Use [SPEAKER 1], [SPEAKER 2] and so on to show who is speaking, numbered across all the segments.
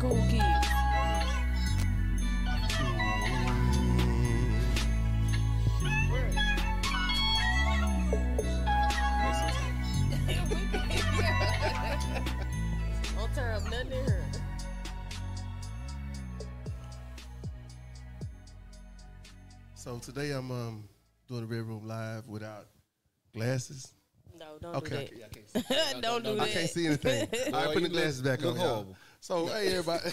[SPEAKER 1] cool kids. Don't tear up nothing in here.
[SPEAKER 2] So today I'm um, doing the Red Room Live without glasses.
[SPEAKER 1] No, don't
[SPEAKER 2] Okay, I
[SPEAKER 1] do
[SPEAKER 2] can't- I can't see.
[SPEAKER 1] that. don't, do
[SPEAKER 2] I
[SPEAKER 1] that.
[SPEAKER 2] can't see anything. All right,
[SPEAKER 3] Boy,
[SPEAKER 2] put the
[SPEAKER 3] you
[SPEAKER 2] glasses
[SPEAKER 3] look-
[SPEAKER 2] back on.
[SPEAKER 3] look
[SPEAKER 2] y'all.
[SPEAKER 3] horrible.
[SPEAKER 2] So, hey, everybody.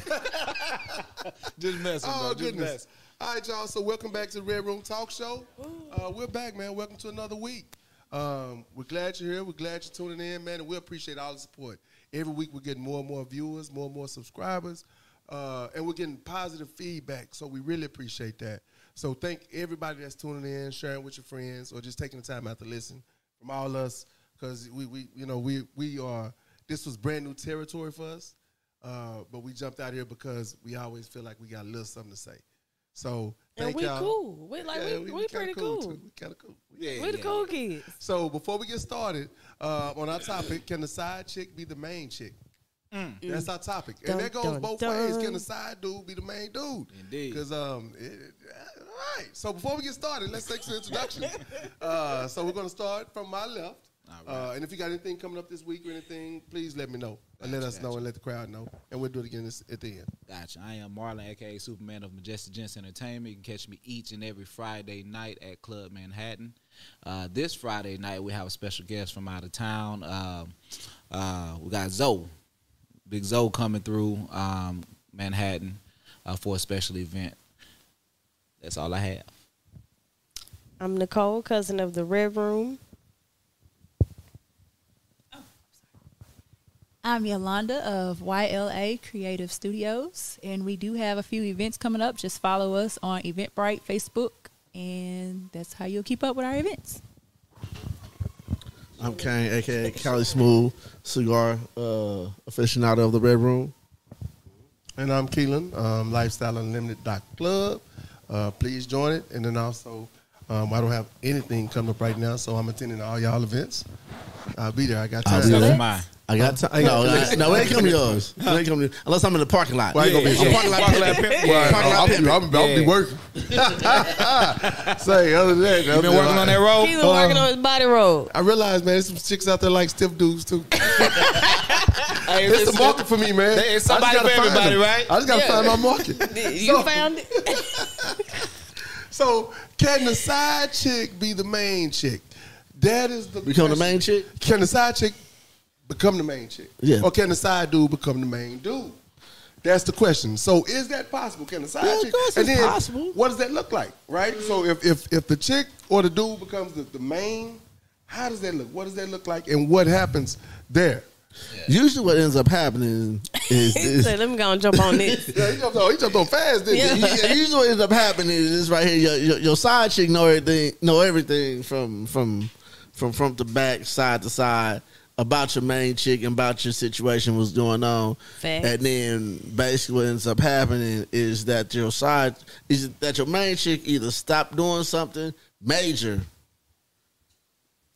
[SPEAKER 3] Just messing.
[SPEAKER 2] oh,
[SPEAKER 3] bro. Just
[SPEAKER 2] goodness.
[SPEAKER 3] messing.
[SPEAKER 2] All right, y'all. So, welcome back to the Red Room Talk Show. Uh, we're back, man. Welcome to another week. Um, we're glad you're here. We're glad you're tuning in, man. And we appreciate all the support. Every week, we're getting more and more viewers, more and more subscribers, uh, and we're getting positive feedback. So, we really appreciate that. So, thank everybody that's tuning in, sharing with your friends, or just taking the time out to listen from all us, because we, we, you know, we, we are. This was brand new territory for us. Uh, but we jumped out here because we always feel like we got a little something to say. So
[SPEAKER 1] And
[SPEAKER 2] thank
[SPEAKER 1] we
[SPEAKER 2] y'all.
[SPEAKER 1] cool. We like
[SPEAKER 2] Yeah,
[SPEAKER 1] we, we,
[SPEAKER 2] kinda
[SPEAKER 1] pretty
[SPEAKER 2] cool.
[SPEAKER 1] cool.
[SPEAKER 2] too. We kind of cool.
[SPEAKER 3] Yeah,
[SPEAKER 1] We the
[SPEAKER 3] yeah.
[SPEAKER 1] cool kids.
[SPEAKER 2] So before we get started uh, on our topic, can the side chick be the main chick?
[SPEAKER 3] Mm.
[SPEAKER 2] That's our topic, and
[SPEAKER 1] Dun,
[SPEAKER 2] that goes
[SPEAKER 1] dun,
[SPEAKER 2] both
[SPEAKER 1] dun.
[SPEAKER 2] ways. Can the side dude be the main dude?
[SPEAKER 3] Indeed.
[SPEAKER 2] Because um, it, it- all right. So before we get started, let's take some introductions. uh, so we're gonna start from my left.
[SPEAKER 3] All right.
[SPEAKER 2] Uh, and if you got anything coming up this week or anything, please let me know. And let
[SPEAKER 3] Gotcha,
[SPEAKER 2] us know
[SPEAKER 3] gotcha.
[SPEAKER 2] and let the crowd know. And we'll do it again this, at the end.
[SPEAKER 3] Gotcha. I am Marlon, aka Superman of Majestic Gents Entertainment. You can catch me each and every Friday night at Club Manhattan. Uh, this Friday night, we have a special guest from out of town. Um, uh, we got Zoe, Big Zoe coming through um, Manhattan uh, for a special event. That's all I have.
[SPEAKER 4] I'm Nicole, cousin of the Red Room.
[SPEAKER 5] I'm Yolanda of YLA Creative Studios, and we do have a few events coming up. Just follow us on Eventbrite, Facebook, and that's how you'll keep up with our events.
[SPEAKER 6] I'm Kane, aka Cali Smooth, cigar uh, aficionado of the Red Room.
[SPEAKER 2] And I'm Keelan, um, Lifestyle Unlimited dot Club. Uh, please join it. And then also, um, I don't have anything coming up right now, so I'm attending all y'all events. I'll be there. I got time.
[SPEAKER 6] be
[SPEAKER 3] So
[SPEAKER 6] there.
[SPEAKER 3] that's mine.
[SPEAKER 6] I got time. No, I- no, it ain't come to yours. It ain't come to unless I'm in the parking lot.
[SPEAKER 2] Well, I ain't gonna be-
[SPEAKER 6] I'm parking lot
[SPEAKER 3] Parking lot
[SPEAKER 6] pimping.
[SPEAKER 3] pimping. Yeah.
[SPEAKER 6] Parking lot pimping.
[SPEAKER 2] be working. Say, other than that,
[SPEAKER 3] You been working on that road?
[SPEAKER 2] Oh,
[SPEAKER 1] Keelan working
[SPEAKER 2] um,
[SPEAKER 1] on his body roll.
[SPEAKER 2] I realize, man, there's some chicks out there like stiff dudes too.
[SPEAKER 3] Hey,
[SPEAKER 2] It's the
[SPEAKER 3] listen,
[SPEAKER 2] market for me, man.
[SPEAKER 3] There is
[SPEAKER 2] I just
[SPEAKER 3] somebody
[SPEAKER 2] gotta
[SPEAKER 3] for
[SPEAKER 2] find
[SPEAKER 3] everybody,
[SPEAKER 2] them.
[SPEAKER 3] right?
[SPEAKER 2] I just gotta
[SPEAKER 1] Yeah.
[SPEAKER 2] find my market.
[SPEAKER 1] You found it?
[SPEAKER 2] So, can the side chick be the main chick? That is the
[SPEAKER 6] Become the
[SPEAKER 2] question.
[SPEAKER 6] main chick.
[SPEAKER 2] Can the side chick become the main chick?
[SPEAKER 6] Yeah.
[SPEAKER 2] Or can the side dude become the main dude? That's the question. So is that possible? Can the side
[SPEAKER 6] Yeah, of
[SPEAKER 2] chick?
[SPEAKER 6] course it's possible.
[SPEAKER 2] What does that look like? Right. So if if if the chick or the dude becomes the, the main, how does that look? What does that look like? And what happens there?
[SPEAKER 6] Usually, what ends up happening is,
[SPEAKER 1] He
[SPEAKER 6] is
[SPEAKER 1] said, let me go and jump on this.
[SPEAKER 2] Yeah, he jumped on. He jumped on fast, didn't he?
[SPEAKER 6] yeah, usually what ends up happening is this right here. Your, your, your side chick know everything, know everything from from from front to back, side to side about your main chick and about your situation, what's going on.
[SPEAKER 1] Facts.
[SPEAKER 6] And then basically what ends up happening is that your side is that your main chick either stop doing something major.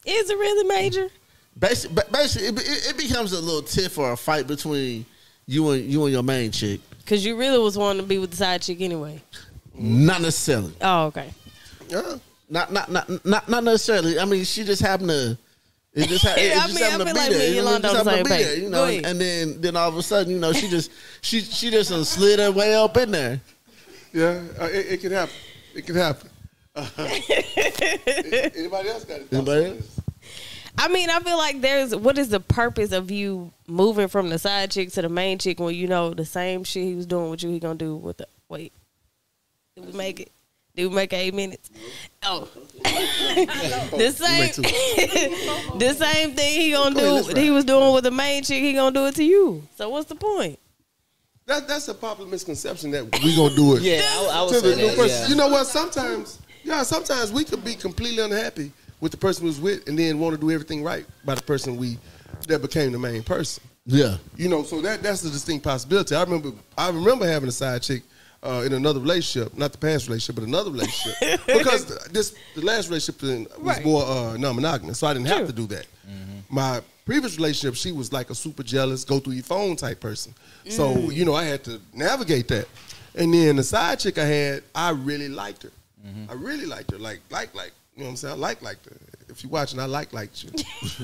[SPEAKER 1] Is it really major?
[SPEAKER 6] Basically, ba- basically it, be- it, it becomes a little tiff or a fight between you and you and your main chick.
[SPEAKER 1] Because you really was wanting to be with the side chick anyway.
[SPEAKER 6] Not necessarily.
[SPEAKER 1] Oh, okay.
[SPEAKER 2] Yeah.
[SPEAKER 6] Not not not not not necessarily. I mean, she just happened to. It just, ha- it
[SPEAKER 1] Yeah, I
[SPEAKER 6] just
[SPEAKER 1] mean, I
[SPEAKER 6] happened to
[SPEAKER 1] feel like
[SPEAKER 6] be
[SPEAKER 1] me
[SPEAKER 6] there.
[SPEAKER 1] and
[SPEAKER 6] you know, it
[SPEAKER 1] Yolanda
[SPEAKER 6] just
[SPEAKER 1] on the
[SPEAKER 6] happened to
[SPEAKER 1] same
[SPEAKER 6] be
[SPEAKER 1] page.
[SPEAKER 6] there, you
[SPEAKER 1] Go
[SPEAKER 6] know.
[SPEAKER 1] ahead.
[SPEAKER 6] And then, then all of a sudden, you know, she just she she just done slid her way up in there.
[SPEAKER 2] Yeah, uh, it, it can happen. It can happen. anybody else got it?
[SPEAKER 6] Anybody else?
[SPEAKER 1] I mean, I feel like there's what is the purpose of you moving from the side chick to the main chick when you know the same shit he was doing with you, he gonna do with the wait. Did we make it? Did we make eight minutes? Oh, the same, the same thing he gonna
[SPEAKER 2] Go
[SPEAKER 1] do.
[SPEAKER 2] ahead, let's
[SPEAKER 1] that
[SPEAKER 2] ride.
[SPEAKER 1] He was doing with the main chick. He gonna do it to you. So what's the point?
[SPEAKER 2] That, that's a popular misconception that we gonna do it.
[SPEAKER 3] Yeah, I, I would
[SPEAKER 2] to
[SPEAKER 3] say
[SPEAKER 2] the new
[SPEAKER 3] that,
[SPEAKER 2] person.
[SPEAKER 3] yeah.
[SPEAKER 2] You know what? Sometimes, yeah, sometimes we could be completely unhappy with the person who's with, and then want to do everything right by the person we that became the main person.
[SPEAKER 6] Yeah,
[SPEAKER 2] You know, so that that's a distinct possibility. I remember, I remember having a side chick uh, in another relationship, not the past relationship, but another relationship, because this the last relationship in- was
[SPEAKER 1] Right.
[SPEAKER 2] more uh, non-monogamous, so I didn't have to do that. my previous relationship, she was like a super jealous, go through your phone type person.
[SPEAKER 1] Mm.
[SPEAKER 2] So you know, I had to navigate that. And then the side chick I had, I really liked her. I really liked her, like like like. You know what I'm saying? I like liked her. If you're watching, I like liked you.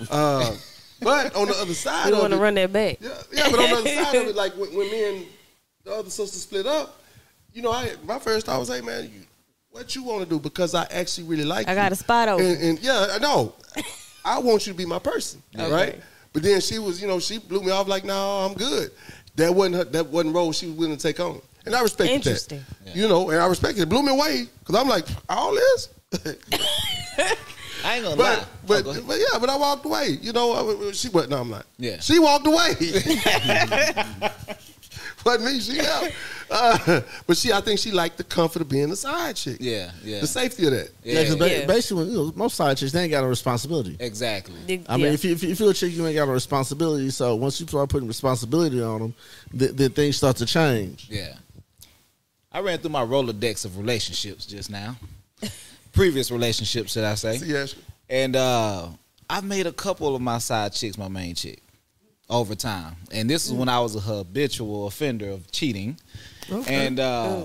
[SPEAKER 2] uh, but on the other side,
[SPEAKER 1] We
[SPEAKER 2] of
[SPEAKER 1] want to
[SPEAKER 2] it-
[SPEAKER 1] run that back.
[SPEAKER 2] yeah, yeah, but on the other side of it, like when, when me and the other sister split up, you know, I my first thought was, hey man, you, what you want to do? Because I actually really like.
[SPEAKER 1] I
[SPEAKER 2] you.
[SPEAKER 1] got a spot open.
[SPEAKER 2] And, and yeah, I know. I want you to be my person, right? But then she was, you know, she blew me off like, no, I'm good. That wasn't her, that wasn't role she was willing to take on, and I respected
[SPEAKER 1] Interesting.
[SPEAKER 2] that. You know, and I respected it. It Blew me away because I'm like, all this.
[SPEAKER 7] I ain't gonna
[SPEAKER 2] But
[SPEAKER 7] lie. Oh,
[SPEAKER 2] but,
[SPEAKER 7] go ahead.
[SPEAKER 2] but yeah, but I walked away. You know, I, she went. No, I'm not.
[SPEAKER 7] Yeah.
[SPEAKER 2] she walked away. Wasn't me. She out. Uh, but she, I think she liked the comfort of being the side chick.
[SPEAKER 7] yeah, yeah,
[SPEAKER 2] the safety of that.
[SPEAKER 6] Yeah, because ba-
[SPEAKER 1] Yeah.
[SPEAKER 6] basically, you know, most side chicks they ain't got a responsibility.
[SPEAKER 7] exactly.
[SPEAKER 1] The-
[SPEAKER 6] I
[SPEAKER 1] yeah.
[SPEAKER 6] mean, if you, if you feel a chick, you ain't got a responsibility. So once you start putting responsibility on them, th- then things start to change.
[SPEAKER 7] Yeah. I ran through my Rolodex of relationships just now. Previous relationships, should I say?
[SPEAKER 2] See, Ashley?
[SPEAKER 7] And uh, I've made a couple of my side chicks my main chick over time. And this is when I was a habitual offender of cheating. And uh,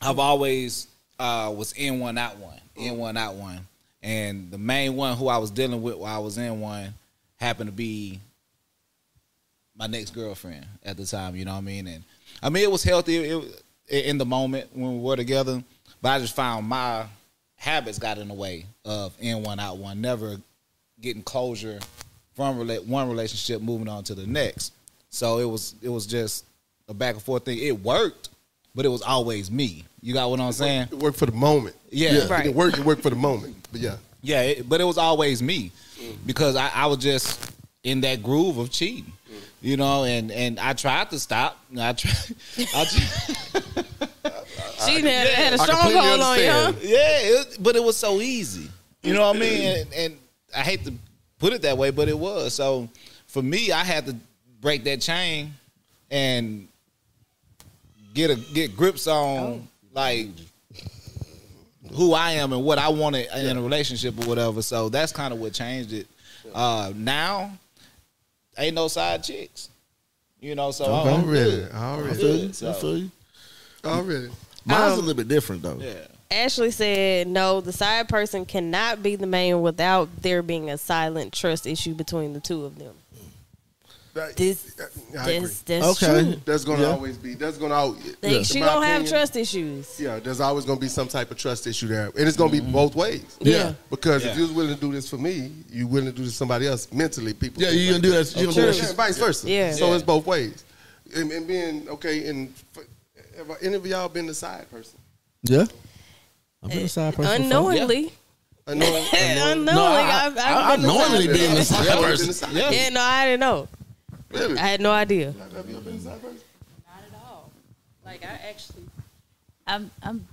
[SPEAKER 7] I've always uh, was in one, out one, in one, out one. And the main one who I was dealing with while I was in one happened to be my next girlfriend at the time. You know what I mean? And I mean, it was healthy it, it, in the moment when we were together, but I just found my habits got in the way of in one out one, never getting closure from rela- one relationship moving on to the next. So it was it was just a back and forth thing. It worked, but it was always me. You got what I'm saying?
[SPEAKER 2] It worked for the moment.
[SPEAKER 7] Yeah.
[SPEAKER 2] It
[SPEAKER 1] Right.
[SPEAKER 2] didn't work. It worked for the moment. But yeah,
[SPEAKER 7] Yeah, it, but it was always me because I, I was just in that groove of cheating, you know. And and I tried to stop. I tried. I tried
[SPEAKER 1] she had, had a
[SPEAKER 2] I completely
[SPEAKER 1] stronghold on you, huh?
[SPEAKER 2] understand.
[SPEAKER 7] yeah, it, but it was so easy. You know what I mean? And, and I hate to put it that way, but it was. So for me, I had to break that chain and get a get grips on like who I am and what I wanted in a relationship or whatever. So that's kind of what changed it. Uh, now, ain't no side chicks. You know, so Oh, uh-uh. I'm, I'm
[SPEAKER 2] already,
[SPEAKER 6] I feel
[SPEAKER 2] already,
[SPEAKER 6] you. I feel you.
[SPEAKER 2] already.
[SPEAKER 1] um,
[SPEAKER 6] Mine's a little bit different though.
[SPEAKER 7] good.
[SPEAKER 1] Ashley said, no, the side person cannot be the main without there being a silent trust issue between the two of them.
[SPEAKER 2] That-
[SPEAKER 1] This,
[SPEAKER 2] I agree.
[SPEAKER 1] this, that's
[SPEAKER 6] Okay.
[SPEAKER 1] true.
[SPEAKER 2] That's gonna
[SPEAKER 6] Yeah.
[SPEAKER 2] always be. That's gonna always.
[SPEAKER 1] They,
[SPEAKER 2] in
[SPEAKER 1] She
[SPEAKER 2] my
[SPEAKER 1] gonna have
[SPEAKER 2] opinion,
[SPEAKER 1] trust issues.
[SPEAKER 2] Yeah, there's always gonna be some type of trust issue there, and it's gonna be both ways.
[SPEAKER 1] Yeah. Yeah.
[SPEAKER 2] because
[SPEAKER 7] Mm-hmm. Yeah.
[SPEAKER 2] if you was willing to do this for me, you willing to do this to somebody else mentally. People,
[SPEAKER 6] Yeah,
[SPEAKER 2] think
[SPEAKER 6] you
[SPEAKER 2] like
[SPEAKER 6] gonna do that. You gonna do
[SPEAKER 2] Yeah,
[SPEAKER 6] that.
[SPEAKER 2] and
[SPEAKER 6] shit.
[SPEAKER 2] vice versa.
[SPEAKER 1] Yeah.
[SPEAKER 2] So
[SPEAKER 7] Yeah.
[SPEAKER 2] it's both ways. And, and being okay, and f- have any of y'all been the side person?
[SPEAKER 6] Yeah. I've been a side person. before.
[SPEAKER 1] Uh, Unknowingly,
[SPEAKER 2] I know. I know-
[SPEAKER 1] unknowingly,
[SPEAKER 6] No, I,
[SPEAKER 1] I've, I've,
[SPEAKER 6] I, I,
[SPEAKER 1] been
[SPEAKER 6] knowingly
[SPEAKER 1] the side-
[SPEAKER 6] been the
[SPEAKER 2] I've
[SPEAKER 6] side
[SPEAKER 2] been the
[SPEAKER 6] person.
[SPEAKER 2] side-
[SPEAKER 7] Yeah.
[SPEAKER 1] Yeah, no, I didn't know.
[SPEAKER 2] Really?
[SPEAKER 1] I had no idea.
[SPEAKER 2] Have you been the side person?
[SPEAKER 5] Not at all. Like I actually, I'm I'm.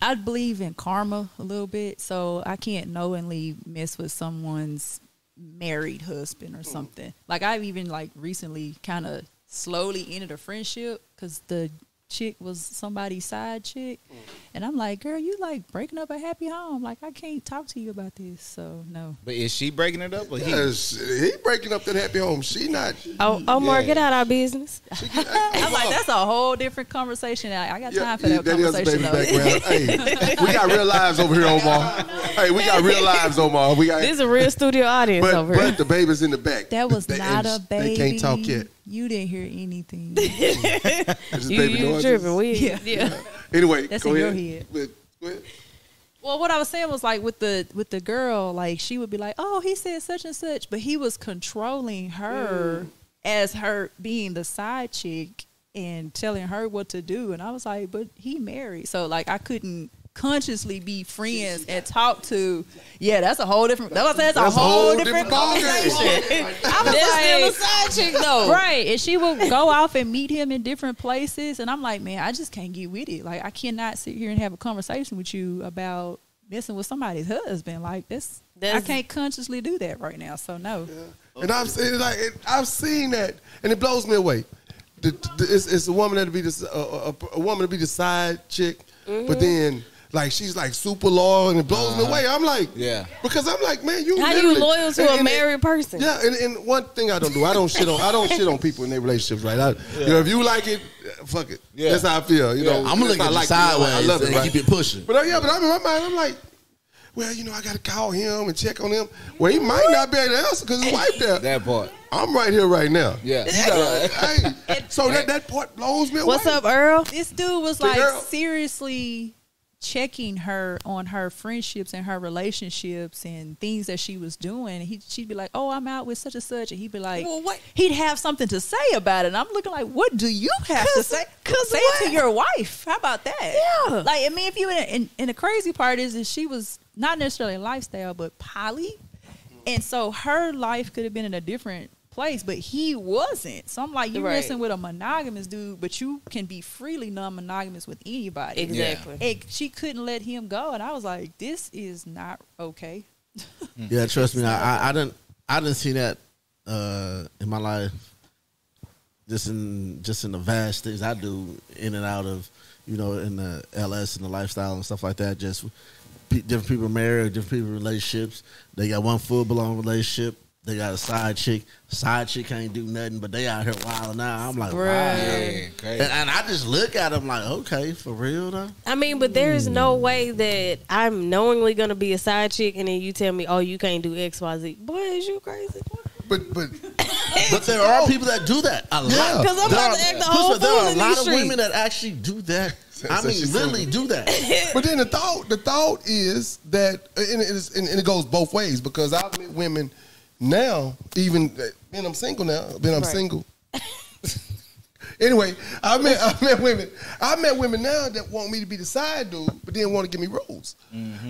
[SPEAKER 5] I believe in karma a little bit, so I can't knowingly mess with someone's married husband or something. Like I've even like recently kind of slowly ended a friendship because the chick was somebody's side chick,
[SPEAKER 2] Mm.
[SPEAKER 5] and I'm like, girl, you like breaking up a happy home. Like I can't talk to you about this. So no,
[SPEAKER 7] But is she breaking it up or he?
[SPEAKER 2] Yes, he breaking up that happy home. She not.
[SPEAKER 1] Oh, Omar,
[SPEAKER 7] Yeah.
[SPEAKER 1] get out our business.
[SPEAKER 5] I'm like that's a whole different conversation. I, I got time for
[SPEAKER 2] yeah,
[SPEAKER 5] that, conversation
[SPEAKER 2] baby
[SPEAKER 5] though.
[SPEAKER 2] background. hey, we got real lives over here, Omar. Hey, we got real lives, Omar. We got.
[SPEAKER 1] This is a real studio audience
[SPEAKER 2] but,
[SPEAKER 1] over
[SPEAKER 2] but
[SPEAKER 1] here.
[SPEAKER 2] the baby's in the back.
[SPEAKER 5] That was
[SPEAKER 2] They-
[SPEAKER 5] not a baby.
[SPEAKER 2] They can't talk yet.
[SPEAKER 5] You didn't hear anything.
[SPEAKER 2] It's just
[SPEAKER 1] You,
[SPEAKER 2] baby
[SPEAKER 1] you
[SPEAKER 2] noises.
[SPEAKER 1] tripping? We, yeah.
[SPEAKER 5] Yeah.
[SPEAKER 2] Anyway,
[SPEAKER 5] That's
[SPEAKER 2] go
[SPEAKER 5] in your
[SPEAKER 2] ahead.
[SPEAKER 5] head.
[SPEAKER 2] But- go ahead.
[SPEAKER 5] well, what I was saying was like with the with the girl, like she would be like, "Oh, he said such and such," but he was controlling her as her being the side chick and telling her what to do. And I was like, "But he married, so like I couldn't." consciously be friends and talk to yeah that's a whole different that was that's, a whole, different, conversation I was
[SPEAKER 1] That's still a
[SPEAKER 5] like-
[SPEAKER 1] side chick though.
[SPEAKER 5] Right. And she will go off and meet him in different places. And I'm like, man, I just can't get with it. Like, I cannot sit here and have a conversation with you about messing with somebody's husband. Like, this,
[SPEAKER 1] That's-
[SPEAKER 5] I can't consciously do that right now. So, no.
[SPEAKER 2] And I've seen, like, it, I've seen that, and it blows me away.
[SPEAKER 5] Mm-hmm.
[SPEAKER 2] The, the, it's, it's a woman that be the, a, a, a woman to be the side chick, but then Like she's like super loyal and it blows me away. I'm like,
[SPEAKER 3] Yeah.
[SPEAKER 2] because I'm like, man, you
[SPEAKER 1] How do you
[SPEAKER 2] literally-
[SPEAKER 1] loyal
[SPEAKER 2] and-
[SPEAKER 1] to a
[SPEAKER 2] and-
[SPEAKER 1] married person?
[SPEAKER 2] Yeah, and, and one thing I don't do, I don't shit on, I don't shit on people in their relationships, right? I, You know, if you like it, uh, fuck it.
[SPEAKER 3] Yeah.
[SPEAKER 2] That's how I feel. You
[SPEAKER 3] Yeah,
[SPEAKER 2] know,
[SPEAKER 6] I'm
[SPEAKER 2] If
[SPEAKER 6] gonna look
[SPEAKER 2] I
[SPEAKER 6] at you
[SPEAKER 2] like it, I
[SPEAKER 6] sideways
[SPEAKER 2] love it,
[SPEAKER 6] and
[SPEAKER 2] right?
[SPEAKER 6] keep it pushing.
[SPEAKER 2] But uh, yeah, but I'm in my mind, I'm like, well, you know, I gotta call him and check on him. Well, he might not be able to answer because his wife there.
[SPEAKER 3] That part.
[SPEAKER 2] I'm right here right now.
[SPEAKER 3] Yeah.
[SPEAKER 2] You know, hey, so that, that part blows me away.
[SPEAKER 1] What's up, Earl?
[SPEAKER 5] This dude was
[SPEAKER 2] The
[SPEAKER 5] like
[SPEAKER 2] girl-
[SPEAKER 5] seriously checking her on her friendships and her relationships and things that she was doing. He she'd be like, "Oh, I'm out with such and such," and he'd be like,
[SPEAKER 1] Well, what-
[SPEAKER 5] He'd have something to say about it. And I'm looking like, "What do you have to say? say it to your wife. How about that?
[SPEAKER 1] Yeah.
[SPEAKER 5] Like, I mean, if you in, in, and the crazy part is that she was not necessarily lifestyle, but poly, and so her life could have been in a different place, but he wasn't. So I'm like, you're
[SPEAKER 1] Right.
[SPEAKER 5] messing with a monogamous dude, but you can be freely non-monogamous with anybody.
[SPEAKER 1] Exactly.
[SPEAKER 5] And she couldn't let him go, and I was like, this is not okay.
[SPEAKER 6] Yeah, trust me. I, I, I didn't I didn't see that uh, in my life. Just in just in the vast things I do in and out of, you know, in the LS and the lifestyle and stuff like that. Just pe- different people married, different people in relationships. They got one full blown relationship. They got a side chick. Side chick can't do nothing, but they out here wilding out. I'm like, wow.
[SPEAKER 3] Yeah,
[SPEAKER 6] And,
[SPEAKER 3] crazy.
[SPEAKER 6] and I just look at them like, okay, for real though.
[SPEAKER 1] I mean, but there is no way that I'm knowingly gonna be a side chick and then you tell me, oh, you can't do X, Y, Z. Boy, is you crazy?
[SPEAKER 2] But but
[SPEAKER 6] But there are people that do that a lot.
[SPEAKER 2] Yeah.
[SPEAKER 1] 'Cause I'm
[SPEAKER 6] There
[SPEAKER 1] about
[SPEAKER 6] are-
[SPEAKER 1] to act the
[SPEAKER 6] Puss,
[SPEAKER 1] whole
[SPEAKER 6] but There are
[SPEAKER 1] fool
[SPEAKER 6] a
[SPEAKER 1] in
[SPEAKER 6] lot
[SPEAKER 1] these
[SPEAKER 6] of
[SPEAKER 1] streets.
[SPEAKER 6] women that actually do that. I
[SPEAKER 2] So
[SPEAKER 6] mean,
[SPEAKER 2] she's
[SPEAKER 6] literally do that.
[SPEAKER 2] But then the thought, the thought is that, and it, is, and, and it goes both ways because I've met women now, even then I'm single now, then I'm
[SPEAKER 1] Right.
[SPEAKER 2] single. anyway, I met I met women, I met women now that want me to be the side dude, but then want to give me rules.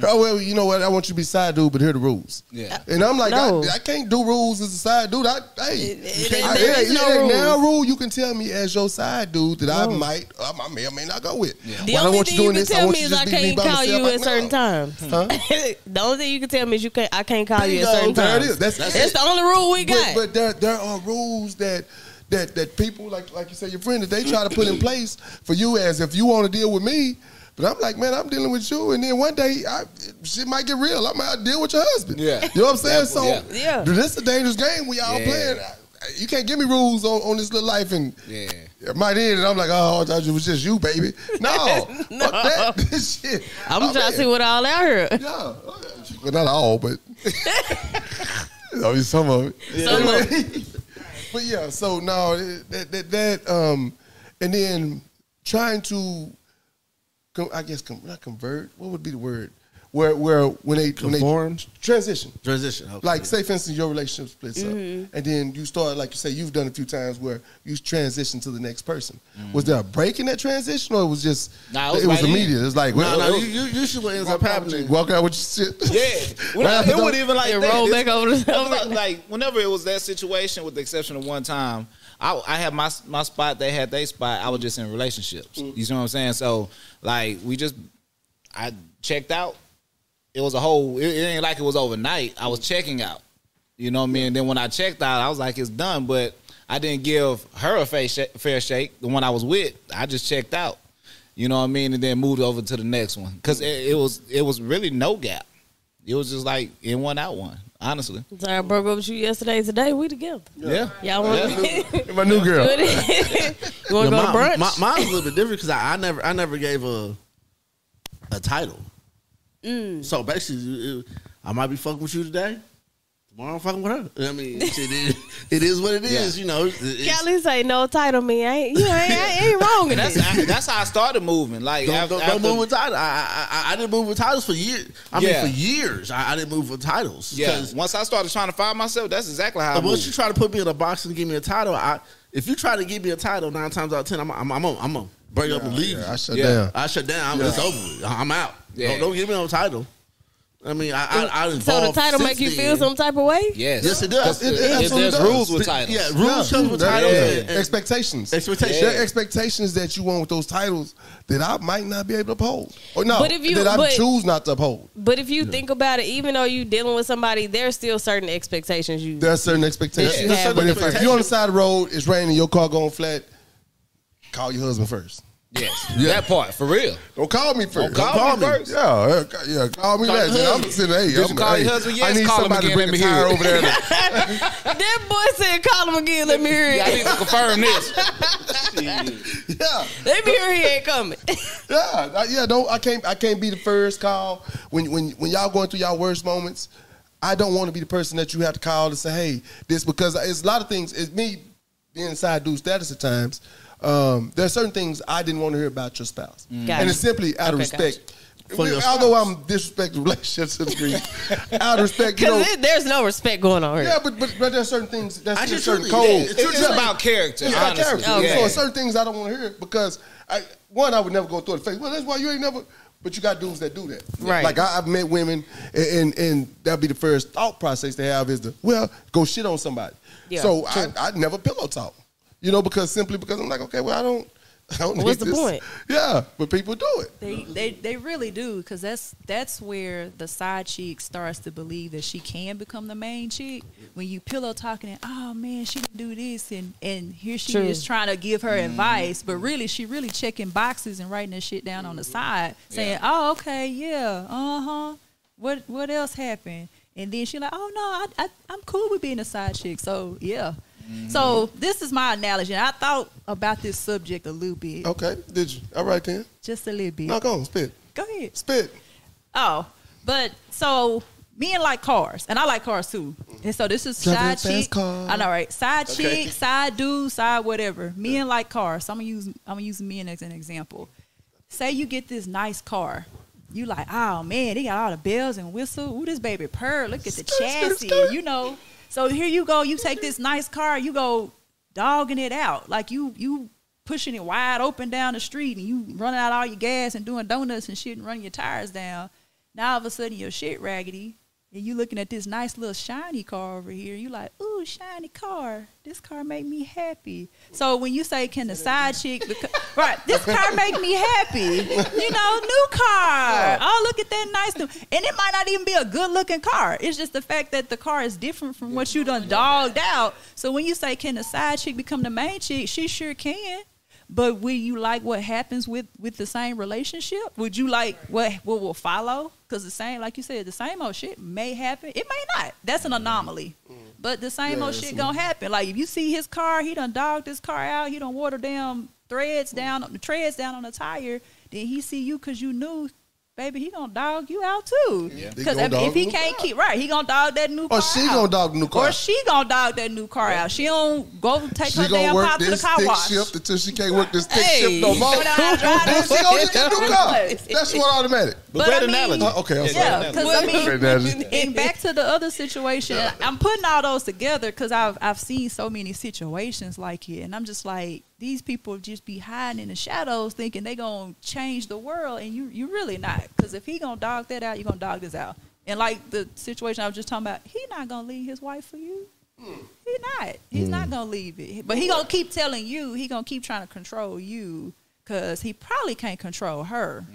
[SPEAKER 2] Oh well, you know what? I want you to be side dude, but here are the rules.
[SPEAKER 3] Yeah.
[SPEAKER 2] and I'm like,
[SPEAKER 1] No.
[SPEAKER 2] I, I can't do rules as a side dude. I hey,
[SPEAKER 1] It- it-
[SPEAKER 2] I-
[SPEAKER 1] there is
[SPEAKER 2] it-
[SPEAKER 1] no
[SPEAKER 2] it ain't
[SPEAKER 1] rules.
[SPEAKER 2] now rule you can tell me as your side dude that I might, uh, I I may or may not go with.
[SPEAKER 1] The
[SPEAKER 2] Well, I
[SPEAKER 1] only
[SPEAKER 2] want
[SPEAKER 1] thing
[SPEAKER 2] you
[SPEAKER 1] you
[SPEAKER 2] doing
[SPEAKER 1] can
[SPEAKER 2] this. I
[SPEAKER 1] tell
[SPEAKER 2] want
[SPEAKER 1] me
[SPEAKER 2] you
[SPEAKER 1] is
[SPEAKER 2] to
[SPEAKER 1] I
[SPEAKER 2] just be me
[SPEAKER 1] can't
[SPEAKER 2] by
[SPEAKER 1] call
[SPEAKER 2] myself.
[SPEAKER 1] you
[SPEAKER 2] Like,
[SPEAKER 1] at certain
[SPEAKER 2] no.
[SPEAKER 1] times.
[SPEAKER 2] Huh?
[SPEAKER 1] the only thing you can tell me is you can't. I can't call you at
[SPEAKER 6] Bingo,
[SPEAKER 1] certain
[SPEAKER 2] There it
[SPEAKER 1] times.
[SPEAKER 2] is. That's, that's
[SPEAKER 1] That's
[SPEAKER 2] it.
[SPEAKER 1] the only rule we
[SPEAKER 2] But,
[SPEAKER 1] got.
[SPEAKER 2] but there there are rules that that that people like like you said your friend that they try to put in place for you as if you want to deal with me. But I'm like, man, I'm dealing with you, and then one day I, shit might get real. I might deal with your husband.
[SPEAKER 3] Yeah.
[SPEAKER 2] you know what
[SPEAKER 3] Yeah.
[SPEAKER 2] I'm saying. So
[SPEAKER 1] Yeah.
[SPEAKER 2] this is a dangerous game we all
[SPEAKER 3] Yeah.
[SPEAKER 2] playing. You can't give me rules on, on this little life, and
[SPEAKER 3] Yeah.
[SPEAKER 2] it might end, and I'm like, oh, I thought it was just you, baby. No, no. Fuck that shit.
[SPEAKER 1] I'm
[SPEAKER 2] Oh,
[SPEAKER 1] trying
[SPEAKER 2] man.
[SPEAKER 1] to see what all out here.
[SPEAKER 2] Yeah, well, not all, but I mean some of it.
[SPEAKER 1] Some of
[SPEAKER 2] Anyway. but yeah, so no, that, that that um, and then trying to, com- I guess, com- not convert. What would be the word? Where where when they when
[SPEAKER 6] Conform?
[SPEAKER 2] they transition.
[SPEAKER 6] Transition. okay.
[SPEAKER 2] Like, say for instance, your relationship splits up,
[SPEAKER 3] Mm-hmm.
[SPEAKER 2] and then you start, like you say, you've done a few times where you transition to the next person. Was there a break in that transition, or it was just
[SPEAKER 3] Nah, it was
[SPEAKER 2] it was
[SPEAKER 3] right in.
[SPEAKER 2] immediate? It was like,
[SPEAKER 6] no,
[SPEAKER 2] well,
[SPEAKER 6] no, you, you, you should what ends up happening.
[SPEAKER 2] Walk out with your shit.
[SPEAKER 3] Yeah,
[SPEAKER 2] Right
[SPEAKER 3] Well,
[SPEAKER 2] after
[SPEAKER 3] it
[SPEAKER 2] the-
[SPEAKER 3] wasn't even like
[SPEAKER 1] It
[SPEAKER 3] that.
[SPEAKER 1] rolled
[SPEAKER 3] It's-
[SPEAKER 1] back over the-
[SPEAKER 3] it was like, like, whenever it was that situation, with the exception of one time, I, I had my my spot. They had their spot. I was just in relationships.
[SPEAKER 1] Mm.
[SPEAKER 3] You see what I'm saying? So like we just I checked out. It was a whole. It, it ain't like it was overnight. I was
[SPEAKER 1] Mm.
[SPEAKER 3] checking out. You know what I mean? And then when I checked out, I was like, it's done. But I didn't give her a fair shake, fair shake. The one I was with, I just checked out. You know what I mean? And then moved over to the next one because it, it was it was really no gap. It was just like in one out one. Honestly,
[SPEAKER 1] Sorry, I broke up with you yesterday. Today we together.
[SPEAKER 3] yeah.
[SPEAKER 1] Y'all want to
[SPEAKER 2] my new girl.
[SPEAKER 1] you want to go
[SPEAKER 6] Yeah,
[SPEAKER 1] to brunch?
[SPEAKER 6] mine- mi- mine's a little bit different because I, I never, I never gave a a title.
[SPEAKER 1] Mm.
[SPEAKER 6] So basically, you- it- I might be fucking with you today. Tomorrow, I'm fucking with her. I mean, shit, it, it is what it is. You know, It's- it's-
[SPEAKER 1] Kelly say no title me. I ain't, you know, I ain't, I ain't wrong in
[SPEAKER 3] That's
[SPEAKER 1] this.
[SPEAKER 3] I, that's how I started moving. Like
[SPEAKER 6] Don't,
[SPEAKER 3] after-
[SPEAKER 6] don't, don't
[SPEAKER 3] after-
[SPEAKER 6] move with titles. I, I- I I didn't move with titles for years. I
[SPEAKER 3] Yeah.
[SPEAKER 6] mean, for years I, I didn't move with titles.
[SPEAKER 3] yeah.
[SPEAKER 6] 'Cause
[SPEAKER 3] Once I started trying to find myself, that's exactly how I
[SPEAKER 6] once you
[SPEAKER 3] moved.
[SPEAKER 6] try to put me in a box and give me a title, I if you try to give me a title nine times out of ten, I'm I'm I'm, I'm gonna break up and leave.
[SPEAKER 2] I
[SPEAKER 6] you.
[SPEAKER 2] shut
[SPEAKER 3] Yeah.
[SPEAKER 2] down.
[SPEAKER 6] I shut down. I'm It's over. with. I'm out.
[SPEAKER 3] Yeah.
[SPEAKER 6] Don't, don't give me no title. I mean, I I, I
[SPEAKER 1] So the
[SPEAKER 6] involved
[SPEAKER 1] title
[SPEAKER 6] since
[SPEAKER 1] make you feel
[SPEAKER 6] then.
[SPEAKER 1] some type of way?
[SPEAKER 3] Yes,
[SPEAKER 6] Yes, it does.
[SPEAKER 3] 'Cause
[SPEAKER 6] It- it
[SPEAKER 3] if
[SPEAKER 2] absolutely
[SPEAKER 3] there's
[SPEAKER 2] does.
[SPEAKER 3] rules with
[SPEAKER 6] But-
[SPEAKER 3] titles,
[SPEAKER 6] Yeah, rules comes with
[SPEAKER 2] that-
[SPEAKER 6] titles.
[SPEAKER 2] yeah.
[SPEAKER 6] and- and
[SPEAKER 2] Expectations.
[SPEAKER 6] Expectations.
[SPEAKER 2] There are expectations that you want with those titles that I might not be able to uphold. Or no,
[SPEAKER 1] But if you-
[SPEAKER 2] that I
[SPEAKER 1] but-
[SPEAKER 2] choose not to uphold.
[SPEAKER 1] But if you think about it, even though you dealing with somebody, there's still certain expectations you.
[SPEAKER 2] There are certain
[SPEAKER 1] Yeah,
[SPEAKER 2] expectations.
[SPEAKER 1] there's certain
[SPEAKER 2] But if, if
[SPEAKER 6] expectations.
[SPEAKER 2] you're on the side of the road, it's raining, your car going flat, call your husband first.
[SPEAKER 7] Yes, that part for real.
[SPEAKER 2] Don't call me first.
[SPEAKER 7] call me first.
[SPEAKER 2] Yeah, uh, ca- yeah, call me
[SPEAKER 7] Call
[SPEAKER 2] last.
[SPEAKER 7] your
[SPEAKER 2] I'm
[SPEAKER 7] husband.
[SPEAKER 2] sitting. Hey,
[SPEAKER 7] Did you
[SPEAKER 2] I'm,
[SPEAKER 7] call
[SPEAKER 2] hey,
[SPEAKER 7] your husband?
[SPEAKER 2] I
[SPEAKER 7] Yes,
[SPEAKER 2] need
[SPEAKER 7] call him
[SPEAKER 2] somebody to bring
[SPEAKER 7] again, let
[SPEAKER 2] a
[SPEAKER 7] me hear
[SPEAKER 2] tire
[SPEAKER 7] it.
[SPEAKER 2] over there. to-
[SPEAKER 1] That boy said, "Call him again. Let me hear
[SPEAKER 7] Yeah, I
[SPEAKER 1] it.
[SPEAKER 7] need to confirm this.
[SPEAKER 2] yeah,
[SPEAKER 1] Let me hear it coming."
[SPEAKER 2] yeah, I, yeah. Don't I can't I can't be the first call when when when y'all going through y'all worst moments. I don't want to be the person that you have to call to say, hey, this because it's a lot of things. It's me being inside dude status at times. Um, there are certain things I didn't want to hear about your spouse,
[SPEAKER 6] Mm.
[SPEAKER 2] and it's simply out of
[SPEAKER 1] Okay,
[SPEAKER 2] respect.
[SPEAKER 6] For your
[SPEAKER 2] Although I'm disrespecting relationships to the degree, out of respect, you know.
[SPEAKER 1] Because there's no respect going on here.
[SPEAKER 2] yeah, but, but but there are certain things. That's
[SPEAKER 6] I
[SPEAKER 2] just
[SPEAKER 6] just
[SPEAKER 2] certain
[SPEAKER 6] really-
[SPEAKER 2] codes.
[SPEAKER 6] yeah,
[SPEAKER 7] It's
[SPEAKER 2] Yeah.
[SPEAKER 7] about character,
[SPEAKER 2] Yeah,
[SPEAKER 7] honestly.
[SPEAKER 2] character.
[SPEAKER 7] Yeah.
[SPEAKER 2] So it's certain things I don't want to hear because I one I would never go through the face. Well, that's why you ain't never. But you got dudes that do that.
[SPEAKER 1] Right.
[SPEAKER 2] Like I, I've met women, and, and and that'd be the first thought process they have is the well, go shit on somebody.
[SPEAKER 1] Yeah,
[SPEAKER 2] so I, I never pillow talk, you know, because simply because I'm like, okay, well, I don't. I don't
[SPEAKER 1] What's
[SPEAKER 2] need
[SPEAKER 1] the
[SPEAKER 2] this.
[SPEAKER 1] point?
[SPEAKER 2] Yeah, but people do it.
[SPEAKER 5] They, they they really do because that's that's where the side chick starts to believe that she can become the main chick when you pillow talking and oh man she can do this and and here she
[SPEAKER 1] True.
[SPEAKER 5] is trying to give her advice but really she really checking boxes and writing that shit down on the side saying oh okay yeah uh huh what what else happened and then she like oh no I, I I'm cool with being a side chick so yeah. So this is my analogy. and I thought about this subject a little bit,
[SPEAKER 2] Okay, did you? All right then.
[SPEAKER 5] just a little bit.
[SPEAKER 2] Now go on, spit,
[SPEAKER 5] Go ahead.
[SPEAKER 2] spit.
[SPEAKER 5] Oh, but so men like cars, and I like cars too. And so this is
[SPEAKER 2] Driving
[SPEAKER 5] side
[SPEAKER 2] a fast
[SPEAKER 5] chick.
[SPEAKER 2] car.
[SPEAKER 5] I know, right? Side
[SPEAKER 2] Okay.
[SPEAKER 5] chick, side dude, side whatever. Men like cars. So I'm gonna use I'm gonna use men as an example. Say you get this nice car. You like, oh man, they got all the bells and whistle. Ooh, this baby purr. Look at the chassis. You know. So here you go. You take this nice car. You go dogging it out like you you pushing it wide open down the street and you running out all your gas and doing donuts and shit and running your tires down. Now all of a sudden your shit raggedy and you looking at this nice little shiny car over here. You like, ooh, shiny car. This car make me happy. So when you say, can the side chick, beca- right? This car make me happy. You know, new car. Oh, look at that nice new. And it might not even be a good looking car. It's just the fact that the car is different from what you done dogged out. So when you say, can the side chick become the main chick? She sure can. But will you like what happens with with the same relationship? Would you like what what will follow? Because the same, like you said, the same old shit may happen. It may not. That's an anomaly. But the same old shit gonna happen. Like if you see his car, he done dogged his car out. He done water damn threads down the treads down on the tire. Then he see you because you knew, baby, he gonna dog you out too.
[SPEAKER 2] He
[SPEAKER 5] Because
[SPEAKER 2] gonna
[SPEAKER 5] if,
[SPEAKER 2] dog
[SPEAKER 5] he
[SPEAKER 2] you
[SPEAKER 5] can't
[SPEAKER 2] out.
[SPEAKER 5] keep right, he gonna dog that new car.
[SPEAKER 2] Or she
[SPEAKER 5] out.
[SPEAKER 2] gonna dog the new car.
[SPEAKER 5] Or she gonna dog that new car out. She don't go take
[SPEAKER 2] She
[SPEAKER 5] her
[SPEAKER 2] gonna
[SPEAKER 5] damn
[SPEAKER 2] work
[SPEAKER 5] pop to the
[SPEAKER 2] this
[SPEAKER 5] car
[SPEAKER 2] thick
[SPEAKER 5] wash.
[SPEAKER 2] shift until she can't work this thick
[SPEAKER 1] Hey.
[SPEAKER 2] shift no more.
[SPEAKER 5] Go down, drive that
[SPEAKER 2] she gonna get the new car.
[SPEAKER 5] But-
[SPEAKER 2] That's what automatic.
[SPEAKER 5] But
[SPEAKER 7] great
[SPEAKER 5] I mean-
[SPEAKER 7] analogy.
[SPEAKER 2] Uh, okay, I'm sorry.
[SPEAKER 5] Yeah, because I
[SPEAKER 2] Great
[SPEAKER 5] mean,
[SPEAKER 2] analogy.
[SPEAKER 5] and back to the other situation, I'm putting all those together because I've I've seen so many situations like it, and I'm just like, these people just be hiding in the shadows, thinking they gonna change the world, and you you really not, because if he gonna dog that out, you gonna dog this out, and like the situation I was just talking about, he not gonna leave his wife for you. He not. He's not gonna leave it. But he gonna keep telling you. He gonna keep trying to control you because he probably can't control her.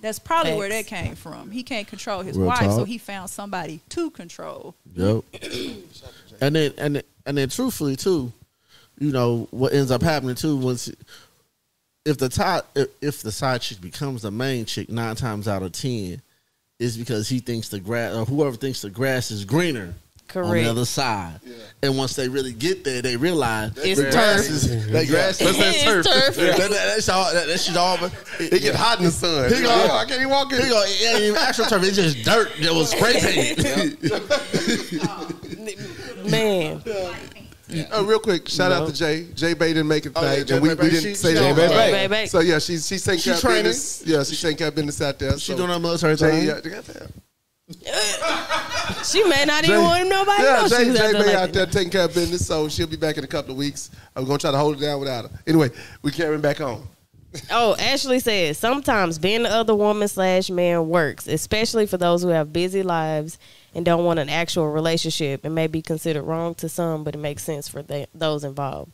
[SPEAKER 5] That's probably where that
[SPEAKER 1] Facts.
[SPEAKER 5] came from. He can't control his
[SPEAKER 6] Real
[SPEAKER 5] wife, so
[SPEAKER 6] talk.
[SPEAKER 5] he found somebody to control.
[SPEAKER 6] Yep. and then and then, and then truthfully too, you know what ends up happening too once if the top if, if the side chick becomes the main chick nine times out of ten is because he thinks the grass or whoever thinks the grass is greener on
[SPEAKER 1] Correct.
[SPEAKER 6] the other side. And once they really get there, they realize
[SPEAKER 1] It's
[SPEAKER 6] the grass
[SPEAKER 1] turf.
[SPEAKER 6] is that grass.
[SPEAKER 2] That's that
[SPEAKER 1] It's
[SPEAKER 2] turf.
[SPEAKER 1] turf.
[SPEAKER 6] that, that, that's all. That, that shit all. But it,
[SPEAKER 2] It get hot in the sun.
[SPEAKER 6] He go,
[SPEAKER 2] Yeah, I can't even walk in.
[SPEAKER 6] Here you go. It ain't even actual turf. It's just dirt that was spray painted.
[SPEAKER 1] Man,
[SPEAKER 2] Uh, real quick, shout out to Jay. Jay Bay didn't make it
[SPEAKER 6] Oh, yeah,
[SPEAKER 2] tonight,
[SPEAKER 6] Jay
[SPEAKER 2] and we,
[SPEAKER 6] Bay
[SPEAKER 2] we
[SPEAKER 6] Bay,
[SPEAKER 2] didn't
[SPEAKER 6] she-
[SPEAKER 2] say
[SPEAKER 6] she
[SPEAKER 2] that.
[SPEAKER 6] on her
[SPEAKER 1] Bay Bay. Bay.
[SPEAKER 2] So yeah, she's she's saying
[SPEAKER 6] She
[SPEAKER 2] cap
[SPEAKER 6] training.
[SPEAKER 2] business. Yeah, she's saying cap business out there.
[SPEAKER 6] She
[SPEAKER 2] so.
[SPEAKER 6] doing her military
[SPEAKER 2] Jay,
[SPEAKER 6] thing.
[SPEAKER 2] yeah, goddamn.
[SPEAKER 1] she may not even
[SPEAKER 2] Jay-
[SPEAKER 1] want nobody
[SPEAKER 2] yeah,
[SPEAKER 1] know
[SPEAKER 2] Jay,
[SPEAKER 1] she was
[SPEAKER 2] Jay
[SPEAKER 1] out there.
[SPEAKER 2] Bay
[SPEAKER 1] like
[SPEAKER 2] out
[SPEAKER 1] that.
[SPEAKER 2] there taking care of business, so she'll be back in a couple of weeks. I'm gonna try to hold it down without her. Anyway, we carrying back on.
[SPEAKER 1] Oh, Ashley says sometimes being the other woman slash man works, especially for those who have busy lives and don't want an actual relationship. It may be considered wrong to some, but it makes sense for th- those involved.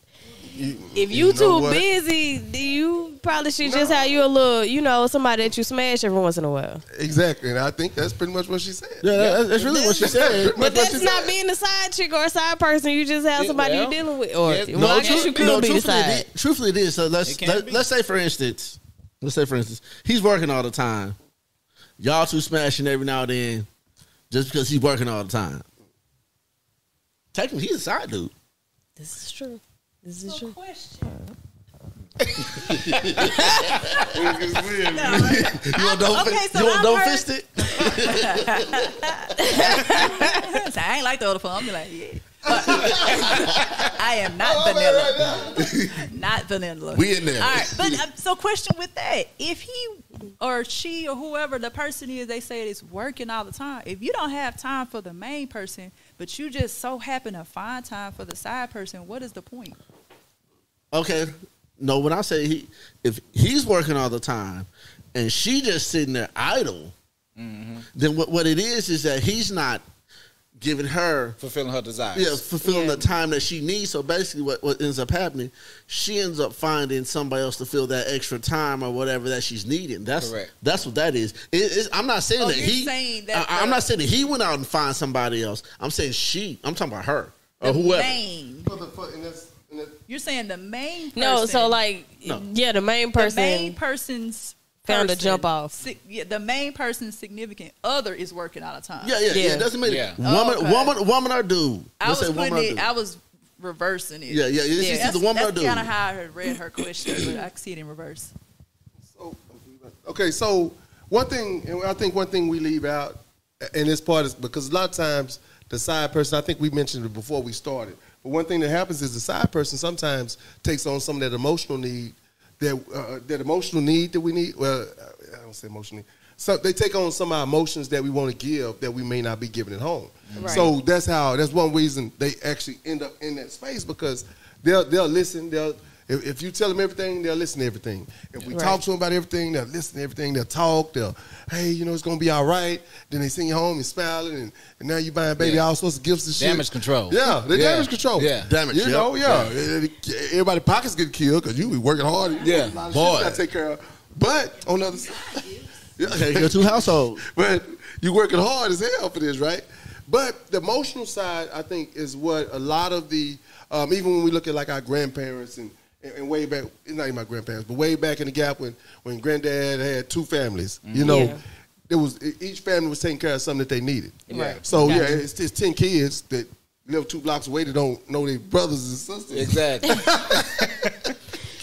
[SPEAKER 1] If you,
[SPEAKER 2] know
[SPEAKER 1] too
[SPEAKER 2] what?
[SPEAKER 1] busy, do you probably should just
[SPEAKER 2] No.
[SPEAKER 1] have you a little, you know, somebody that you smash every once in a while.
[SPEAKER 2] exactly, and I think that's pretty much what she said.
[SPEAKER 6] Yeah, that's, that's really what she said.
[SPEAKER 1] But
[SPEAKER 2] That's what
[SPEAKER 1] that's
[SPEAKER 2] she
[SPEAKER 1] not
[SPEAKER 2] said.
[SPEAKER 1] being a side chick or a side person. You just have
[SPEAKER 7] Yeah,
[SPEAKER 1] somebody
[SPEAKER 7] well,
[SPEAKER 1] you're dealing with. Or
[SPEAKER 7] yes,
[SPEAKER 1] well, I guess you
[SPEAKER 6] truth-
[SPEAKER 1] could
[SPEAKER 6] no,
[SPEAKER 1] be the
[SPEAKER 6] truthfully,
[SPEAKER 1] side.
[SPEAKER 6] it- truthfully, it is. So let's
[SPEAKER 7] It can
[SPEAKER 6] let,
[SPEAKER 7] be.
[SPEAKER 6] let's say for instance, let's say for instance, he's working all the time. Y'all two smashing every now and then, just because he's working all the time. Technically, he's a side dude.
[SPEAKER 1] This is true. This is true.
[SPEAKER 6] You want don't,
[SPEAKER 5] okay,
[SPEAKER 6] fi-
[SPEAKER 5] so
[SPEAKER 6] you want
[SPEAKER 5] I've
[SPEAKER 6] don't
[SPEAKER 5] heard-
[SPEAKER 6] fist it?
[SPEAKER 5] So I ain't like the other phone. I'm be like, yeah. But I am not vanilla. not vanilla.
[SPEAKER 8] We in there.
[SPEAKER 5] All right, but um, so question with that: If he or she or whoever the person is, they say it's working all the time. If you don't have time for the main person, but you just so happen to find time for the side person, what is the point?
[SPEAKER 6] Okay. No, when I say he, if he's working all the time and she just sitting there idle,
[SPEAKER 7] Mm-hmm.
[SPEAKER 6] then what, what it is is that he's not giving her
[SPEAKER 7] fulfilling her desires.
[SPEAKER 6] yeah, fulfilling the time that she needs. So basically, what, what ends up happening, she ends up finding somebody else to fill that extra time or whatever that she's needing. That's
[SPEAKER 7] Correct.
[SPEAKER 6] that's what that is. It- it's- I'm not saying
[SPEAKER 5] Oh,
[SPEAKER 6] that
[SPEAKER 5] you're
[SPEAKER 6] he.
[SPEAKER 5] saying that
[SPEAKER 6] I, am
[SPEAKER 5] the-
[SPEAKER 6] not saying that he went out and find somebody else. I'm saying she. I'm talking about her or whoever.
[SPEAKER 5] Main.
[SPEAKER 2] For the- for- and that's- and that's-
[SPEAKER 5] You're saying the main. Person,
[SPEAKER 1] No, so like,
[SPEAKER 6] No.
[SPEAKER 1] yeah, the main
[SPEAKER 5] the
[SPEAKER 1] person.
[SPEAKER 5] main person's.
[SPEAKER 1] Found a
[SPEAKER 5] person,
[SPEAKER 1] jump off.
[SPEAKER 5] si- yeah, the main person's significant other is working all the time.
[SPEAKER 6] Yeah, yeah, yeah.
[SPEAKER 1] Yeah.
[SPEAKER 6] It doesn't mean
[SPEAKER 7] Yeah.
[SPEAKER 6] woman,
[SPEAKER 5] Okay.
[SPEAKER 6] woman, woman or dude.
[SPEAKER 5] I
[SPEAKER 6] Let's
[SPEAKER 5] was
[SPEAKER 6] say
[SPEAKER 5] putting
[SPEAKER 6] woman or
[SPEAKER 5] it.
[SPEAKER 6] dude.
[SPEAKER 5] I was reversing it.
[SPEAKER 6] Yeah, yeah. It's
[SPEAKER 5] Yeah,
[SPEAKER 6] just
[SPEAKER 5] that's,
[SPEAKER 6] either woman or
[SPEAKER 5] that's
[SPEAKER 6] dude.
[SPEAKER 5] kind of how I had read her question, but I can see it in reverse.
[SPEAKER 2] So, oh, okay, so one thing, and I think one thing we leave out in this part is because a lot of times the side person, I think we mentioned it before we started, but one thing that happens is the side person sometimes takes on some of that emotional need, that uh, that emotional need that we need. Well, I don't say emotional need. So they take on some of our emotions that we want to give that we may not be giving at home. So that's how that's one reason they actually end up in that space because they'll they'll listen they'll if, if you tell them everything they'll listen to everything if we talk to them about everything they'll listen to everything they'll talk they'll hey you know it's gonna be all right then they send you home and smiling and, and now you buying baby
[SPEAKER 7] Yeah.
[SPEAKER 2] all sorts of gifts and shit
[SPEAKER 7] Damage control.
[SPEAKER 2] yeah the
[SPEAKER 7] Yeah.
[SPEAKER 2] damage control
[SPEAKER 7] Yeah.
[SPEAKER 6] Damage,
[SPEAKER 2] you
[SPEAKER 6] yep.
[SPEAKER 2] know yeah, everybody pockets get killed because you be working hard You
[SPEAKER 7] Yeah.
[SPEAKER 2] got a lot of
[SPEAKER 7] Boy.
[SPEAKER 2] shit you gotta take care of but on the other side Yeah.
[SPEAKER 6] Okay, your two households.
[SPEAKER 2] but you're working hard as hell for this, right? But the emotional side, I think, is what a lot of the, um, even when we look at like our grandparents and, and, and way back, it's not even my grandparents, but way back in the gap when, when granddad had two families, you know,
[SPEAKER 1] Mm-hmm. Yeah.
[SPEAKER 2] it was e- each family was taking care of something that they needed.
[SPEAKER 1] Right.
[SPEAKER 2] So yeah,
[SPEAKER 1] Gotcha.
[SPEAKER 2] it's, it's ten kids that live two blocks away that don't know their brothers and sisters.
[SPEAKER 7] Exactly.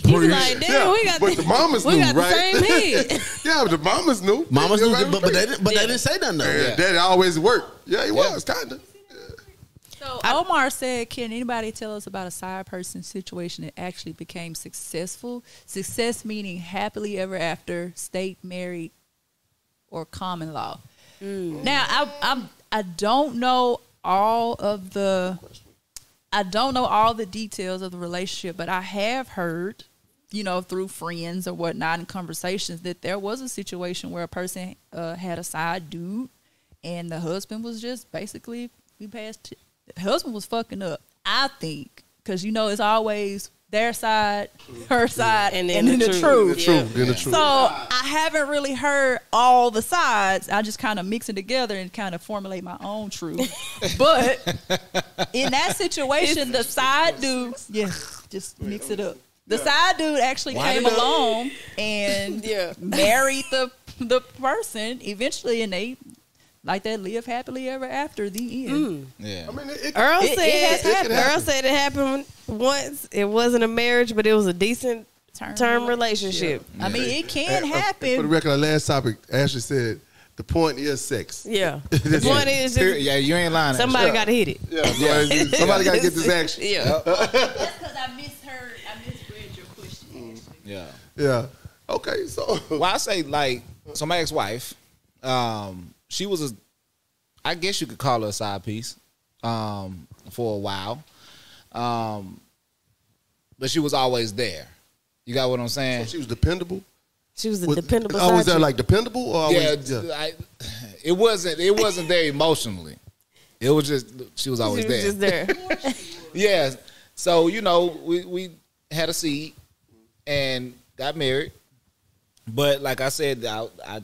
[SPEAKER 1] You be like, damn,
[SPEAKER 2] Yeah,
[SPEAKER 1] we got
[SPEAKER 2] but
[SPEAKER 1] the,
[SPEAKER 2] the mamas
[SPEAKER 1] we
[SPEAKER 2] knew,
[SPEAKER 1] got
[SPEAKER 2] right?
[SPEAKER 1] the same head.
[SPEAKER 2] yeah, but the mamas knew.
[SPEAKER 6] Mamas
[SPEAKER 2] They
[SPEAKER 6] knew,
[SPEAKER 2] were right
[SPEAKER 6] but, but they didn't, but
[SPEAKER 1] Yeah.
[SPEAKER 6] they didn't say nothing. Though.
[SPEAKER 2] Yeah,
[SPEAKER 7] Yeah.
[SPEAKER 2] Daddy always worked. Yeah, he was kinda.
[SPEAKER 5] So Omar said, "Can anybody tell us about a side person situation that actually became successful? Success meaning happily ever after, state married, or common law." Now I I'm I don't know all of the I don't know all the details of the relationship, but I have heard, you know, through friends or whatnot and conversations that there was a situation where a person uh, had a side dude, and the husband was just basically we passed. The husband was fucking up. I think because you know it's always their side, her side, and then, the, truth.
[SPEAKER 2] Then the truth.
[SPEAKER 5] So I haven't really heard all the sides. I just kind of mix it together and kind of formulate my own truth. but in that situation, the side dude, yeah, just mix it up. The side dude actually came along and married the the person eventually, and they like that live happily ever after. The end.
[SPEAKER 7] yeah.
[SPEAKER 2] I mean, it, it,
[SPEAKER 1] Earl
[SPEAKER 5] It- it
[SPEAKER 1] said
[SPEAKER 5] has happened.
[SPEAKER 1] Earl said it happened once. It wasn't a marriage, but it was a decent
[SPEAKER 5] Term
[SPEAKER 1] term, relationship.
[SPEAKER 5] I mean, it
[SPEAKER 2] Uh,
[SPEAKER 5] can
[SPEAKER 2] uh, For the
[SPEAKER 5] happen.
[SPEAKER 2] record, our last topic, Ashley said, the point is sex.
[SPEAKER 1] Yeah. The
[SPEAKER 2] Yeah.
[SPEAKER 1] point is
[SPEAKER 7] Period.
[SPEAKER 1] just
[SPEAKER 7] yeah, you ain't lying.
[SPEAKER 1] somebody
[SPEAKER 2] Yeah.
[SPEAKER 1] gotta hit it.
[SPEAKER 2] Yeah, somebody, somebody got to get this action.
[SPEAKER 1] Yeah.
[SPEAKER 5] That's because I misheard. I misread your question.
[SPEAKER 7] Yeah.
[SPEAKER 2] Yeah. Okay, so.
[SPEAKER 7] Well, I say like so. My ex-wife, um, she was a, I guess you could call her a side piece, um, for a while, um, but she was always there. You got what I'm saying?
[SPEAKER 2] She was dependable.
[SPEAKER 1] She was a
[SPEAKER 2] Was-
[SPEAKER 1] dependable
[SPEAKER 2] Oh,
[SPEAKER 1] side
[SPEAKER 2] was that
[SPEAKER 1] chick.
[SPEAKER 2] like dependable? Or
[SPEAKER 7] yeah, uh,
[SPEAKER 2] was, yeah.
[SPEAKER 7] I, it wasn't. It wasn't there emotionally. It was just she was
[SPEAKER 1] She
[SPEAKER 7] always
[SPEAKER 1] was
[SPEAKER 7] there.
[SPEAKER 1] just there.
[SPEAKER 7] Yeah. So you know, we we had a seed and got married. But like I said, I, I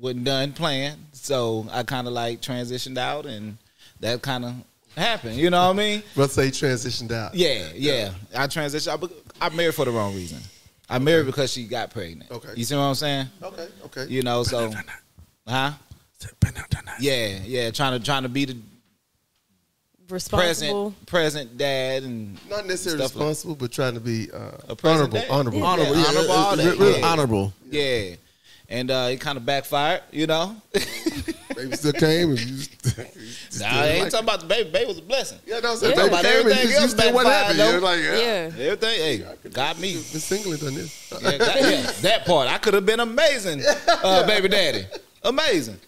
[SPEAKER 7] wasn't done playing, so I kind of like transitioned out, and that kind of happened. You know what I mean?
[SPEAKER 2] Let's say he transitioned out.
[SPEAKER 7] Yeah, yeah. I transitioned. I, bec- I married for the wrong reason. I married because she got pregnant.
[SPEAKER 2] Okay.
[SPEAKER 7] You see what I'm saying?
[SPEAKER 2] Okay. Okay.
[SPEAKER 7] You know, so, huh? Yeah, yeah. Trying to trying to be the
[SPEAKER 1] Responsible.
[SPEAKER 7] present present dad and
[SPEAKER 2] Not necessarily
[SPEAKER 7] Stuff like-
[SPEAKER 2] responsible, but trying to be uh,
[SPEAKER 7] A present
[SPEAKER 2] honorable.
[SPEAKER 7] dad.
[SPEAKER 2] Honorable.
[SPEAKER 7] Yeah. Honorable, yeah. Honorable, all
[SPEAKER 6] Re-
[SPEAKER 7] that,
[SPEAKER 6] really
[SPEAKER 7] yeah.
[SPEAKER 6] honorable.
[SPEAKER 7] yeah. And uh, it kind of backfired, you know. nah,
[SPEAKER 2] Baby still came. And you just, you just
[SPEAKER 7] I
[SPEAKER 2] didn't
[SPEAKER 7] ain't
[SPEAKER 2] like
[SPEAKER 7] talking about the baby. Baby was a blessing.
[SPEAKER 2] it. Yeah, no, so
[SPEAKER 7] Yeah.
[SPEAKER 2] baby
[SPEAKER 7] About
[SPEAKER 2] came and
[SPEAKER 7] everything
[SPEAKER 2] you, you
[SPEAKER 7] else
[SPEAKER 2] still what
[SPEAKER 7] backfired,
[SPEAKER 2] happened. You're
[SPEAKER 7] though.
[SPEAKER 2] like, yeah.
[SPEAKER 1] Yeah.
[SPEAKER 7] Everything, hey, got me.
[SPEAKER 2] Miss Singleton done this.
[SPEAKER 7] Yeah, that, yeah, that part. I could have been amazing, uh, baby daddy. Amazing.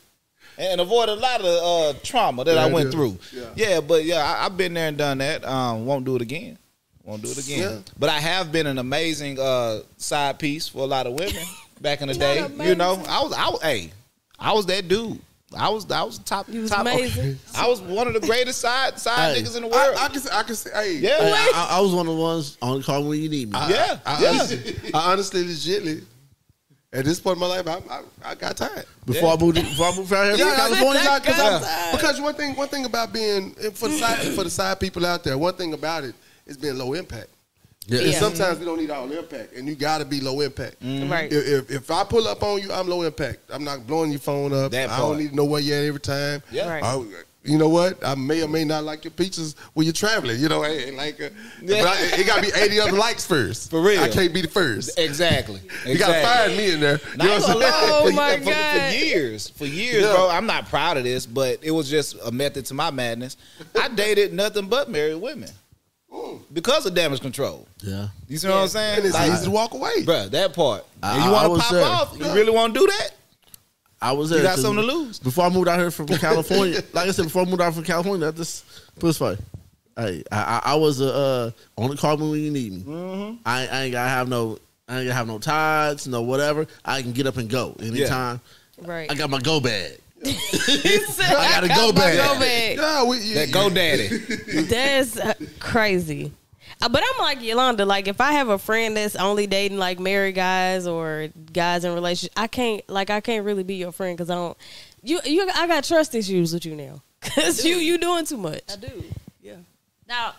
[SPEAKER 7] And avoided a lot of uh, trauma that I
[SPEAKER 2] Yeah,
[SPEAKER 7] went
[SPEAKER 2] yeah.
[SPEAKER 7] through.
[SPEAKER 2] Yeah.
[SPEAKER 7] Yeah. but yeah, I, I've been there and done that. Um, won't do it again. Won't do it again.
[SPEAKER 2] Yeah.
[SPEAKER 7] But I have been an amazing uh, side piece for a lot of women back in the day. You know, I was, I was, hey, I was that dude. I was, I was top,
[SPEAKER 1] You was
[SPEAKER 7] top.
[SPEAKER 1] amazing.
[SPEAKER 7] I was one of the greatest side side
[SPEAKER 6] Hey,
[SPEAKER 7] niggas in the
[SPEAKER 2] I,
[SPEAKER 7] world.
[SPEAKER 2] I can say, I can say, hey,
[SPEAKER 7] yeah,
[SPEAKER 6] Hey, I, I was one of the ones on the call when you need me.
[SPEAKER 2] I-
[SPEAKER 7] Yeah,
[SPEAKER 2] I, I,
[SPEAKER 7] yeah.
[SPEAKER 2] honestly, I honestly, legitly, at this point in my life, I, I, I got tired.
[SPEAKER 6] before I moved before I moved out here from
[SPEAKER 2] Yeah,
[SPEAKER 6] California.
[SPEAKER 2] yeah,
[SPEAKER 6] I-
[SPEAKER 2] 'cause I'm- Because one thing, one thing about being for the side for the side people out there, one thing about it is being low impact.
[SPEAKER 6] Yeah.
[SPEAKER 2] And sometimes we don't need all impact, and you got to be low impact.
[SPEAKER 7] Mm.
[SPEAKER 1] Right.
[SPEAKER 2] If, if, if I pull up on you, I'm low impact. I'm not blowing your phone up.
[SPEAKER 7] That
[SPEAKER 2] I don't
[SPEAKER 7] part.
[SPEAKER 2] need to know where you're at every time.
[SPEAKER 7] Yeah.
[SPEAKER 1] Right.
[SPEAKER 2] I- you know what? I may or may not like your pictures when you're traveling. You know, hey, like, uh, but I, it got to be 80 other likes first.
[SPEAKER 7] For real.
[SPEAKER 2] I can't be the first.
[SPEAKER 7] exactly.
[SPEAKER 2] You got to
[SPEAKER 7] Exactly.
[SPEAKER 2] find me in there. You know
[SPEAKER 7] Not
[SPEAKER 2] what I'm saying?
[SPEAKER 7] gonna lie,
[SPEAKER 1] Oh
[SPEAKER 7] for-
[SPEAKER 1] my
[SPEAKER 7] for, for
[SPEAKER 1] God.
[SPEAKER 7] years, for years,
[SPEAKER 2] Yeah.
[SPEAKER 7] bro. I'm not proud of this, but it was just a method to my madness. I dated nothing but married women because of damage control.
[SPEAKER 6] Yeah.
[SPEAKER 7] You see what I'm saying,
[SPEAKER 2] And it's
[SPEAKER 7] Like,
[SPEAKER 2] easy to walk away.
[SPEAKER 7] bro? That part. And
[SPEAKER 6] I-
[SPEAKER 7] you
[SPEAKER 6] I
[SPEAKER 7] want
[SPEAKER 6] was
[SPEAKER 7] to pop
[SPEAKER 6] there.
[SPEAKER 7] off? You really want to do that?
[SPEAKER 6] I was there.
[SPEAKER 7] You got
[SPEAKER 6] 'cause
[SPEAKER 7] something to lose.
[SPEAKER 6] Before I moved out here from California, like I said, before I moved out from California, I just put this way. Hey, I, I, I was a uh, only call me when you need me.
[SPEAKER 7] Mm-hmm.
[SPEAKER 6] I, I ain't gotta have no, I ain't gotta have no tides, no whatever. I can get up and go anytime.
[SPEAKER 1] Right.
[SPEAKER 6] I got my go bag.
[SPEAKER 1] I
[SPEAKER 6] gotta go back.
[SPEAKER 1] Go back.
[SPEAKER 2] Yeah, we, you,
[SPEAKER 7] That go daddy.
[SPEAKER 1] That's uh, crazy. Uh, But I'm like Yolanda. Like, if I have a friend that's only dating like married guys or guys in relationships, I can't like I can't really be your friend because I don't. You you I got trust issues with you now because you you doing too much.
[SPEAKER 5] I do. Yeah. Now,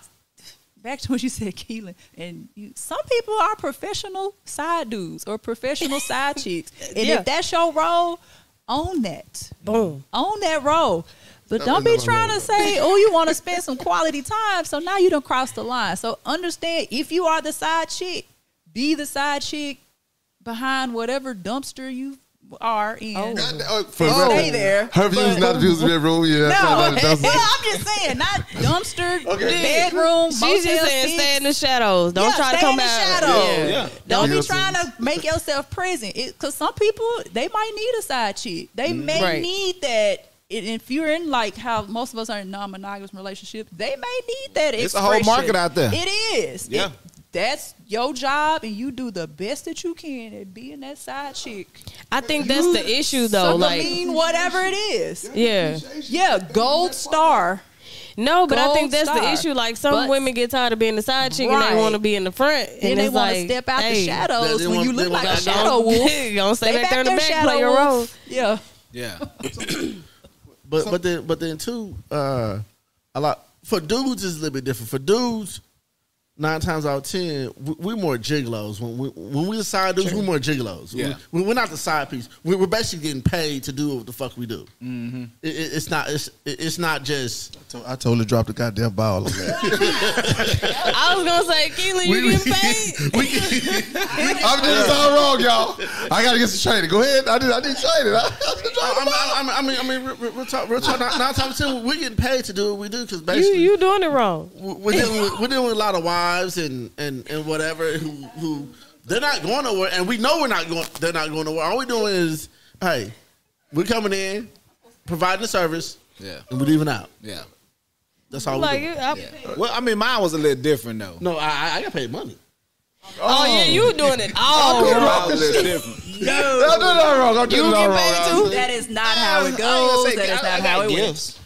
[SPEAKER 5] back to what you said, Keelan, and you. Some people are professional side dudes or professional side chicks, and
[SPEAKER 1] Yeah.
[SPEAKER 5] if that's your role, own that.
[SPEAKER 1] Boom.
[SPEAKER 5] Own that role. But don't be
[SPEAKER 2] Nothing
[SPEAKER 5] trying to
[SPEAKER 2] wrong
[SPEAKER 5] say, oh, you want to spend some quality time. So now you don't cross the line. So understand if you are the side chick, be the side chick behind whatever dumpster you are in.
[SPEAKER 2] God, oh, for
[SPEAKER 5] Oh.
[SPEAKER 2] reference,
[SPEAKER 5] Stay there,
[SPEAKER 2] Her views
[SPEAKER 5] but-
[SPEAKER 2] not the views of that room. Yeah, that's
[SPEAKER 5] No,
[SPEAKER 2] not about it.
[SPEAKER 5] well,
[SPEAKER 2] That's-
[SPEAKER 5] I'm just saying, not dumpster,
[SPEAKER 2] Okay.
[SPEAKER 5] bedroom,
[SPEAKER 1] She's
[SPEAKER 5] motel
[SPEAKER 1] just saying
[SPEAKER 5] six.
[SPEAKER 1] stay in the shadows. Don't
[SPEAKER 5] Yeah,
[SPEAKER 1] try to
[SPEAKER 5] stay
[SPEAKER 1] come
[SPEAKER 5] in the
[SPEAKER 1] out.
[SPEAKER 5] shadow.
[SPEAKER 1] Yeah.
[SPEAKER 7] yeah.
[SPEAKER 5] Don't
[SPEAKER 2] Yeah.
[SPEAKER 5] be trying to make yourself present, because some people they might need a side chick. They may
[SPEAKER 1] Right.
[SPEAKER 5] need that. And if you're in like how most of us are in non-monogamous relationships, they may need that.
[SPEAKER 7] It's a whole
[SPEAKER 5] expression.
[SPEAKER 7] market out there.
[SPEAKER 5] It is. It-
[SPEAKER 7] Yeah.
[SPEAKER 5] that's your job, and you do the best that you can at being that side chick.
[SPEAKER 1] I think that's the issue though.
[SPEAKER 5] Suck a
[SPEAKER 1] Like,
[SPEAKER 5] mean whatever it is.
[SPEAKER 1] yeah.
[SPEAKER 5] Yeah, gold star.
[SPEAKER 1] No, but I
[SPEAKER 5] Gold
[SPEAKER 1] think that's the
[SPEAKER 5] star.
[SPEAKER 1] issue. Like some
[SPEAKER 5] But-
[SPEAKER 1] women get tired of being the side chick and
[SPEAKER 5] Right.
[SPEAKER 1] they want to be in the front, and
[SPEAKER 5] Then they
[SPEAKER 1] it's
[SPEAKER 5] want
[SPEAKER 1] like,
[SPEAKER 5] to step out
[SPEAKER 1] hey,
[SPEAKER 5] the shadows
[SPEAKER 6] they
[SPEAKER 5] when
[SPEAKER 6] want-
[SPEAKER 5] you
[SPEAKER 6] they
[SPEAKER 5] look
[SPEAKER 6] want
[SPEAKER 5] like a
[SPEAKER 6] to
[SPEAKER 1] don't-
[SPEAKER 5] shadow wolf.
[SPEAKER 1] don't stay back, there in the back, play your
[SPEAKER 5] shadow
[SPEAKER 1] role.
[SPEAKER 5] wolf. Yeah.
[SPEAKER 7] Yeah.
[SPEAKER 6] But but then but then too, uh, a lot for dudes is a little bit different. For dudes, nine times out of ten, we, we more gigolos. When we when we decide dudes, we more gigolos.
[SPEAKER 7] Yeah.
[SPEAKER 6] We, are not the side piece. We, we're basically getting paid to do what the fuck we do. It, it- it's not it's it, it's not just
[SPEAKER 2] So I totally dropped the goddamn ball. on that.
[SPEAKER 1] I was gonna say, Keelan, you getting paid?
[SPEAKER 2] I'm doing this all wrong, y'all. I gotta get some training. Go ahead. I did. I did training. I,
[SPEAKER 6] I, I, I mean I mean real- real real talk real talk nine, nine times out of ten we're getting paid to do what we do because
[SPEAKER 1] You
[SPEAKER 6] basically
[SPEAKER 1] you doing it wrong.
[SPEAKER 6] we're dealing with, we're dealing with a lot of wives and and and whatever who who they're not going nowhere, and we know we're not going. They're not going nowhere. All we're doing is, hey, we're coming in, providing the service,
[SPEAKER 7] Yeah.
[SPEAKER 6] and we're leaving out.
[SPEAKER 7] Yeah.
[SPEAKER 6] That's all.
[SPEAKER 1] Like,
[SPEAKER 6] we're doing.
[SPEAKER 1] I,
[SPEAKER 7] Well, I mean, mine was a little different though.
[SPEAKER 6] No, I, I- I got paid money.
[SPEAKER 1] oh yeah, you doing it all
[SPEAKER 7] Mine
[SPEAKER 1] wrong.
[SPEAKER 7] was a little different.
[SPEAKER 2] am doing it all wrong. I'm doing
[SPEAKER 1] You
[SPEAKER 2] it all
[SPEAKER 1] get
[SPEAKER 2] wrong.
[SPEAKER 1] paid too.
[SPEAKER 5] That is not how
[SPEAKER 7] I
[SPEAKER 5] it
[SPEAKER 7] ain't gonna
[SPEAKER 5] goes.
[SPEAKER 7] say-
[SPEAKER 5] That is
[SPEAKER 7] I- I
[SPEAKER 5] not
[SPEAKER 7] got
[SPEAKER 5] how it works.
[SPEAKER 7] gifts.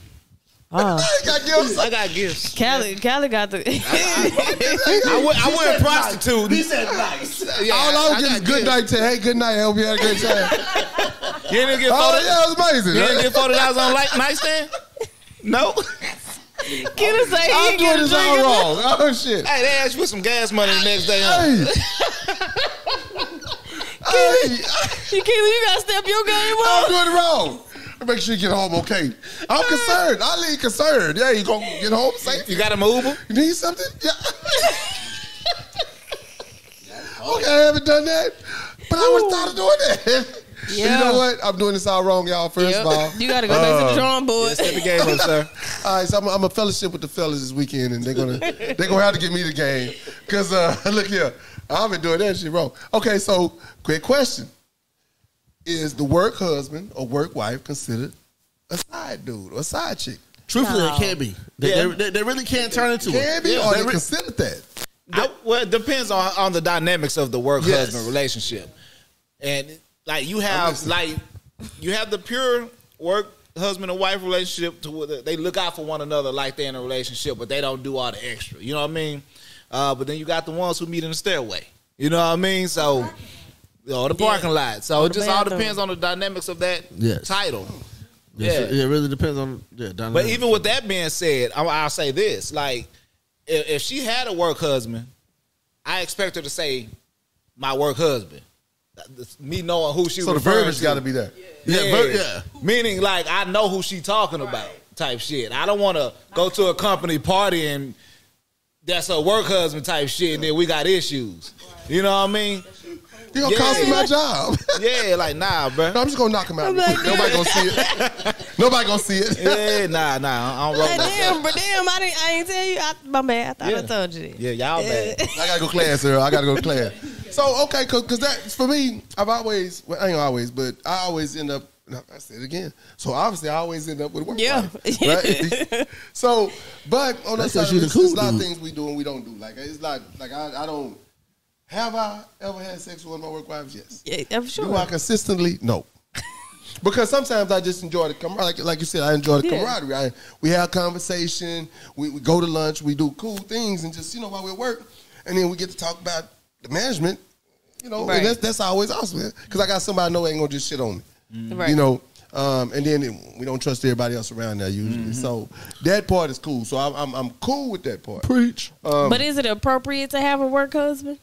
[SPEAKER 1] Oh,
[SPEAKER 7] I got gifts. I got gifts.
[SPEAKER 1] Callie, Callie got the.
[SPEAKER 7] I went. I went prostitute.
[SPEAKER 6] He said nice.
[SPEAKER 7] Yeah,
[SPEAKER 2] All I was
[SPEAKER 7] got
[SPEAKER 2] getting good
[SPEAKER 7] gifts.
[SPEAKER 2] night to, hey, good night, I hope you had a good time.
[SPEAKER 7] You didn't get
[SPEAKER 2] oh,
[SPEAKER 7] photos.
[SPEAKER 2] yeah, it was
[SPEAKER 7] You didn't
[SPEAKER 2] amazing.
[SPEAKER 7] get forty dollars on like nightstand. No.
[SPEAKER 1] Get us a
[SPEAKER 2] I'm doing this all wrong. Oh, shit.
[SPEAKER 7] Hey, they asked you for some gas money the next day. huh?
[SPEAKER 2] Hey. hey,
[SPEAKER 1] You Keely, you gotta step your game
[SPEAKER 2] I'm
[SPEAKER 1] up.
[SPEAKER 2] doing it wrong. Make sure you get home okay. I'm concerned. I leave concerned. Yeah, you gonna get home safe?
[SPEAKER 7] You got him a Uber?
[SPEAKER 2] You need something? Yeah. okay, I haven't done that, but I would have thought of doing that.
[SPEAKER 1] Yeah.
[SPEAKER 2] You know what? I'm doing this all wrong, y'all. First of all,
[SPEAKER 1] You gotta go back to the drawing board.
[SPEAKER 7] Step the game up, sir.
[SPEAKER 2] all right. So I'm, I'm a fellowship with the fellas this weekend, and they're gonna they're gonna have to give me the game because uh, look here, I've been doing that shit wrong. Okay, so quick question: Is the work husband or work wife considered a side dude or a side chick?
[SPEAKER 6] Truthfully, it can be. They,
[SPEAKER 7] Yeah.
[SPEAKER 6] they, they, they really can't turn into it.
[SPEAKER 2] Can be
[SPEAKER 6] Yeah,
[SPEAKER 2] or
[SPEAKER 6] they
[SPEAKER 2] they
[SPEAKER 6] re-
[SPEAKER 2] considered that?
[SPEAKER 7] I- well, it depends on on the dynamics of the work
[SPEAKER 2] Yes.
[SPEAKER 7] husband relationship, and like you have like you have the pure work husband and wife relationship to where they look out for one another like they're in a relationship, but they don't do all the extra. You know what I mean? Uh, but then you got the ones who meet in the stairway. You know what I mean? So. Or the parking lot. So it just all
[SPEAKER 1] bathroom.
[SPEAKER 7] depends on the dynamics of that
[SPEAKER 6] Yes.
[SPEAKER 7] title.
[SPEAKER 6] Yes,
[SPEAKER 7] Yeah.
[SPEAKER 6] It, it really depends on. Yeah,
[SPEAKER 7] But even with that being said, I- I'll say this: like, if, if she had a work husband, I expect her to say, "My work husband." Me knowing who she.
[SPEAKER 2] So the
[SPEAKER 7] referring
[SPEAKER 2] verbiage
[SPEAKER 7] to.
[SPEAKER 2] got to be there.
[SPEAKER 6] yeah,
[SPEAKER 7] Yeah.
[SPEAKER 6] ver- yeah.
[SPEAKER 7] Meaning, like, I know who she talking about, type shit. I don't want to go to a company party and that's her work husband type shit, and then we got issues. You know what I mean?
[SPEAKER 2] You gonna
[SPEAKER 7] Yeah.
[SPEAKER 2] cost me my job?
[SPEAKER 7] Yeah, like nah, bro.
[SPEAKER 2] No, I'm just gonna knock him out. real quick. Nobody gonna see it. Nobody gonna see it.
[SPEAKER 7] Yeah, nah, nah. I don't roll
[SPEAKER 1] Like,
[SPEAKER 7] that.
[SPEAKER 1] damn, but damn, I didn't, I ain't tell you. I, my bad. I thought
[SPEAKER 7] Yeah.
[SPEAKER 1] I told you. That.
[SPEAKER 7] Yeah, y'all bad.
[SPEAKER 2] I gotta go class, Earl. I gotta go class. So okay, because that for me, I've always well, I ain't always, but I always end up. no, I said it again. So obviously, I always end up with a work.
[SPEAKER 1] Yeah.
[SPEAKER 2] wife, right. so, but on the
[SPEAKER 6] That's
[SPEAKER 2] side,
[SPEAKER 6] what
[SPEAKER 2] of
[SPEAKER 6] you the
[SPEAKER 2] this, there's a
[SPEAKER 6] cool
[SPEAKER 2] lot of
[SPEAKER 6] dude.
[SPEAKER 2] things we do and we don't do. Like it's not like I, I don't. Have I ever had sex with one of my work wives? Yes.
[SPEAKER 1] Yeah, I'm
[SPEAKER 2] Do I
[SPEAKER 1] sure.
[SPEAKER 2] consistently? No. because sometimes I just enjoy the camaraderie. Like, like you said, I enjoy the
[SPEAKER 1] Yeah.
[SPEAKER 2] camaraderie. I, we have conversation. We, we go to lunch. We do cool things, and just you know while we're at work, and then we get to talk about the management. You know,
[SPEAKER 1] Right.
[SPEAKER 2] and that's that's always awesome because I got somebody I know ain't gonna just shit on me.
[SPEAKER 1] Mm. Right.
[SPEAKER 2] You know. Um, and then it- we don't trust everybody else around there usually.
[SPEAKER 1] Mm-hmm.
[SPEAKER 2] So that part is cool. So I'm, I'm I'm cool with that part. Um,
[SPEAKER 6] Preach.
[SPEAKER 1] but is it appropriate to have a work husband?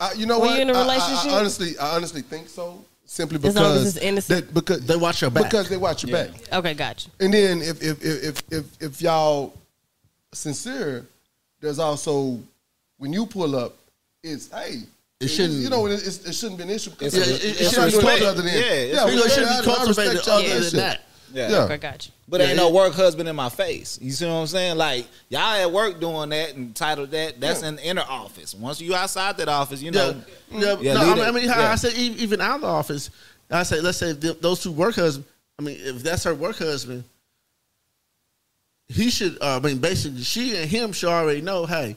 [SPEAKER 2] I, you know
[SPEAKER 1] Were
[SPEAKER 2] what?
[SPEAKER 1] you in a
[SPEAKER 2] I- I-
[SPEAKER 1] relationship?
[SPEAKER 2] I, honestly, I honestly think so. Simply because
[SPEAKER 1] As long as it's innocent.
[SPEAKER 2] that- because
[SPEAKER 6] They watch your back.
[SPEAKER 2] Because they watch your back.
[SPEAKER 1] Okay, gotcha.
[SPEAKER 2] And then if if if if if, if y'all sincere, there's also when you pull up, it's hey.
[SPEAKER 6] It shouldn't-
[SPEAKER 2] you know it, it's- it shouldn't be an issue because
[SPEAKER 6] Yeah,
[SPEAKER 2] it,
[SPEAKER 6] it- it
[SPEAKER 2] shouldn't
[SPEAKER 6] shouldn't
[SPEAKER 2] be
[SPEAKER 7] respect.
[SPEAKER 2] cultivated other than
[SPEAKER 7] Yeah, it's-
[SPEAKER 2] we
[SPEAKER 6] Because it should
[SPEAKER 2] I-
[SPEAKER 6] be
[SPEAKER 2] I respect
[SPEAKER 6] cultivated
[SPEAKER 2] y'all
[SPEAKER 6] other
[SPEAKER 2] and
[SPEAKER 6] than
[SPEAKER 2] shit.
[SPEAKER 6] that.
[SPEAKER 7] Yeah.
[SPEAKER 2] Yeah.
[SPEAKER 1] Okay, gotcha.
[SPEAKER 7] But ain't no work husband in my face. You see what I'm saying? Like y'all at work doing that and titled that. That's an inner office. Once you outside that office, you know.
[SPEAKER 6] Yeah,
[SPEAKER 7] Yeah,
[SPEAKER 6] no, I
[SPEAKER 7] leave
[SPEAKER 6] mean,
[SPEAKER 7] that-
[SPEAKER 6] I mean, how
[SPEAKER 7] yeah.
[SPEAKER 6] I said e- even out of the office, I say let's say th- those two work husband. I mean, if that's her work husband, he should. Uh, I mean, basically, she and him should already know. Hey,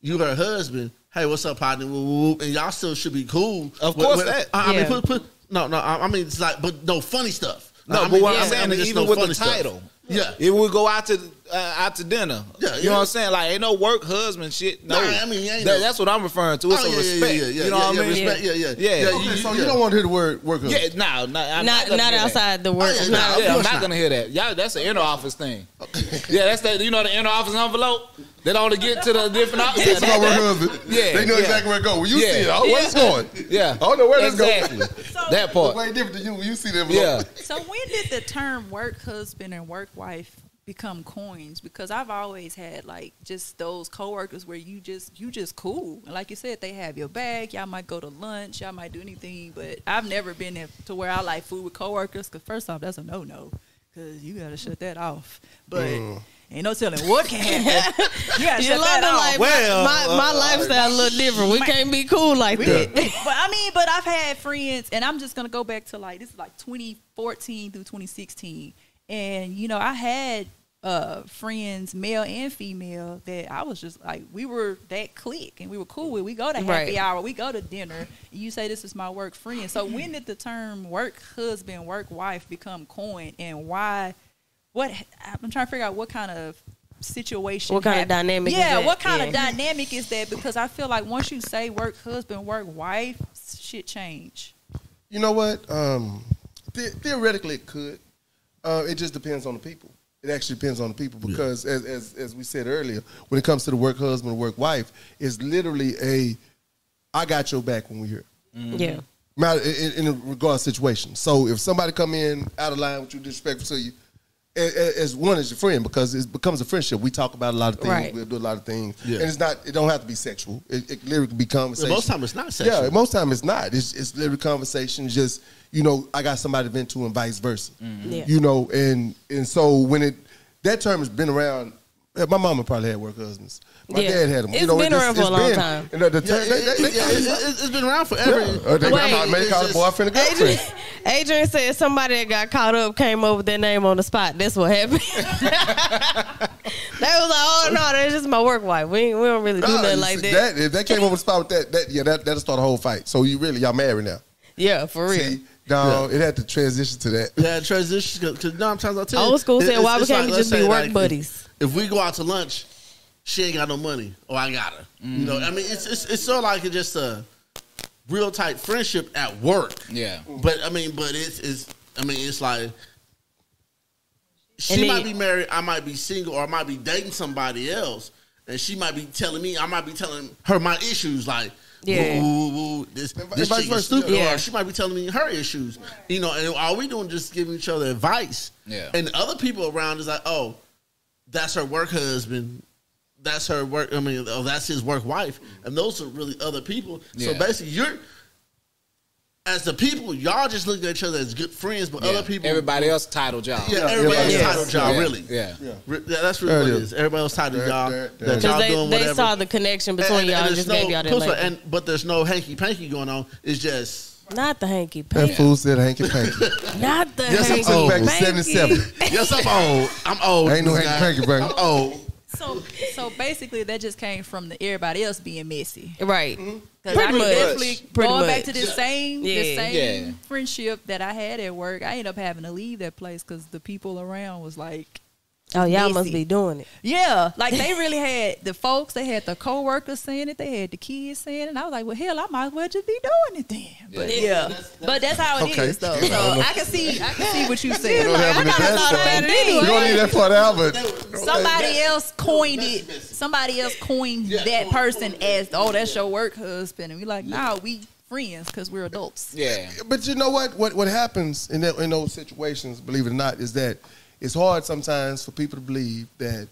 [SPEAKER 6] you her husband. Hey, what's up, partner? Woo, woo, woo. And y'all still should be cool.
[SPEAKER 7] Of
[SPEAKER 6] With-
[SPEAKER 7] course
[SPEAKER 6] with-
[SPEAKER 7] that.
[SPEAKER 6] I, I mean,
[SPEAKER 1] Yeah.
[SPEAKER 6] put, put, no, no. I, I mean, it's like, but no funny stuff.
[SPEAKER 7] No,
[SPEAKER 6] I
[SPEAKER 7] but
[SPEAKER 6] mean,
[SPEAKER 7] what
[SPEAKER 6] I
[SPEAKER 7] I'm
[SPEAKER 6] mean,
[SPEAKER 7] saying
[SPEAKER 6] I mean,
[SPEAKER 7] is
[SPEAKER 6] it's
[SPEAKER 7] even
[SPEAKER 6] no
[SPEAKER 7] with the
[SPEAKER 6] funny stuff.
[SPEAKER 7] title.
[SPEAKER 6] Yeah.
[SPEAKER 7] If we go out to uh, out to dinner.
[SPEAKER 6] Yeah,
[SPEAKER 7] you
[SPEAKER 6] yeah.
[SPEAKER 7] know what I'm saying? Like ain't no work husband shit. No.
[SPEAKER 6] Nah, I mean,
[SPEAKER 7] That-
[SPEAKER 6] ain't no-
[SPEAKER 7] that's what I'm referring to. It's
[SPEAKER 6] Oh,
[SPEAKER 7] a
[SPEAKER 6] yeah, yeah,
[SPEAKER 7] respect.
[SPEAKER 6] yeah, yeah,
[SPEAKER 7] you know
[SPEAKER 6] yeah,
[SPEAKER 7] what
[SPEAKER 6] yeah,
[SPEAKER 7] I mean?
[SPEAKER 6] Respect, yeah, yeah,
[SPEAKER 7] Yeah.
[SPEAKER 6] you-
[SPEAKER 2] Okay, so
[SPEAKER 6] yeah.
[SPEAKER 2] you don't want to hear the word work husband.
[SPEAKER 7] Yeah, no, no, I'm
[SPEAKER 1] Not
[SPEAKER 7] gonna
[SPEAKER 1] not
[SPEAKER 7] hear that.
[SPEAKER 1] outside the work.
[SPEAKER 6] Oh,
[SPEAKER 1] not-
[SPEAKER 6] yeah, nah,
[SPEAKER 7] Yeah, I'm
[SPEAKER 6] course
[SPEAKER 7] not
[SPEAKER 6] not.
[SPEAKER 7] gonna hear that. Y'all, that's an inner office thing. Yeah, that's that. You know the inner office envelope. That only get to the different. office.
[SPEAKER 2] It's my work husband.
[SPEAKER 7] Yeah,
[SPEAKER 2] they know
[SPEAKER 7] yeah.
[SPEAKER 2] exactly where it go. When you
[SPEAKER 7] Yeah.
[SPEAKER 2] see it, oh, where it's going?
[SPEAKER 7] Yeah.
[SPEAKER 2] I don't know where this
[SPEAKER 7] exactly.
[SPEAKER 2] going.
[SPEAKER 7] that part.
[SPEAKER 2] Way different than you when you see them.
[SPEAKER 7] Yeah.
[SPEAKER 5] So when did the term work husband and work wife become coins? Because I've always had like just those coworkers where you just you just cool. And like you said, they have your bag. Y'all might go to lunch. Y'all might do anything. But I've never been in, to where I like food with coworkers. Because first off, that's a no no. Because you gotta shut that off. But
[SPEAKER 7] Mm.
[SPEAKER 5] ain't no telling what can happen. you gotta
[SPEAKER 1] Yeah,
[SPEAKER 5] shut that
[SPEAKER 1] London,
[SPEAKER 5] off.
[SPEAKER 1] like
[SPEAKER 7] Well,
[SPEAKER 1] my, my, my
[SPEAKER 6] uh,
[SPEAKER 1] lifestyle a little different. We can't be cool like that.
[SPEAKER 5] but I mean, but I've had friends, and I'm just gonna go back to like this is like 2014 through 2016, and you know I had uh friends, male and female, that I was just like we were that clique, and we were cool with. We go to happy
[SPEAKER 1] Right.
[SPEAKER 5] hour, we go to dinner. And you say this is my work friend. So when did the term work husband, work wife become coined, and why? what I'm trying to figure out what kind of situation
[SPEAKER 1] What kind of
[SPEAKER 5] hap-
[SPEAKER 1] dynamic is
[SPEAKER 5] yeah
[SPEAKER 1] that?
[SPEAKER 5] what kind of
[SPEAKER 1] Yeah.
[SPEAKER 5] dynamic is that because i feel like once you say work husband work wife shit change
[SPEAKER 2] You know what? Um, the- theoretically, it could. Uh, it just depends on the people. It actually depends on the people because, as, as as we said earlier, when it comes to the work husband, work wife, it's literally a I got your back when we're here.
[SPEAKER 1] Yeah.
[SPEAKER 2] matter in, in in regard situation. So if somebody come in out of line with you, disrespectful to you, a- a- as one as your friend because it becomes a friendship. We talk about a lot of things.
[SPEAKER 5] Right.
[SPEAKER 2] We'll do a lot of things,
[SPEAKER 6] Yeah.
[SPEAKER 2] and it's not. It don't have to be sexual. It, it literally can be conversation.
[SPEAKER 6] most time it's not sexual.
[SPEAKER 2] Yeah, most time it's not. It's it's literally conversation. Just you know, I got somebody to vent to, and vice versa.
[SPEAKER 1] Mm-hmm. Yeah.
[SPEAKER 2] You know, and and so when it that term has been around. yeah, My mama probably had work husbands. My
[SPEAKER 1] Yeah.
[SPEAKER 2] dad had them.
[SPEAKER 1] It's
[SPEAKER 2] you know,
[SPEAKER 1] been
[SPEAKER 2] it just-
[SPEAKER 1] around for
[SPEAKER 2] it's
[SPEAKER 1] a long
[SPEAKER 2] been-
[SPEAKER 1] time.
[SPEAKER 2] and the- the term-
[SPEAKER 6] Yeah, it,
[SPEAKER 2] they- they- they-
[SPEAKER 6] has been around forever.
[SPEAKER 2] uh, they
[SPEAKER 1] Wait.
[SPEAKER 2] call, they call it
[SPEAKER 6] It's
[SPEAKER 2] boyfriend and girlfriend.
[SPEAKER 1] Adrian, Adrian said somebody that got caught up came up with their name on the spot. That's what happened. they was like, "Oh no, that's just my work wife. We ain't- we don't really do
[SPEAKER 2] Nah,
[SPEAKER 1] nothing
[SPEAKER 2] you
[SPEAKER 1] like
[SPEAKER 2] see,
[SPEAKER 1] that.
[SPEAKER 2] If that came over the spot with that, that yeah, that that'll start a whole fight. So you really y'all married now.
[SPEAKER 1] Yeah, for real.
[SPEAKER 2] See, no, it had to transition to that.
[SPEAKER 6] Yeah, transition because sometimes I tell you,
[SPEAKER 1] Old school
[SPEAKER 6] it-
[SPEAKER 1] said,
[SPEAKER 6] it's-
[SPEAKER 1] "Why
[SPEAKER 6] it's
[SPEAKER 1] we can't
[SPEAKER 6] like,
[SPEAKER 1] we
[SPEAKER 6] let's
[SPEAKER 1] just be
[SPEAKER 6] say,
[SPEAKER 1] work
[SPEAKER 6] like,
[SPEAKER 1] buddies?"
[SPEAKER 6] If we go out to lunch, she ain't got no money, or I got her. You
[SPEAKER 1] Mm.
[SPEAKER 6] know, I mean, it's it's it's so like it's just a real tight friendship at work.
[SPEAKER 7] Yeah.
[SPEAKER 6] Mm-hmm. But I mean, but it's it's I mean, it's like she
[SPEAKER 1] And
[SPEAKER 6] might
[SPEAKER 1] then-
[SPEAKER 6] be married, I might be single, or I might be dating somebody else, and she might be telling me, I might be telling her my issues, like.
[SPEAKER 1] Yeah.
[SPEAKER 6] Yeah. Woo, woo, woo, this
[SPEAKER 2] And vi-
[SPEAKER 6] this
[SPEAKER 2] vice
[SPEAKER 6] chick is
[SPEAKER 2] versa,
[SPEAKER 6] stupid,
[SPEAKER 1] yeah.
[SPEAKER 6] or she might be telling me her issues. You know, and all we doing is just giving each other advice.
[SPEAKER 7] Yeah.
[SPEAKER 6] And other people around is like, oh, that's her work husband. That's her work. I mean, oh, that's his work wife. And those are really other people.
[SPEAKER 7] Yeah.
[SPEAKER 6] So basically, you're as the people, y'all just look at each other as good friends, but
[SPEAKER 7] Yeah.
[SPEAKER 6] other people,
[SPEAKER 7] Everybody else titled job.
[SPEAKER 6] yeah, everybody else
[SPEAKER 2] Yeah.
[SPEAKER 6] titled y'all
[SPEAKER 7] Yeah.
[SPEAKER 6] really.
[SPEAKER 7] Yeah.
[SPEAKER 2] Yeah.
[SPEAKER 6] Re- yeah, that's really
[SPEAKER 2] There
[SPEAKER 6] what
[SPEAKER 2] it
[SPEAKER 6] it
[SPEAKER 2] is.
[SPEAKER 6] is. Everybody else titled
[SPEAKER 2] There-
[SPEAKER 6] y'all
[SPEAKER 2] there- there it
[SPEAKER 6] that
[SPEAKER 2] is.
[SPEAKER 6] y'all
[SPEAKER 1] Because they,
[SPEAKER 6] doing
[SPEAKER 1] they
[SPEAKER 6] whatever.
[SPEAKER 1] saw the connection
[SPEAKER 6] And-
[SPEAKER 1] between
[SPEAKER 6] and-
[SPEAKER 1] y'all and,
[SPEAKER 6] and
[SPEAKER 1] just
[SPEAKER 6] there's
[SPEAKER 1] gave
[SPEAKER 6] no-
[SPEAKER 1] y'all that.
[SPEAKER 6] plus,
[SPEAKER 1] label.
[SPEAKER 6] and but there's no hanky panky going on. It's just
[SPEAKER 1] Not the hanky
[SPEAKER 2] That
[SPEAKER 1] panky.
[SPEAKER 2] fool said hanky panky.
[SPEAKER 1] Not the
[SPEAKER 2] yes, I'm
[SPEAKER 1] hanky
[SPEAKER 2] took back in
[SPEAKER 1] panky.
[SPEAKER 2] '77.
[SPEAKER 6] yes, I'm old. I'm old.
[SPEAKER 2] Ain't no
[SPEAKER 6] this
[SPEAKER 2] hanky
[SPEAKER 6] guy.
[SPEAKER 2] panky, bro.
[SPEAKER 6] I'm old.
[SPEAKER 5] so so basically that just came from the everybody else being messy
[SPEAKER 1] Right.
[SPEAKER 5] 'Cause I
[SPEAKER 1] Pretty
[SPEAKER 5] could
[SPEAKER 1] much.
[SPEAKER 5] definitely
[SPEAKER 1] Pretty
[SPEAKER 5] going
[SPEAKER 1] much.
[SPEAKER 5] back to the same the
[SPEAKER 1] Yeah.
[SPEAKER 5] same
[SPEAKER 7] Yeah.
[SPEAKER 5] friendship that I had at work. I ended up having to leave that place because the people around was like,
[SPEAKER 1] Oh, y'all must
[SPEAKER 5] Messy.
[SPEAKER 1] be doing it.
[SPEAKER 5] yeah, like they really had the folks, they had the coworkers saying it, they had the kids saying it. And I was like, well, hell, I might as well just be doing it then. But yeah, but that's how it is
[SPEAKER 2] Okay.
[SPEAKER 5] though. So I can see, I can see what you said.
[SPEAKER 2] don't have
[SPEAKER 1] I kinda
[SPEAKER 2] any bad
[SPEAKER 1] thought
[SPEAKER 2] stuff.
[SPEAKER 1] about it
[SPEAKER 2] You
[SPEAKER 1] anyway.
[SPEAKER 2] don't need that part out, but
[SPEAKER 5] Somebody else coined it. Somebody else coined that person as, oh, that's your work husband, and we like, nah, we friends because we're adults.
[SPEAKER 7] Yeah.
[SPEAKER 2] But you know what? What what happens in that, in those situations, believe it or not, is that it's hard sometimes for people to believe that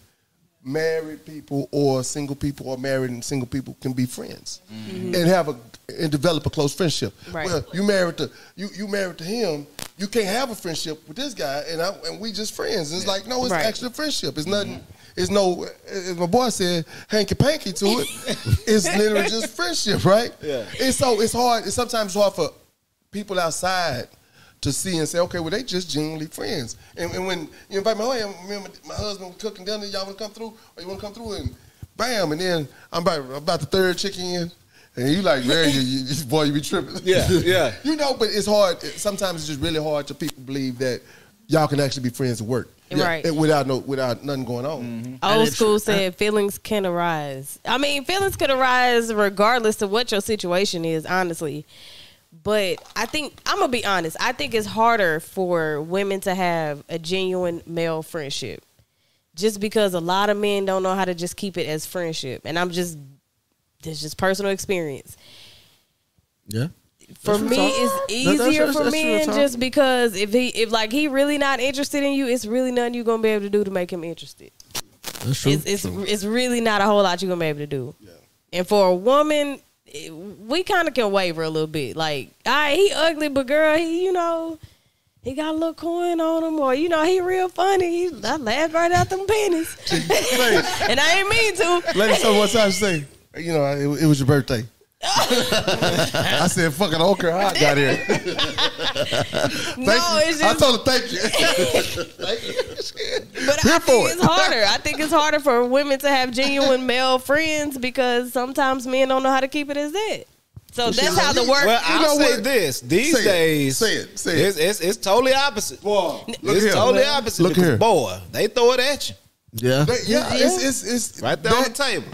[SPEAKER 2] married people or single people or married and single people can be friends and have a and develop a close friendship.
[SPEAKER 1] Mm-hmm. Right.
[SPEAKER 2] Well, you married to you you married to him. You can't have a friendship with this guy, and I, and we just friends. And it's like no, it's
[SPEAKER 1] Right. Mm-hmm.
[SPEAKER 2] actually a friendship. It's nothing. It's no, as my boy said, hanky panky to it. it's literally just friendship, right? Yeah. And so it's hard. It's sometimes hard for people outside to see and say, okay, well, they just genuinely friends. And, and when you invite me, oh, yeah, me and my- my husband was cooking dinner, y'all want to come through? Or you want to come through? And bam, and then I'm about, about the third chicken in. And you like, man, you, you, you- boy, you be tripping.
[SPEAKER 7] Yeah, yeah.
[SPEAKER 2] you know, but it's hard. It- Sometimes it's just really hard to people believe that y'all can actually be friends at work.
[SPEAKER 1] Right.
[SPEAKER 2] And without no, without nothing going on.
[SPEAKER 7] Mm-hmm.
[SPEAKER 1] Old school said feelings can arise. I mean, feelings can arise regardless of what your situation is, honestly. But I think I'm gonna be honest. I think it's harder for women to have a genuine male friendship, just because a lot of men don't know how to just keep it as friendship. And I'm just this is just personal experience.
[SPEAKER 6] Yeah.
[SPEAKER 1] For me, it's
[SPEAKER 6] No, that's-
[SPEAKER 1] easier
[SPEAKER 6] that's-
[SPEAKER 1] for
[SPEAKER 6] that's
[SPEAKER 1] men
[SPEAKER 6] real talk.
[SPEAKER 1] just because if he if like he really not interested in you, it's really nothing you gonna be able to do to make him interested.
[SPEAKER 6] That's
[SPEAKER 1] It's it's, it's really not a whole lot you're gonna be able to do. And for a woman, it- we kind of can waver a little bit. Like, all right, he ugly, but girl, he you know. He got a little coin on him, or you know, he real funny. He, I laughed right out them pennies, and I ain't mean to.
[SPEAKER 2] Lady, so one time she say, you know, it, it was your birthday. I said, fucking okra hot got here. Thank
[SPEAKER 1] no,
[SPEAKER 2] you.
[SPEAKER 1] it's
[SPEAKER 2] I
[SPEAKER 1] just
[SPEAKER 2] told her thank you. thank you.
[SPEAKER 1] But I
[SPEAKER 2] Here
[SPEAKER 1] think
[SPEAKER 2] for it.
[SPEAKER 1] it's harder. I think it's harder for women to have genuine male friends because sometimes men don't know how to keep it as that. So that's how the work.
[SPEAKER 7] Well,
[SPEAKER 2] You
[SPEAKER 7] I'll
[SPEAKER 2] know
[SPEAKER 7] say
[SPEAKER 2] what?
[SPEAKER 7] this: these
[SPEAKER 2] Say it.
[SPEAKER 7] days,
[SPEAKER 2] Say it. Say it.
[SPEAKER 7] It's, it's, it's totally opposite.
[SPEAKER 2] Well, look
[SPEAKER 7] it's
[SPEAKER 2] here.
[SPEAKER 7] totally opposite.
[SPEAKER 2] Look
[SPEAKER 7] because,
[SPEAKER 2] here.
[SPEAKER 7] boy, they throw it at you
[SPEAKER 6] Yeah.
[SPEAKER 2] They- yeah, it's it's, it's
[SPEAKER 7] right there on
[SPEAKER 2] that,
[SPEAKER 7] the table.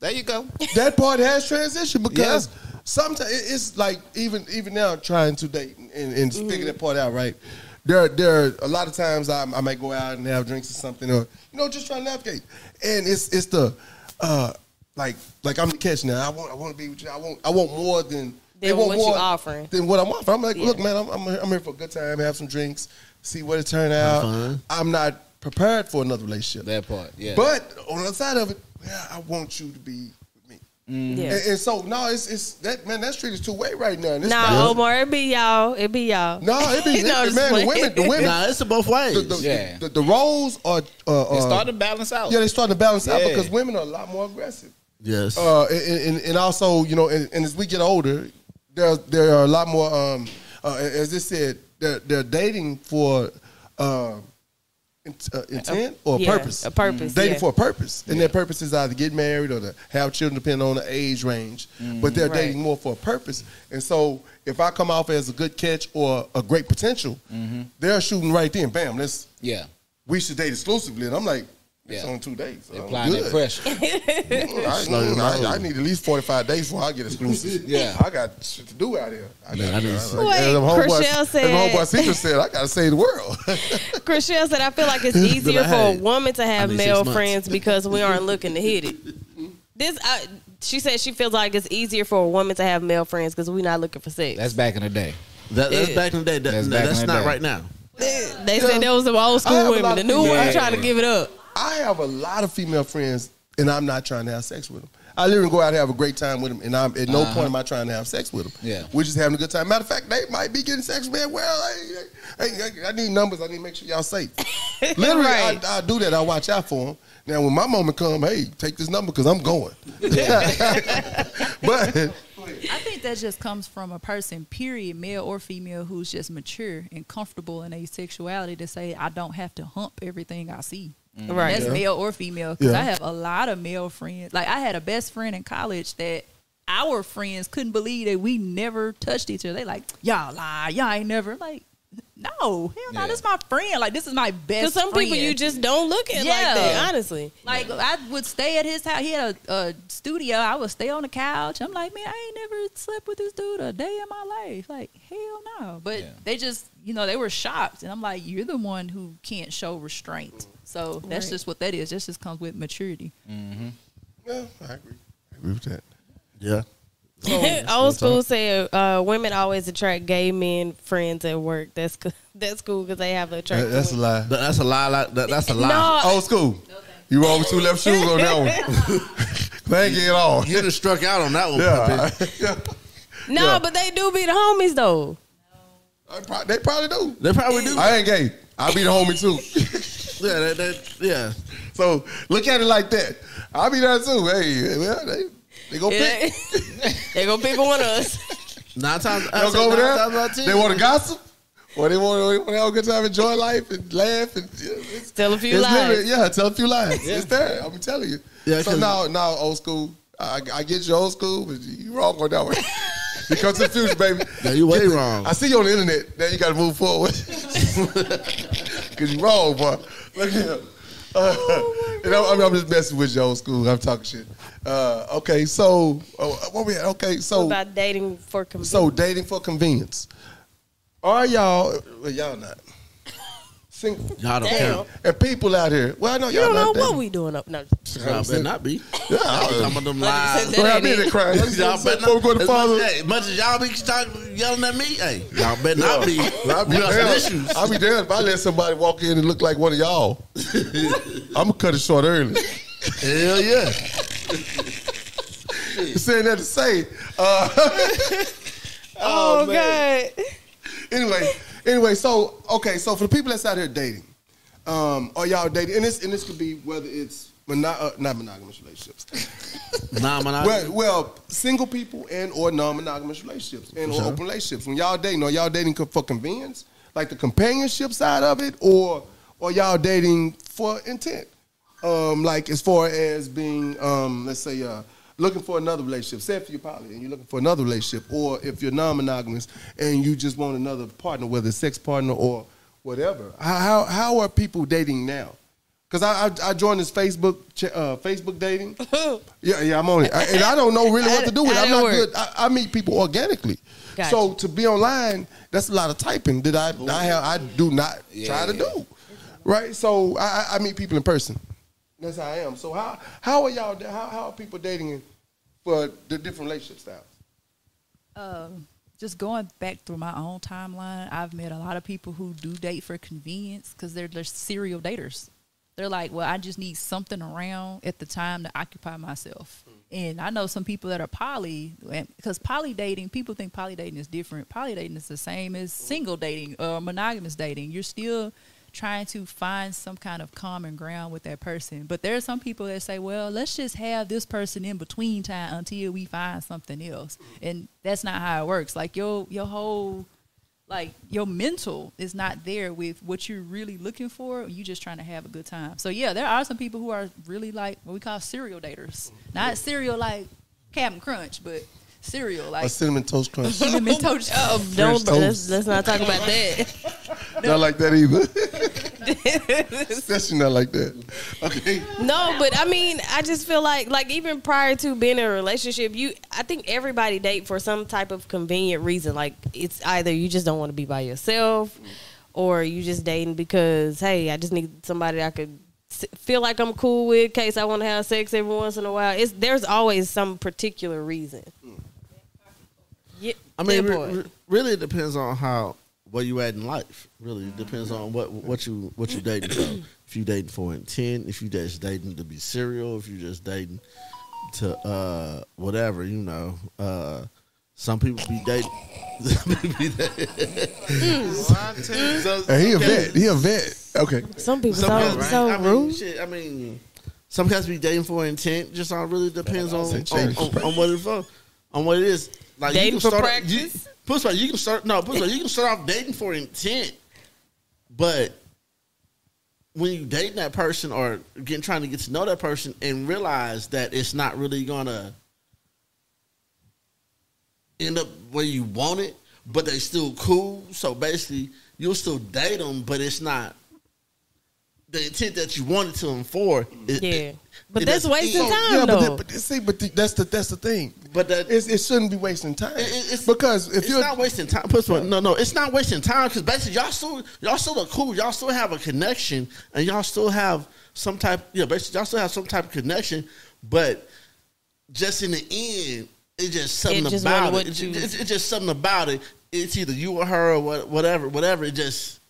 [SPEAKER 7] There you go.
[SPEAKER 2] that part has transition because sometimes it's like even even now trying to date and, and
[SPEAKER 1] Mm-hmm.
[SPEAKER 2] figure that part out right. There, there. Are a lot of times I, I might go out and have drinks or something, or you know, just trying to navigate. And it's it's the uh, like like I'm the catch now. I want I want to be with you. I want I want more than they
[SPEAKER 1] Than
[SPEAKER 2] want
[SPEAKER 1] what you
[SPEAKER 2] more
[SPEAKER 1] offering.
[SPEAKER 2] Than what I'm offering. I'm like, look, man, I'm I'm here, I'm here for a good time, have some drinks, see what it turn out.
[SPEAKER 6] fun.
[SPEAKER 2] I'm not prepared for another relationship.
[SPEAKER 7] That part, yeah.
[SPEAKER 2] But on the other side of it, man, I want you to be with me.
[SPEAKER 1] Yeah.
[SPEAKER 2] And, and so no, it's it's that man. That street is two way right now. and it's
[SPEAKER 1] Nah,
[SPEAKER 2] not-
[SPEAKER 1] Omar, it be y'all. It be y'all.
[SPEAKER 2] no, it be
[SPEAKER 1] No,
[SPEAKER 2] it-
[SPEAKER 1] just
[SPEAKER 2] man. The
[SPEAKER 1] playing.
[SPEAKER 2] women, the women,
[SPEAKER 6] Nah, it's a both
[SPEAKER 2] the,
[SPEAKER 6] ways.
[SPEAKER 2] the,
[SPEAKER 7] Yeah.
[SPEAKER 2] the, the roles are. Uh,
[SPEAKER 7] It
[SPEAKER 2] uh,
[SPEAKER 7] started to balance out.
[SPEAKER 2] yeah, they starting to balance out
[SPEAKER 7] Yeah.
[SPEAKER 2] because women are a lot more aggressive.
[SPEAKER 6] yes.
[SPEAKER 2] Uh, and, and, and also, you know, and, and as we get older, there there are a lot more. Um, uh, as this said, they're, they're dating for uh, int- uh, intent or
[SPEAKER 1] Yeah,
[SPEAKER 2] purpose.
[SPEAKER 1] a purpose,
[SPEAKER 2] Dating
[SPEAKER 1] yeah.
[SPEAKER 2] for a purpose, and their purpose is either get married or to have children, depending on the age range. But they're
[SPEAKER 1] Mm, Right.
[SPEAKER 2] dating more for a purpose. And so, if I come off as a good catch or a great potential,
[SPEAKER 1] Mm-hmm.
[SPEAKER 2] they're shooting right then. Bam, let's
[SPEAKER 7] yeah.
[SPEAKER 2] we should date exclusively. And I'm like, it's
[SPEAKER 7] Yeah.
[SPEAKER 2] on two days. I'm
[SPEAKER 7] Applying that
[SPEAKER 2] good.
[SPEAKER 7] pressure.
[SPEAKER 2] I,
[SPEAKER 6] Slow
[SPEAKER 2] I-
[SPEAKER 6] down.
[SPEAKER 2] I need at least 45 days before I get exclusive.
[SPEAKER 7] Yeah.
[SPEAKER 2] I got shit to do out here. I
[SPEAKER 6] Man,
[SPEAKER 2] got,
[SPEAKER 6] I didn't see-
[SPEAKER 2] like,
[SPEAKER 1] Wait,
[SPEAKER 2] as my homeboy-
[SPEAKER 1] Chriselle
[SPEAKER 2] as my homeboy
[SPEAKER 1] said-
[SPEAKER 2] Secret said, I got to save the world.
[SPEAKER 1] Chriselle said, I feel like it's easier
[SPEAKER 6] like,
[SPEAKER 1] for a
[SPEAKER 6] hey,
[SPEAKER 1] woman to have
[SPEAKER 6] I need six
[SPEAKER 1] male
[SPEAKER 6] months.
[SPEAKER 1] friends because we aren't looking to hit it. This, I, she said, she feels like it's easier for a woman to have male friends because we're not looking for sex.
[SPEAKER 7] That's back in the day.
[SPEAKER 6] That, that's
[SPEAKER 1] Yeah.
[SPEAKER 6] back in the day. That-
[SPEAKER 7] That's
[SPEAKER 6] no,
[SPEAKER 7] back in
[SPEAKER 6] that's
[SPEAKER 7] the
[SPEAKER 6] not
[SPEAKER 7] day.
[SPEAKER 6] right now.
[SPEAKER 1] they said those was the old
[SPEAKER 2] I have a
[SPEAKER 1] school
[SPEAKER 2] lot
[SPEAKER 1] women. The
[SPEAKER 2] of
[SPEAKER 1] new
[SPEAKER 2] people-
[SPEAKER 1] one,
[SPEAKER 7] Yeah.
[SPEAKER 1] I'm trying to give it up.
[SPEAKER 2] I have a lot of female friends, and I'm not trying to have sex with them. I literally go out and have a great time with them, and I'm at no point am I trying to have sex with them.
[SPEAKER 7] Yeah.
[SPEAKER 2] we're just having a good time. Matter of fact, they might be getting sex, man. Well, I, I, I need numbers. I need to make sure y'all safe. literally,
[SPEAKER 1] Right.
[SPEAKER 2] I, I do that. I watch out for them. Now, when my moment come, hey, take this number because I'm going. but
[SPEAKER 5] I think that just comes from a person, period, male or female, who's just mature and comfortable in their sexuality to say, I don't have to hump everything I see.
[SPEAKER 1] Mm. Right.
[SPEAKER 5] That's male or female. Because
[SPEAKER 2] Yeah.
[SPEAKER 5] I have a lot of male friends. Like, I had a best friend in college that our friends couldn't believe that we never touched each other. They like, y'all lie. Y'all ain't never. I'm Like, no, hell no.
[SPEAKER 7] Yeah.
[SPEAKER 5] This is my friend. Like, this is my best
[SPEAKER 1] Because some people
[SPEAKER 5] friend.
[SPEAKER 1] you just don't look at
[SPEAKER 5] Yeah.
[SPEAKER 1] like that, honestly.
[SPEAKER 5] Like I would stay at his house. He had a, a studio. I would stay on the couch. I'm like, man, I ain't never slept with this dude a day in my life. Like hell no. But
[SPEAKER 7] Yeah.
[SPEAKER 5] they just, you know, they were shocked, and I'm like, you're the one who can't show restraint. So that's just what that is. That just comes with maturity.
[SPEAKER 2] yeah, I agree. I agree with that.
[SPEAKER 6] Yeah.
[SPEAKER 1] Old school said uh, women always attract gay men friends at work. That's co- that's cool because they have attract.
[SPEAKER 2] that's Oh, a lie.
[SPEAKER 6] That- that's a lie. like- that- that's a lie.
[SPEAKER 1] No,
[SPEAKER 2] Old school. You wrong with two left shoes on that one. Thank you at all.
[SPEAKER 6] You done Oh, struck out on that one.
[SPEAKER 2] Yeah.
[SPEAKER 6] puppy.
[SPEAKER 1] no, but they do be the homies though.
[SPEAKER 2] I pro- they probably do.
[SPEAKER 6] They probably do.
[SPEAKER 2] I ain't gay. I be the homie too.
[SPEAKER 6] Yeah, that, that, yeah.
[SPEAKER 2] so look at it like that. I be there too. Hey, well, they they go
[SPEAKER 1] Yeah.
[SPEAKER 2] pick.
[SPEAKER 1] they gonna pick one of us.
[SPEAKER 6] Nine times.
[SPEAKER 2] They
[SPEAKER 6] I
[SPEAKER 2] go
[SPEAKER 6] go
[SPEAKER 2] over
[SPEAKER 6] nine times out
[SPEAKER 2] there.
[SPEAKER 6] of ten.
[SPEAKER 2] They want to gossip. Or they want, they want to have a good time, enjoy life, and laugh, and yeah, it's,
[SPEAKER 1] Tell a few
[SPEAKER 2] it's literally-
[SPEAKER 1] lies.
[SPEAKER 2] Yeah, tell a few lies. It's there. I'm telling you.
[SPEAKER 6] Yeah,
[SPEAKER 2] so
[SPEAKER 6] 'cause-
[SPEAKER 2] now, now old school. I, I get you old school, but you wrong on that one. Because the future, baby.
[SPEAKER 6] Yeah, you way wrong.
[SPEAKER 2] I see you on the internet. Now you got to move forward. Cause you wrong, boy. Look at him. Uh,
[SPEAKER 1] Oh,
[SPEAKER 2] and I'm, I'm- I'm just messing with you, old school. I'm talking shit. Uh, okay, so uh, what we at? Okay, so
[SPEAKER 1] About dating for convenience.
[SPEAKER 2] so dating for convenience. Are y'all? Well, y'all not single.
[SPEAKER 6] Y'all don't
[SPEAKER 1] Damn.
[SPEAKER 6] care.
[SPEAKER 2] And people out here. Well, I know
[SPEAKER 1] you
[SPEAKER 2] y'all
[SPEAKER 1] don't know
[SPEAKER 2] not
[SPEAKER 1] what
[SPEAKER 2] dating.
[SPEAKER 1] we doing up. No,
[SPEAKER 6] Y'all better not be.
[SPEAKER 2] Yeah,
[SPEAKER 6] I'm
[SPEAKER 2] I-
[SPEAKER 6] talking about them lies.
[SPEAKER 1] That
[SPEAKER 2] Well, I
[SPEAKER 1] ain't
[SPEAKER 2] mean,
[SPEAKER 1] it.
[SPEAKER 2] the crime.
[SPEAKER 6] Y'all better
[SPEAKER 2] Before we go
[SPEAKER 6] not.
[SPEAKER 2] to
[SPEAKER 6] as much,
[SPEAKER 2] father,
[SPEAKER 6] hey, much as y'all be talking, yelling at me, hey, y'all better not be.
[SPEAKER 2] I'll be
[SPEAKER 6] we got some
[SPEAKER 2] damned-
[SPEAKER 6] issues.
[SPEAKER 2] I'll be damned if I let somebody walk in and look like one of y'all. I'm gonna cut it short early.
[SPEAKER 6] Hell yeah.
[SPEAKER 2] saying that to say. Uh,
[SPEAKER 1] Oh, god.
[SPEAKER 2] anyway, anyway, so okay, so for the people that's out here dating, um, are y'all dating? And this and this could be whether it's mono- uh, not monogamous relationships.
[SPEAKER 6] Nah, man. I,
[SPEAKER 2] Well, well, single people and or non-monogamous relationships and or
[SPEAKER 6] Sure.
[SPEAKER 2] open relationships. When y'all dating, are y'all dating co- for convenience, like the companionship side of it, or or y'all dating for intent? Um, like as far as being, um, let's say, uh, looking for another relationship, say if you're poly and you're looking for another relationship, or if you're non-monogamous and you just want another partner, whether it's sex partner or whatever, how how, how are people dating now? Because I, I I joined this Facebook ch- uh, Facebook dating. yeah, yeah, I'm on it, I, and I don't know really what to do with. it.
[SPEAKER 1] How
[SPEAKER 2] I'm
[SPEAKER 1] that
[SPEAKER 2] not
[SPEAKER 1] work?
[SPEAKER 2] good. I, I meet people organically.
[SPEAKER 1] Gotcha.
[SPEAKER 2] So to be online, that's a lot of typing that I I, have, I do not try to do. Right? So I, I- I meet people in person. That's how I am. So how how are y'all how, how are people dating for the different relationship styles?
[SPEAKER 5] um, just going back through my own timeline, I've met a lot of people who do date for convenience because they're they're serial daters. They're like, well, I just need something around at the time to occupy myself. And I know some people that are poly, because poly dating, people think poly dating is different. Poly dating is the same as single dating or monogamous dating. You're still trying to find some kind of common ground with that person. But there are some people that say, well, let's just have this person in between time until we find something else. And that's not how it works. Like your your whole like your mental is not there with what you're really looking for. You just trying to have a good time. So yeah, there are some people who are really like what we call serial daters. Not serial like Captain Crunch, but serial
[SPEAKER 2] A
[SPEAKER 5] like
[SPEAKER 2] cinnamon toast crunch.
[SPEAKER 5] cinnamon toast.
[SPEAKER 1] Oh, don't,
[SPEAKER 2] toast.
[SPEAKER 1] let's, let's not talk about that.
[SPEAKER 2] not like that either. Especially not like that. Okay.
[SPEAKER 1] No, but I mean, I just feel like like even prior to being in a relationship, you I think everybody date for some type of convenient reason. Like it's either you just don't want to be by yourself or you just dating because hey, I just need somebody I could s- feel like I'm cool with in case I want to have sex every once in a while. It's there's always some particular reason. Yeah,
[SPEAKER 6] I mean,
[SPEAKER 1] that
[SPEAKER 6] re-
[SPEAKER 1] boy.
[SPEAKER 6] re- really, it depends on how where you at in life. Really, it depends on what what you what you dating for. if you dating for intent, if you just dating to be serial, if you just dating to uh whatever, you know. Uh Some people be dating. some people be dating. So-
[SPEAKER 2] Mm. And he a vet. He a vet. Okay.
[SPEAKER 1] some people so,
[SPEAKER 6] some guys, right?
[SPEAKER 1] so
[SPEAKER 6] I mean,
[SPEAKER 1] rude.
[SPEAKER 6] shit, I mean, some guys be dating for intent. Just all really depends on
[SPEAKER 2] Say
[SPEAKER 6] on,
[SPEAKER 2] change
[SPEAKER 6] on, on what it for, on what it is. Like
[SPEAKER 1] Dating for
[SPEAKER 6] start, You,
[SPEAKER 1] practice?
[SPEAKER 6] push back, you can start. No, push back, you can start off dating for intent, but when you dating that person or getting trying to get to know that person and realize that it's not really gonna end up where you want it, but they still cool. So basically, you'll still date them, but it's not the intent that you wanted to them for. It-
[SPEAKER 1] Yeah.
[SPEAKER 6] it-
[SPEAKER 1] But
[SPEAKER 6] it
[SPEAKER 1] that's
[SPEAKER 6] doesn't-
[SPEAKER 1] wasting
[SPEAKER 6] it-
[SPEAKER 1] time.
[SPEAKER 2] Yeah, but,
[SPEAKER 1] though.
[SPEAKER 2] that, but see, but the, that's the that's the thing.
[SPEAKER 6] But that-
[SPEAKER 2] it's, it shouldn't be wasting time
[SPEAKER 6] it- it's-
[SPEAKER 2] because if
[SPEAKER 6] it's
[SPEAKER 2] you're
[SPEAKER 6] not wasting time. Push one. No, no, it's not wasting time because basically y'all still y'all still are cool. Y'all still have a connection, and y'all still have some type. You know, basically y'all still have some type of connection, but just in the end, it's just something
[SPEAKER 1] It just
[SPEAKER 6] about
[SPEAKER 1] wasn't
[SPEAKER 6] it. It's,
[SPEAKER 1] what you-
[SPEAKER 6] it's, it's just something about it. It's either you or her or what, whatever, whatever. It just.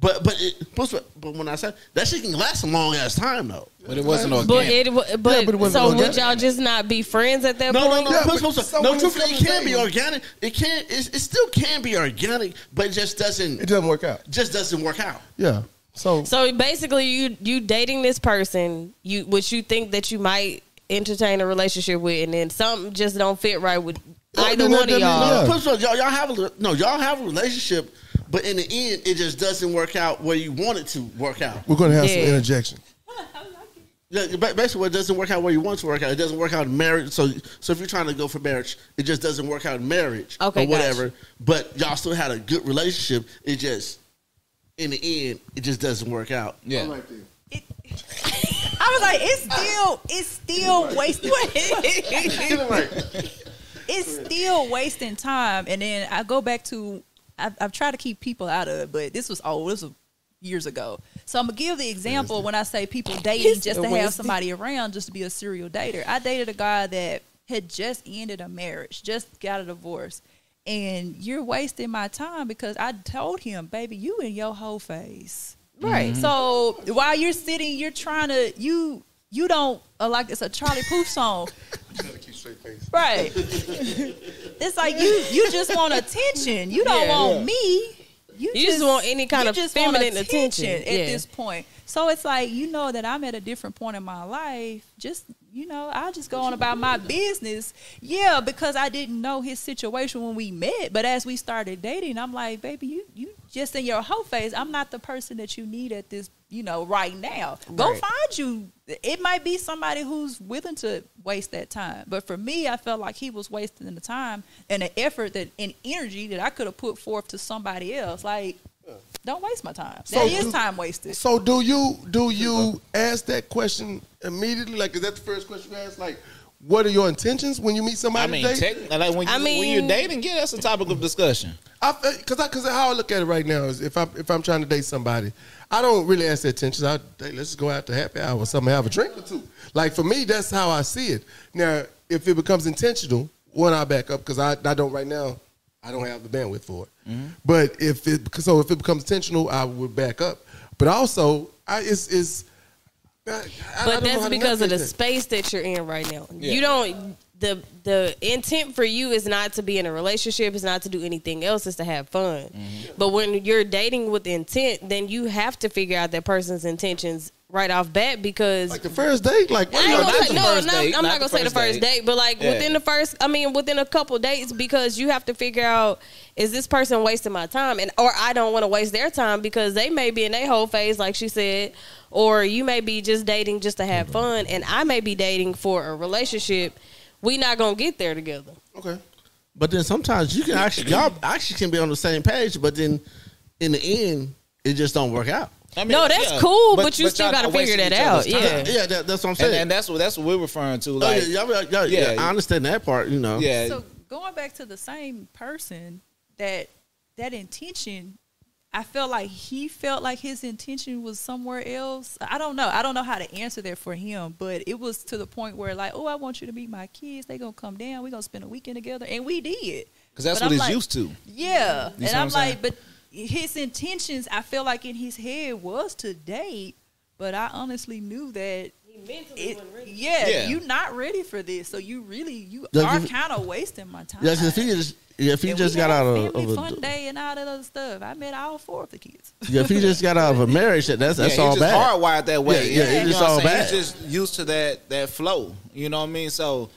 [SPEAKER 6] But but it, but but when I said that shit can last a long ass time though.
[SPEAKER 7] But it wasn't
[SPEAKER 1] But
[SPEAKER 7] organic.
[SPEAKER 1] it, wa- but,
[SPEAKER 2] but it wasn't
[SPEAKER 1] so
[SPEAKER 2] organic.
[SPEAKER 1] would y'all just not be friends at that
[SPEAKER 6] No,
[SPEAKER 1] point?
[SPEAKER 6] no, no.
[SPEAKER 2] Yeah,
[SPEAKER 6] push,
[SPEAKER 2] but
[SPEAKER 6] push,
[SPEAKER 2] so
[SPEAKER 6] no,
[SPEAKER 2] when it's
[SPEAKER 6] truthfully, it
[SPEAKER 2] coming
[SPEAKER 6] can be
[SPEAKER 2] down-
[SPEAKER 6] organic. It can. It, it still can be organic, but it just doesn't.
[SPEAKER 2] it doesn't work out.
[SPEAKER 6] just doesn't work out.
[SPEAKER 2] Yeah. So,
[SPEAKER 1] So basically, you you dating this person, you which you think that you might entertain a relationship with, and then something just don't fit right with
[SPEAKER 2] Well,
[SPEAKER 1] either
[SPEAKER 2] then
[SPEAKER 1] one
[SPEAKER 2] that-
[SPEAKER 1] of
[SPEAKER 2] that means-
[SPEAKER 1] y'all.
[SPEAKER 2] Yeah.
[SPEAKER 6] Plus, y'all, y'all have a no, y'all have a relationship, but in the end, it just doesn't work out where you want it to work out.
[SPEAKER 2] we're going to have
[SPEAKER 1] Yeah.
[SPEAKER 2] some interjection.
[SPEAKER 6] Yeah, ba- Basically, what doesn't work out where you want it to work out, it doesn't work out in marriage. So, so if you're trying to go for marriage, it just doesn't work out in marriage
[SPEAKER 1] Okay,
[SPEAKER 6] or whatever. But y'all still had a good relationship. It just in the end, it just doesn't work out.
[SPEAKER 7] yeah.
[SPEAKER 5] It, I was like, it's still, it's still wasting. it's still wasting time. And then I go back to, I've, I've tried to keep people out of it, but this was old. This was years ago. So I'm gonna give the example when I say people dating just to have somebody around, just to be a serial dater. I dated a guy that had just ended a marriage, just got a divorce. And you're wasting my time because I told him, baby, you in your whole phase. Right.
[SPEAKER 1] Mm-hmm.
[SPEAKER 5] So while you're sitting, you're trying to you you don't uh, like it's a Charlie Puth song. Right. it's like you you just want attention. You don't
[SPEAKER 1] Yeah.
[SPEAKER 5] want me. You,
[SPEAKER 1] You just want any kind
[SPEAKER 5] you
[SPEAKER 1] of
[SPEAKER 5] just want
[SPEAKER 1] feminine attention.
[SPEAKER 5] at
[SPEAKER 1] Yeah.
[SPEAKER 5] this point. So it's like you know that I'm at a different point in my life. Just you know, I just go on about my business. Yeah, because I didn't know his situation when we met. But as we started dating, I'm like, baby, you you just in your whole phase. I'm not the person that you need at this you know, right now. Go find you. It might be somebody who's willing to waste that time. But for me, I felt like he was wasting the time and the effort that and energy that I could have put forth to somebody else. Like, don't waste my time.
[SPEAKER 2] So
[SPEAKER 5] that
[SPEAKER 2] do-
[SPEAKER 5] is time wasted.
[SPEAKER 2] So do you do you ask that question immediately? Like, is that the first question you ask? Like, what are your intentions when you meet
[SPEAKER 7] I
[SPEAKER 2] somebody?
[SPEAKER 7] mean,
[SPEAKER 2] today?
[SPEAKER 7] technically, like when, you,
[SPEAKER 1] I
[SPEAKER 7] when you're
[SPEAKER 1] mean-
[SPEAKER 7] dating, yeah, that's a topic of discussion.
[SPEAKER 2] I because I because how I look at it right now is if I if I'm trying to date somebody, I don't really ask their intentions. I hey, let's just go out to happy hour or something, have a drink or two. Like for me, that's how I see it. Now, if it becomes intentional, one I back up because I I don't right now. I don't have the bandwidth for it. But if it so if it becomes intentional, I would back up. But also, I it's it's. I- I- I
[SPEAKER 1] but
[SPEAKER 2] don't know how
[SPEAKER 1] that's
[SPEAKER 2] to
[SPEAKER 1] because of the
[SPEAKER 2] navigate that.
[SPEAKER 1] space that you're in right now.
[SPEAKER 7] Yeah.
[SPEAKER 1] You don't the the intent for you is not to be in a relationship, is not to do anything else, is to have fun.
[SPEAKER 2] Mm-hmm.
[SPEAKER 1] But when you're dating with intent, then you have to figure out that person's intentions right off bat because
[SPEAKER 2] Like the first date, like
[SPEAKER 1] I
[SPEAKER 2] what
[SPEAKER 1] ain't
[SPEAKER 2] y'all
[SPEAKER 1] gonna
[SPEAKER 2] doing?
[SPEAKER 1] say-
[SPEAKER 7] the
[SPEAKER 1] no,
[SPEAKER 7] first
[SPEAKER 1] not-
[SPEAKER 7] date,
[SPEAKER 1] I'm
[SPEAKER 7] not
[SPEAKER 1] not
[SPEAKER 7] the
[SPEAKER 1] gonna say the
[SPEAKER 7] first
[SPEAKER 1] first
[SPEAKER 7] date.
[SPEAKER 1] date, but like
[SPEAKER 7] Yeah.
[SPEAKER 1] within the first, I mean, within a couple dates, because you have to figure out is this person wasting my time, and or I don't want to waste their time because they may be in their whole phase, like she said, or you may be just dating just to have fun, and I may be dating for a relationship. We not gonna get there together.
[SPEAKER 2] Okay.
[SPEAKER 6] But then sometimes you can actually y'all actually can be on the same page, but then in the end, it just don't work out.
[SPEAKER 7] I mean,
[SPEAKER 1] No, that's
[SPEAKER 7] yeah,
[SPEAKER 1] cool, but, you
[SPEAKER 7] y'all
[SPEAKER 1] still gotta
[SPEAKER 7] not
[SPEAKER 1] figure
[SPEAKER 7] wasting
[SPEAKER 1] that
[SPEAKER 7] each other's
[SPEAKER 1] out.
[SPEAKER 7] time.
[SPEAKER 1] Yeah.
[SPEAKER 6] Yeah, that, that's what I'm
[SPEAKER 7] And,
[SPEAKER 6] saying.
[SPEAKER 7] and that's what that's what we're referring to.
[SPEAKER 6] Oh,
[SPEAKER 7] Like,
[SPEAKER 6] yeah, y'all- y'all- y'all-
[SPEAKER 7] yeah.
[SPEAKER 6] I understand that part. You know,
[SPEAKER 7] yeah,
[SPEAKER 5] So going back to the same person, that that intention, I felt like he felt like his intention was somewhere else. I don't know. I don't know how to answer that for him, but it was to the point where like, oh, I want you to meet my kids. They gonna come down. We gonna spend a weekend together, and we did.
[SPEAKER 7] 'Cause that's
[SPEAKER 5] But
[SPEAKER 7] what
[SPEAKER 5] I'm
[SPEAKER 7] he's
[SPEAKER 5] like-
[SPEAKER 7] used to.
[SPEAKER 5] Yeah,
[SPEAKER 7] You see what
[SPEAKER 5] and
[SPEAKER 7] I'm
[SPEAKER 5] I'm like,
[SPEAKER 7] saying?
[SPEAKER 5] but his intentions, I feel like in his head was to date, but I honestly knew that it, yeah,
[SPEAKER 7] Yeah.
[SPEAKER 5] you're not ready for this. So you really you
[SPEAKER 6] Like,
[SPEAKER 5] are
[SPEAKER 6] if-
[SPEAKER 5] kind of wasting my time.
[SPEAKER 6] Yeah, 'cause if he just if he
[SPEAKER 5] And
[SPEAKER 6] just
[SPEAKER 5] we
[SPEAKER 6] got
[SPEAKER 5] had
[SPEAKER 6] out
[SPEAKER 5] a
[SPEAKER 6] of,
[SPEAKER 5] family
[SPEAKER 6] of
[SPEAKER 5] fun
[SPEAKER 6] a,
[SPEAKER 5] day and all that other stuff. I met all four of the kids.
[SPEAKER 6] yeah, if he just got out of a marriage, that- that's that's
[SPEAKER 7] yeah,
[SPEAKER 6] all
[SPEAKER 7] he's just
[SPEAKER 6] bad.
[SPEAKER 7] hardwired that way.
[SPEAKER 6] Yeah, yeah,
[SPEAKER 7] You
[SPEAKER 6] it's
[SPEAKER 7] know
[SPEAKER 6] just
[SPEAKER 7] what I'm
[SPEAKER 6] all
[SPEAKER 7] saying?
[SPEAKER 6] bad.
[SPEAKER 7] He's just used to that that flow. You know what I mean? So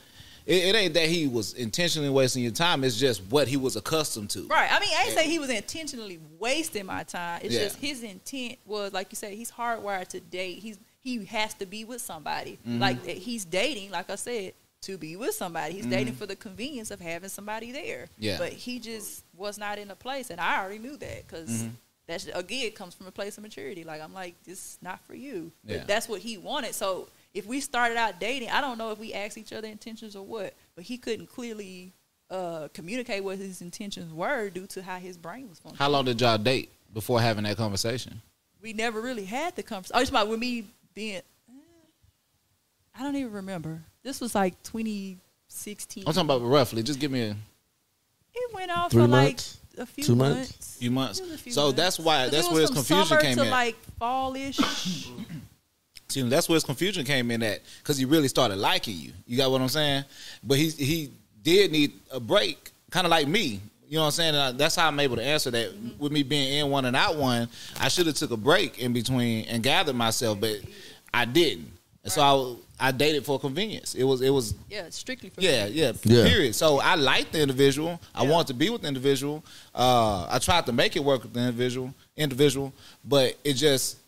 [SPEAKER 7] it, it ain't that he was intentionally wasting your time. It's just what he was accustomed to.
[SPEAKER 5] Right. I mean, I ain't say he was intentionally wasting my time. It's
[SPEAKER 7] Yeah.
[SPEAKER 5] just his intent was, like you say, he's hardwired to date. He's he has to be with somebody.
[SPEAKER 7] Mm-hmm.
[SPEAKER 5] Like that he's dating, like I said, to be with somebody. He's dating for the convenience of having somebody there.
[SPEAKER 7] Mm-hmm. Yeah.
[SPEAKER 5] But he just was not in a place, and I already knew that because.
[SPEAKER 7] Mm-hmm.
[SPEAKER 5] That's again it comes from a place of maturity. Like I'm like, this is not for you. But
[SPEAKER 7] Yeah.
[SPEAKER 5] that's what he wanted. So if we started out dating, I don't know if we asked each other intentions or what, but he couldn't clearly uh, communicate what his intentions were due to how his brain was functioning.
[SPEAKER 7] How long did y'all date before having that conversation?
[SPEAKER 5] We never really had the conversation. Oh, it's about with me being. eh, I don't even remember. This was like 2016.
[SPEAKER 7] I'm talking about roughly. Just give me a
[SPEAKER 5] It went on
[SPEAKER 6] Three
[SPEAKER 5] for
[SPEAKER 6] months?
[SPEAKER 5] like a few
[SPEAKER 6] Two months?
[SPEAKER 5] months.
[SPEAKER 7] few months.
[SPEAKER 5] It was a few
[SPEAKER 7] so
[SPEAKER 5] months.
[SPEAKER 7] that's why
[SPEAKER 5] 'Cause
[SPEAKER 7] that's
[SPEAKER 5] it
[SPEAKER 7] where
[SPEAKER 5] was
[SPEAKER 7] his
[SPEAKER 5] from
[SPEAKER 7] confusion
[SPEAKER 5] summer
[SPEAKER 7] came
[SPEAKER 5] to
[SPEAKER 7] in.
[SPEAKER 5] like fallish.
[SPEAKER 7] Excuse me, that's where his confusion came in at because he really started liking you. You got what I'm saying? But he he did need a break, kind of like me. You know what I'm saying? And I- that's how I'm able to answer that. With me being in one and out one, I should have took a break in between and gathered myself, but I didn't. And so I, I dated for convenience. It was it was
[SPEAKER 5] yeah, strictly for
[SPEAKER 7] yeah, yeah,
[SPEAKER 6] Yeah.
[SPEAKER 7] Period. So I liked the individual. I
[SPEAKER 5] Yeah.
[SPEAKER 7] wanted to be with the individual. Uh, I tried to make it work with the individual, individual, but it just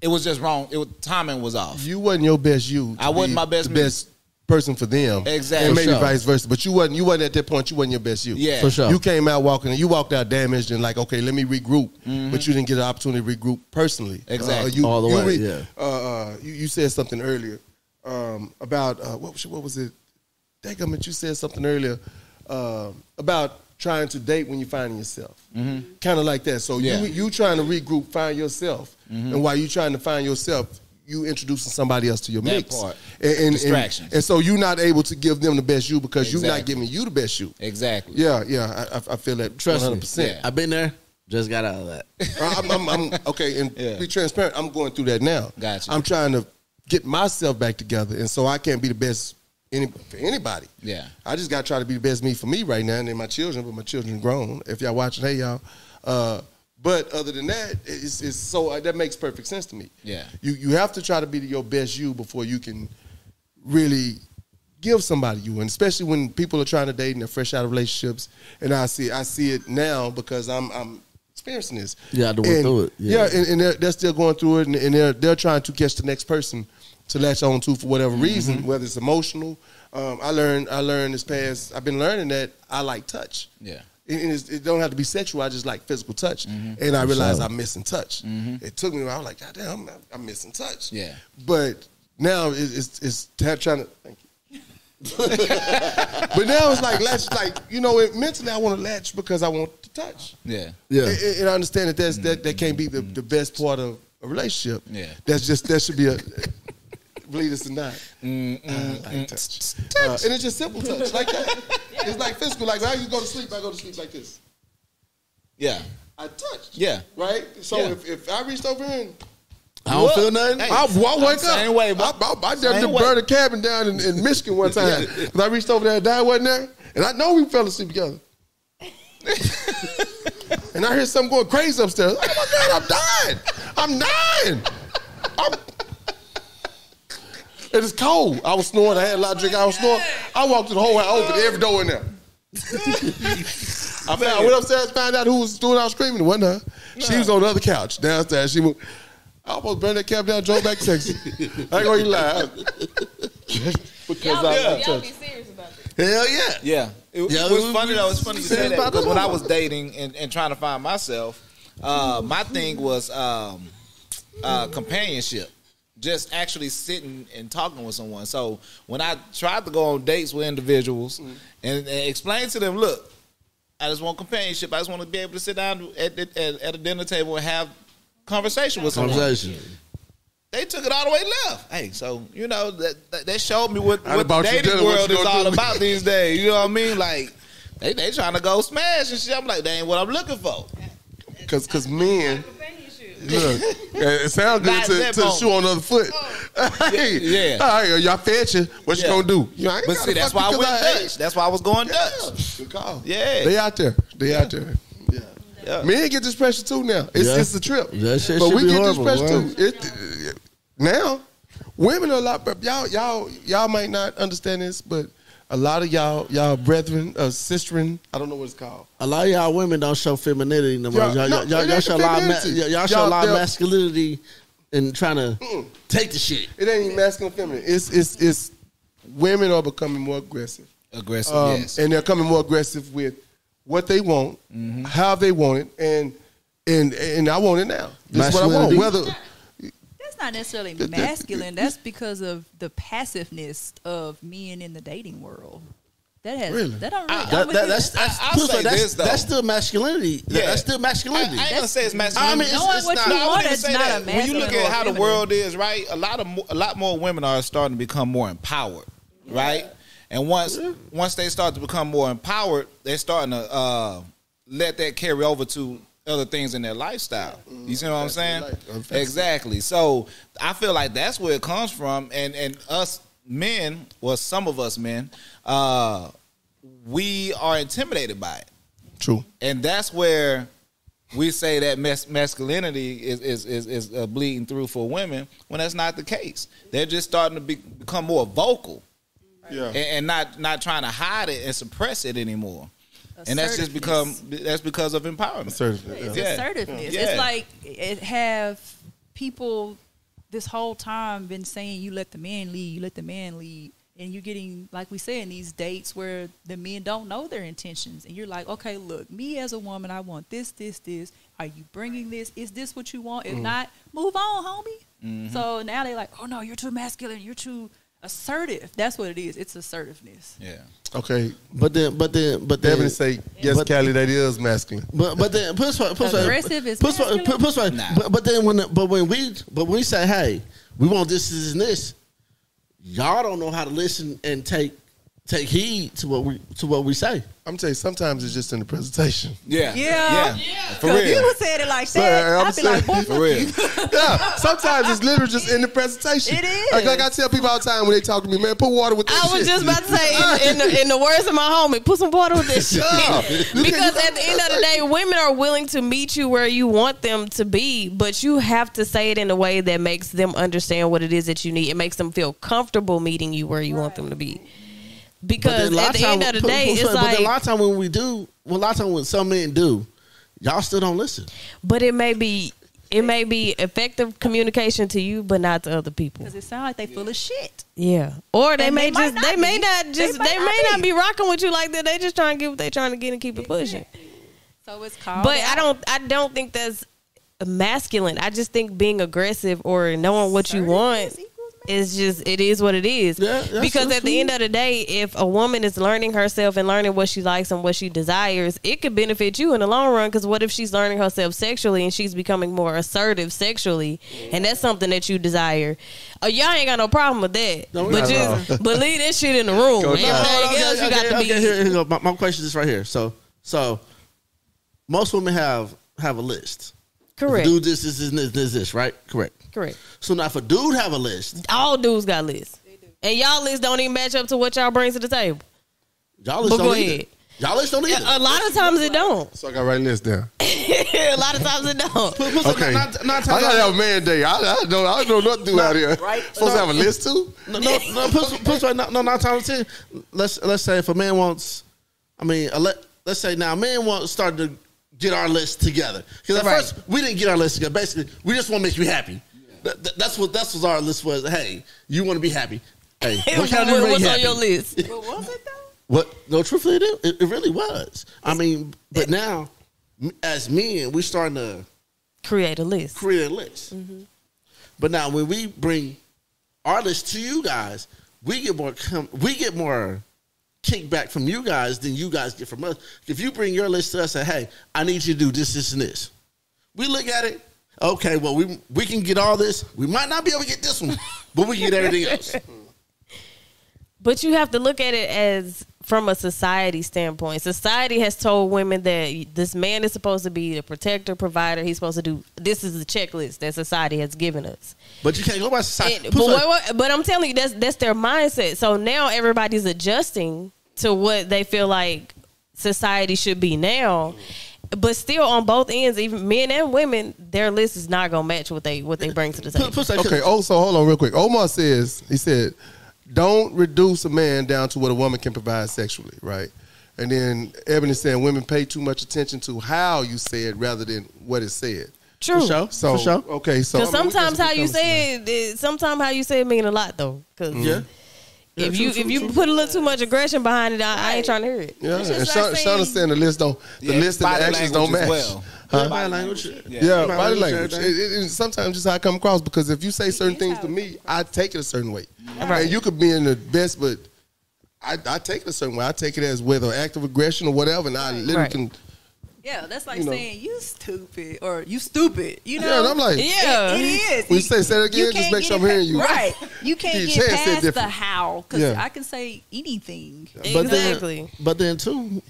[SPEAKER 7] it was just wrong. It was, timing was off.
[SPEAKER 2] you wasn't your best you. to
[SPEAKER 7] I wasn't
[SPEAKER 2] be
[SPEAKER 7] my best
[SPEAKER 2] the
[SPEAKER 7] me.
[SPEAKER 2] best person for them.
[SPEAKER 7] Exactly.
[SPEAKER 2] And maybe
[SPEAKER 6] For sure.
[SPEAKER 2] vice versa. But you wasn't you wasn't at that point, you wasn't your best you.
[SPEAKER 7] Yeah. For
[SPEAKER 6] sure.
[SPEAKER 2] You came out walking and you walked out damaged and like, okay, let me regroup. But you didn't get an opportunity to regroup personally.
[SPEAKER 7] Mm-hmm. Exactly.
[SPEAKER 2] Uh, you,
[SPEAKER 6] All the
[SPEAKER 2] you
[SPEAKER 6] way, yeah.
[SPEAKER 2] Uh, uh, you, you said something earlier um, about uh, what was what was it? Daggummit, you said something earlier uh, about trying to date when you're finding yourself. Kind of like that. So
[SPEAKER 7] Mm-hmm. Yeah. Mm-hmm.
[SPEAKER 2] you you trying to regroup, find yourself, and while you trying to find yourself, you introducing somebody else to your
[SPEAKER 7] That
[SPEAKER 2] mix.
[SPEAKER 7] part.
[SPEAKER 2] And, and,
[SPEAKER 7] Distractions.
[SPEAKER 2] And, and so you're not able to give them the best you because you're not
[SPEAKER 7] Exactly.
[SPEAKER 2] giving you the best you.
[SPEAKER 7] Exactly.
[SPEAKER 2] Yeah, yeah, I, I- I feel that.
[SPEAKER 6] Trust me.
[SPEAKER 2] 100%.
[SPEAKER 7] Yeah.
[SPEAKER 6] I've been there. Just got out of that.
[SPEAKER 2] I'm, I'm, I'm okay, and
[SPEAKER 7] Yeah.
[SPEAKER 2] be transparent. I'm going through that now.
[SPEAKER 7] Gotcha.
[SPEAKER 2] I'm trying to get myself back together, and so I can't be the best any, for anybody.
[SPEAKER 7] Yeah.
[SPEAKER 2] I just got to try to be the best me for me right now, and then my children. But my children grown. If y'all watching, hey y'all. Uh, but other than that, it's, it's so uh, that makes perfect sense to me.
[SPEAKER 7] Yeah.
[SPEAKER 2] You you have to try to be your best you before you can really give somebody you, and especially when people are trying to date and they're fresh out of relationships. And I see I see it now because I'm I'm experiencing this.
[SPEAKER 6] Yeah, the went
[SPEAKER 2] And-
[SPEAKER 6] through it.
[SPEAKER 2] Yeah,
[SPEAKER 6] Yeah.
[SPEAKER 2] and, and they're, they're still going through it, and, and they're they're trying to catch the next person to latch on to for whatever
[SPEAKER 6] Mm-hmm.
[SPEAKER 2] reason, whether it's emotional. Um, I learned I learned this past. I've been learning that I like touch.
[SPEAKER 7] Yeah.
[SPEAKER 2] And and it's, it don't have to be sexual. I just like physical touch, and I realized I'm missing touch. It took me. I was like, God damn, I'm, I'm missing touch.
[SPEAKER 7] Yeah.
[SPEAKER 2] But now it, it's it's trying to. Thank you. but now it's like latch, like you know, it, mentally I want to latch because I want to touch.
[SPEAKER 7] Yeah. Mm-hmm.
[SPEAKER 6] Yeah.
[SPEAKER 2] And, and I understand that that's, that that can't be the, the best part of a relationship.
[SPEAKER 7] Yeah.
[SPEAKER 2] That's just that should be a believe this or not.
[SPEAKER 7] Mm-hmm.
[SPEAKER 2] I like touch. Uh, and it's just simple touch like that. It's like physical. Like how you go to sleep, I go to sleep like this.
[SPEAKER 7] Yeah.
[SPEAKER 2] I touched.
[SPEAKER 7] Yeah.
[SPEAKER 2] Right. So
[SPEAKER 7] Yeah.
[SPEAKER 2] if, if I reached over here and
[SPEAKER 6] I don't feel nothing.
[SPEAKER 7] Hey,
[SPEAKER 2] I, I wake up.
[SPEAKER 7] same way, bro.
[SPEAKER 2] I, I, I just
[SPEAKER 7] Same way.
[SPEAKER 2] burned a cabin down in, in Michigan one time. 'Cause I reached over there, Dad wasn't there, and I know we fell asleep together. and I hear something going crazy upstairs. Oh my God, I'm dying. I'm dying. I'm- It is cold. I was snoring. I had a lot of drink. I was snoring. I walked through the whole house, opened every door in there. I found, I went upstairs, found out who was doing out screaming. It wasn't her. She was on the other couch downstairs. She moved. I almost burned that cap down, drove back to Texas. I ain't gonna lie. because I like touch.
[SPEAKER 1] serious about this.
[SPEAKER 6] Hell yeah.
[SPEAKER 7] Yeah. It,
[SPEAKER 6] Yeah,
[SPEAKER 7] it was
[SPEAKER 6] we-
[SPEAKER 7] funny
[SPEAKER 6] we-
[SPEAKER 7] though. It's funny you say
[SPEAKER 6] serious
[SPEAKER 7] that
[SPEAKER 6] about
[SPEAKER 7] because
[SPEAKER 6] that
[SPEAKER 7] when I
[SPEAKER 6] one.
[SPEAKER 7] was dating and, and trying to find myself, uh, my thing was um, uh, companionship. Just actually sitting and talking with someone. So when I tried to go on dates with individuals
[SPEAKER 6] Mm-hmm.
[SPEAKER 7] and, and explain to them, look, I just want companionship. I just want to be able to sit down at, at, at a dinner table and have conversation with someone.
[SPEAKER 6] Conversation.
[SPEAKER 7] They took it all the way left. Hey, so you know that that, that showed me what,
[SPEAKER 2] I'd
[SPEAKER 7] what the
[SPEAKER 2] bought you
[SPEAKER 7] dating
[SPEAKER 2] dinner, what
[SPEAKER 7] world
[SPEAKER 2] you
[SPEAKER 7] is
[SPEAKER 2] gonna
[SPEAKER 7] all
[SPEAKER 2] do?
[SPEAKER 7] about these days. You know what I mean? Like they they trying to go smash and shit. I'm like, that ain't what I'm looking for.
[SPEAKER 2] Because because men, look, it sounds good
[SPEAKER 7] Not
[SPEAKER 2] to,
[SPEAKER 7] that
[SPEAKER 2] to the
[SPEAKER 7] bone.
[SPEAKER 2] shoe on the other foot. hey,
[SPEAKER 7] Yeah.
[SPEAKER 2] all right, y'all fed you. What
[SPEAKER 7] Yeah.
[SPEAKER 2] you gonna do? You know, I ain't
[SPEAKER 7] But
[SPEAKER 2] gotta
[SPEAKER 7] see, that's
[SPEAKER 2] fuck
[SPEAKER 7] why I
[SPEAKER 2] you
[SPEAKER 7] went
[SPEAKER 2] 'cause
[SPEAKER 7] Dutch. That's why I was going Dutch.
[SPEAKER 2] hate. Good call.
[SPEAKER 7] Yeah.
[SPEAKER 2] They out there. They out there.
[SPEAKER 7] Yeah.
[SPEAKER 2] Men get this pressure too now. It's
[SPEAKER 6] Yeah.
[SPEAKER 2] it's the trip.
[SPEAKER 6] That shit
[SPEAKER 2] but
[SPEAKER 6] should
[SPEAKER 2] we
[SPEAKER 6] be
[SPEAKER 2] get
[SPEAKER 6] horrible,
[SPEAKER 2] this pressure
[SPEAKER 6] right?
[SPEAKER 2] too. It, now, women are a lot. But y'all, y'all, y'all might not understand this, but a lot of y'all, y'all brethren, uh, sisterin. I don't know what it's called.
[SPEAKER 6] A lot of y'all women don't show femininity no more.
[SPEAKER 2] Yeah,
[SPEAKER 6] Y'all,
[SPEAKER 2] no,
[SPEAKER 6] y'all, y'all,
[SPEAKER 2] it
[SPEAKER 6] y'all
[SPEAKER 2] ain't
[SPEAKER 6] show a lot of ma-
[SPEAKER 2] femininity.
[SPEAKER 6] y'all, y'all show a
[SPEAKER 2] Y'all-
[SPEAKER 6] lot of
[SPEAKER 2] they'll-
[SPEAKER 6] masculinity and trying to
[SPEAKER 7] Mm.
[SPEAKER 6] take the shit.
[SPEAKER 2] It ain't even masculine, feminine. It's it's it's women are becoming more aggressive.
[SPEAKER 7] Aggressive,
[SPEAKER 2] Um,
[SPEAKER 7] yes.
[SPEAKER 2] and they're coming more aggressive with what they want, how they want it, and and and I want it now. This is what I want.
[SPEAKER 6] Masculinity.
[SPEAKER 2] Whether
[SPEAKER 5] That's not necessarily
[SPEAKER 2] that-
[SPEAKER 5] masculine. That's because of the passiveness of men in the dating world. That has
[SPEAKER 2] Really?
[SPEAKER 5] that don't really.
[SPEAKER 6] That,
[SPEAKER 5] I'm with
[SPEAKER 6] that,
[SPEAKER 5] you.
[SPEAKER 6] that's that's,
[SPEAKER 7] I- I'll
[SPEAKER 6] plus,
[SPEAKER 7] say
[SPEAKER 6] like, that's,
[SPEAKER 7] this, though.
[SPEAKER 6] that's still masculinity. That-
[SPEAKER 7] Yeah.
[SPEAKER 6] That's still
[SPEAKER 7] I, I
[SPEAKER 6] masculinity.
[SPEAKER 7] ain't gonna say it's masculine.
[SPEAKER 6] I mean, it's-
[SPEAKER 5] Knowing
[SPEAKER 6] it's
[SPEAKER 5] what
[SPEAKER 6] not-
[SPEAKER 5] you
[SPEAKER 7] No, I
[SPEAKER 5] want
[SPEAKER 7] wouldn't
[SPEAKER 5] is
[SPEAKER 7] say
[SPEAKER 5] not
[SPEAKER 7] that.
[SPEAKER 5] a
[SPEAKER 7] When you
[SPEAKER 5] masculine
[SPEAKER 7] look
[SPEAKER 5] or
[SPEAKER 7] at how the
[SPEAKER 5] feminine.
[SPEAKER 7] world is, right? A lot of mo- a lot more women are starting to become more empowered, right? And once once they start to become more empowered, they're starting to uh, let that carry over to other things in their lifestyle. You see what I'm saying? Exactly. So I feel like that's where it comes from, and and us men, well, some of us men, uh, we are intimidated by it
[SPEAKER 2] true,
[SPEAKER 7] and that's where we say that mas- masculinity is is is, is uh, bleeding through for women when that's not the case. They're just starting to be, become more vocal
[SPEAKER 2] yeah.
[SPEAKER 7] and, and not not trying to hide it and suppress it anymore. And that's just become
[SPEAKER 5] Assertiveness.
[SPEAKER 7] that's because of empowerment.
[SPEAKER 5] It's
[SPEAKER 7] Yeah.
[SPEAKER 5] assertiveness.
[SPEAKER 7] Yeah.
[SPEAKER 5] It's like it have people this whole time been saying you let the man lead, you let the man lead. And you're getting, like we say, in these dates where the men don't know their intentions. And you're like, okay, look, me as a woman, I want this, this, this. Are you bringing this? Is this what you want? If
[SPEAKER 7] Mm-hmm.
[SPEAKER 5] not, move on, homie. So now they're like, oh no, you're too masculine. You're too assertive. That's what it is. It's assertiveness.
[SPEAKER 7] Yeah.
[SPEAKER 2] Okay,
[SPEAKER 6] But then, but then, but then,
[SPEAKER 2] Devin say yes,
[SPEAKER 6] but-
[SPEAKER 2] Callie. That is masculine.
[SPEAKER 6] But but then push for push
[SPEAKER 5] Aggressive is
[SPEAKER 6] push for,
[SPEAKER 5] masculine?
[SPEAKER 6] push for,
[SPEAKER 7] Nah.
[SPEAKER 6] but, but then when but when we but when we say hey we want this this and this y'all don't know how to listen and take take heed to what we to what we say
[SPEAKER 2] I'm telling you, sometimes it's just in the presentation.
[SPEAKER 7] Yeah.
[SPEAKER 5] Yeah.
[SPEAKER 7] For
[SPEAKER 5] If you
[SPEAKER 7] real.
[SPEAKER 5] would said it like
[SPEAKER 2] Sorry,
[SPEAKER 5] that,
[SPEAKER 2] I'm
[SPEAKER 5] I'd be like, boy,
[SPEAKER 2] sorry.
[SPEAKER 7] For real.
[SPEAKER 2] Yeah, sometimes it's literally just in the presentation.
[SPEAKER 5] It is.
[SPEAKER 2] Like, like I tell people all the time when they talk to me, man, put water with that
[SPEAKER 1] I was
[SPEAKER 2] shit.
[SPEAKER 1] just about to say, in, in, the, in the words of my homie, put some water with this shit. because at the end of the day, women are willing to meet you where you want them to be, but you have to say it in a way that makes them understand what it is that you need. It makes them feel comfortable meeting you where you want them to be.
[SPEAKER 6] But then
[SPEAKER 1] Because
[SPEAKER 6] a lot
[SPEAKER 1] at the end of
[SPEAKER 6] time-
[SPEAKER 1] the
[SPEAKER 6] put-
[SPEAKER 1] day,
[SPEAKER 6] put-
[SPEAKER 1] it's
[SPEAKER 6] but then a lot
[SPEAKER 1] like
[SPEAKER 6] of time when we do well a lot of time when some men do Y'all still don't listen.
[SPEAKER 1] But it may be it may be effective communication to you, but not to other people.
[SPEAKER 5] Because it sounds like they full of shit.
[SPEAKER 1] Yeah, or they
[SPEAKER 5] And
[SPEAKER 1] may
[SPEAKER 5] they might
[SPEAKER 1] just
[SPEAKER 5] not
[SPEAKER 1] they may
[SPEAKER 5] be.
[SPEAKER 1] not
[SPEAKER 5] They
[SPEAKER 1] just they,
[SPEAKER 5] might not
[SPEAKER 1] may not
[SPEAKER 5] be.
[SPEAKER 1] be rocking with you like that. They just trying to get what they trying to get and keep it pushing.
[SPEAKER 5] So it's called.
[SPEAKER 1] But I don't I don't think that's masculine. I just think being aggressive or knowing what you want is just it is what it is.
[SPEAKER 6] Yeah, that's-
[SPEAKER 1] because
[SPEAKER 6] that's
[SPEAKER 1] at the end of the day, if a woman is learning herself and learning what she likes and what she desires, it could benefit you in the long run. Because what if she's learning herself sexually and she's becoming more assertive sexually, and that's something that you desire? Uh, y'all ain't got no problem with that,
[SPEAKER 6] No, we
[SPEAKER 1] but
[SPEAKER 6] not at
[SPEAKER 1] just believe that shit in the room. Everything else you got to be.
[SPEAKER 6] here, here go. My, my question is right here. So, so most women have have a list.
[SPEAKER 1] Correct.
[SPEAKER 6] Do this, this, this, this, this, this, right? Correct.
[SPEAKER 1] Correct.
[SPEAKER 6] So now, if a dude have a list,
[SPEAKER 1] All dudes got lists. And y'all lists don't even match up to what y'all brings to the table.
[SPEAKER 6] y'all list
[SPEAKER 1] But
[SPEAKER 6] don't
[SPEAKER 1] go
[SPEAKER 6] either.
[SPEAKER 1] ahead. Uh,
[SPEAKER 6] Y'all list don't either.
[SPEAKER 1] A lot of times it don't.
[SPEAKER 2] So I got to write a list down.
[SPEAKER 1] a lot of times it don't.
[SPEAKER 2] Okay. I got to have a man day. I, I don't I don't know what to do out here. Right? Supposed to have a list too?
[SPEAKER 6] no, no, no, push, push right now. No, not time to Let's let's say if a man wants, I mean, a let let's say now a man wants start to get our list together because at
[SPEAKER 1] Right.
[SPEAKER 6] first we didn't get our list together. Basically, we just want to make you happy. That- that- that's what that's what our list was. Hey, you want to be happy. Hey, what can I do to make
[SPEAKER 1] what's
[SPEAKER 6] you
[SPEAKER 1] on
[SPEAKER 6] happy?
[SPEAKER 1] your list?
[SPEAKER 6] What? No, truthfully, it, is- it, it really was. I mean, but now m- as men, we're starting to
[SPEAKER 1] Create a list.
[SPEAKER 6] create a list.
[SPEAKER 2] Mm-hmm.
[SPEAKER 6] But now when we bring our list to you guys, we get more com- we get more kickback from you guys than you guys get from us. If you bring your list to us and hey, I need you to do this, this, and this. We look at it. Okay, well we we can get all this. We might not be able to get this one, but we can get everything else.
[SPEAKER 1] But you have to look at it as from a society standpoint. Society has told women that this man is supposed to be the protector, provider. He's supposed to do this is the checklist that society has given us.
[SPEAKER 6] But you can't go by society.
[SPEAKER 1] And- but, wait, wait, but I'm telling you, that's that's their mindset. So now everybody's adjusting to what they feel like society should be now. But still, on both ends, even men and women, their list is not gonna match what they what they bring to the
[SPEAKER 6] Puss-
[SPEAKER 1] table.
[SPEAKER 6] Puss, like,
[SPEAKER 2] Okay. Oh, so hold on real quick. Omar says he said, "Don't reduce a man down to what a woman can provide sexually." Right. And then Ebony saying women pay too much attention to how you say it rather than what is said.
[SPEAKER 1] True.
[SPEAKER 6] For sure.
[SPEAKER 2] So
[SPEAKER 6] for sure.
[SPEAKER 2] okay. So
[SPEAKER 1] Because
[SPEAKER 2] I mean, we
[SPEAKER 1] sometimes
[SPEAKER 2] can-
[SPEAKER 1] how you say it, it sometimes how you say it mean a lot though. Because
[SPEAKER 6] Yeah. Yeah,
[SPEAKER 1] if
[SPEAKER 6] true,
[SPEAKER 1] you
[SPEAKER 6] true,
[SPEAKER 1] if you
[SPEAKER 6] true.
[SPEAKER 1] put a little too much aggression behind it, I, I ain't trying to hear it.
[SPEAKER 2] Yeah,
[SPEAKER 7] It's
[SPEAKER 2] and
[SPEAKER 7] just
[SPEAKER 2] Sha-
[SPEAKER 7] like
[SPEAKER 2] Shauna
[SPEAKER 7] saying-
[SPEAKER 2] saying the list don't, the
[SPEAKER 7] Yeah,
[SPEAKER 2] list and
[SPEAKER 7] body
[SPEAKER 2] the actions
[SPEAKER 7] language
[SPEAKER 2] don't match.
[SPEAKER 7] as well.
[SPEAKER 2] Huh?
[SPEAKER 6] body language.
[SPEAKER 7] Yeah.
[SPEAKER 2] Yeah,
[SPEAKER 6] Body
[SPEAKER 2] body
[SPEAKER 6] language,
[SPEAKER 2] language. It, it, it- sometimes just how I come across because if you say certain things to me, I take it a certain way. Right. And you could be in the best, but I, I take it a certain way. I take it as whether active aggression or whatever, and I literally
[SPEAKER 1] Right.
[SPEAKER 2] can.
[SPEAKER 5] Yeah, that's like
[SPEAKER 2] You know.
[SPEAKER 5] saying you stupid or you stupid. You know,
[SPEAKER 2] Yeah, and I'm like,
[SPEAKER 1] Yeah.
[SPEAKER 5] it, it is.
[SPEAKER 2] When you say- say it again, just
[SPEAKER 5] can't
[SPEAKER 2] make
[SPEAKER 5] get
[SPEAKER 2] sure
[SPEAKER 5] it
[SPEAKER 2] I'm hearing
[SPEAKER 5] pa-
[SPEAKER 2] you.
[SPEAKER 5] Right, you can't
[SPEAKER 2] You
[SPEAKER 5] get
[SPEAKER 2] said it
[SPEAKER 5] past the
[SPEAKER 2] different.
[SPEAKER 5] how because
[SPEAKER 2] Yeah.
[SPEAKER 5] I can say anything.
[SPEAKER 1] Exactly.
[SPEAKER 6] Then, but then too,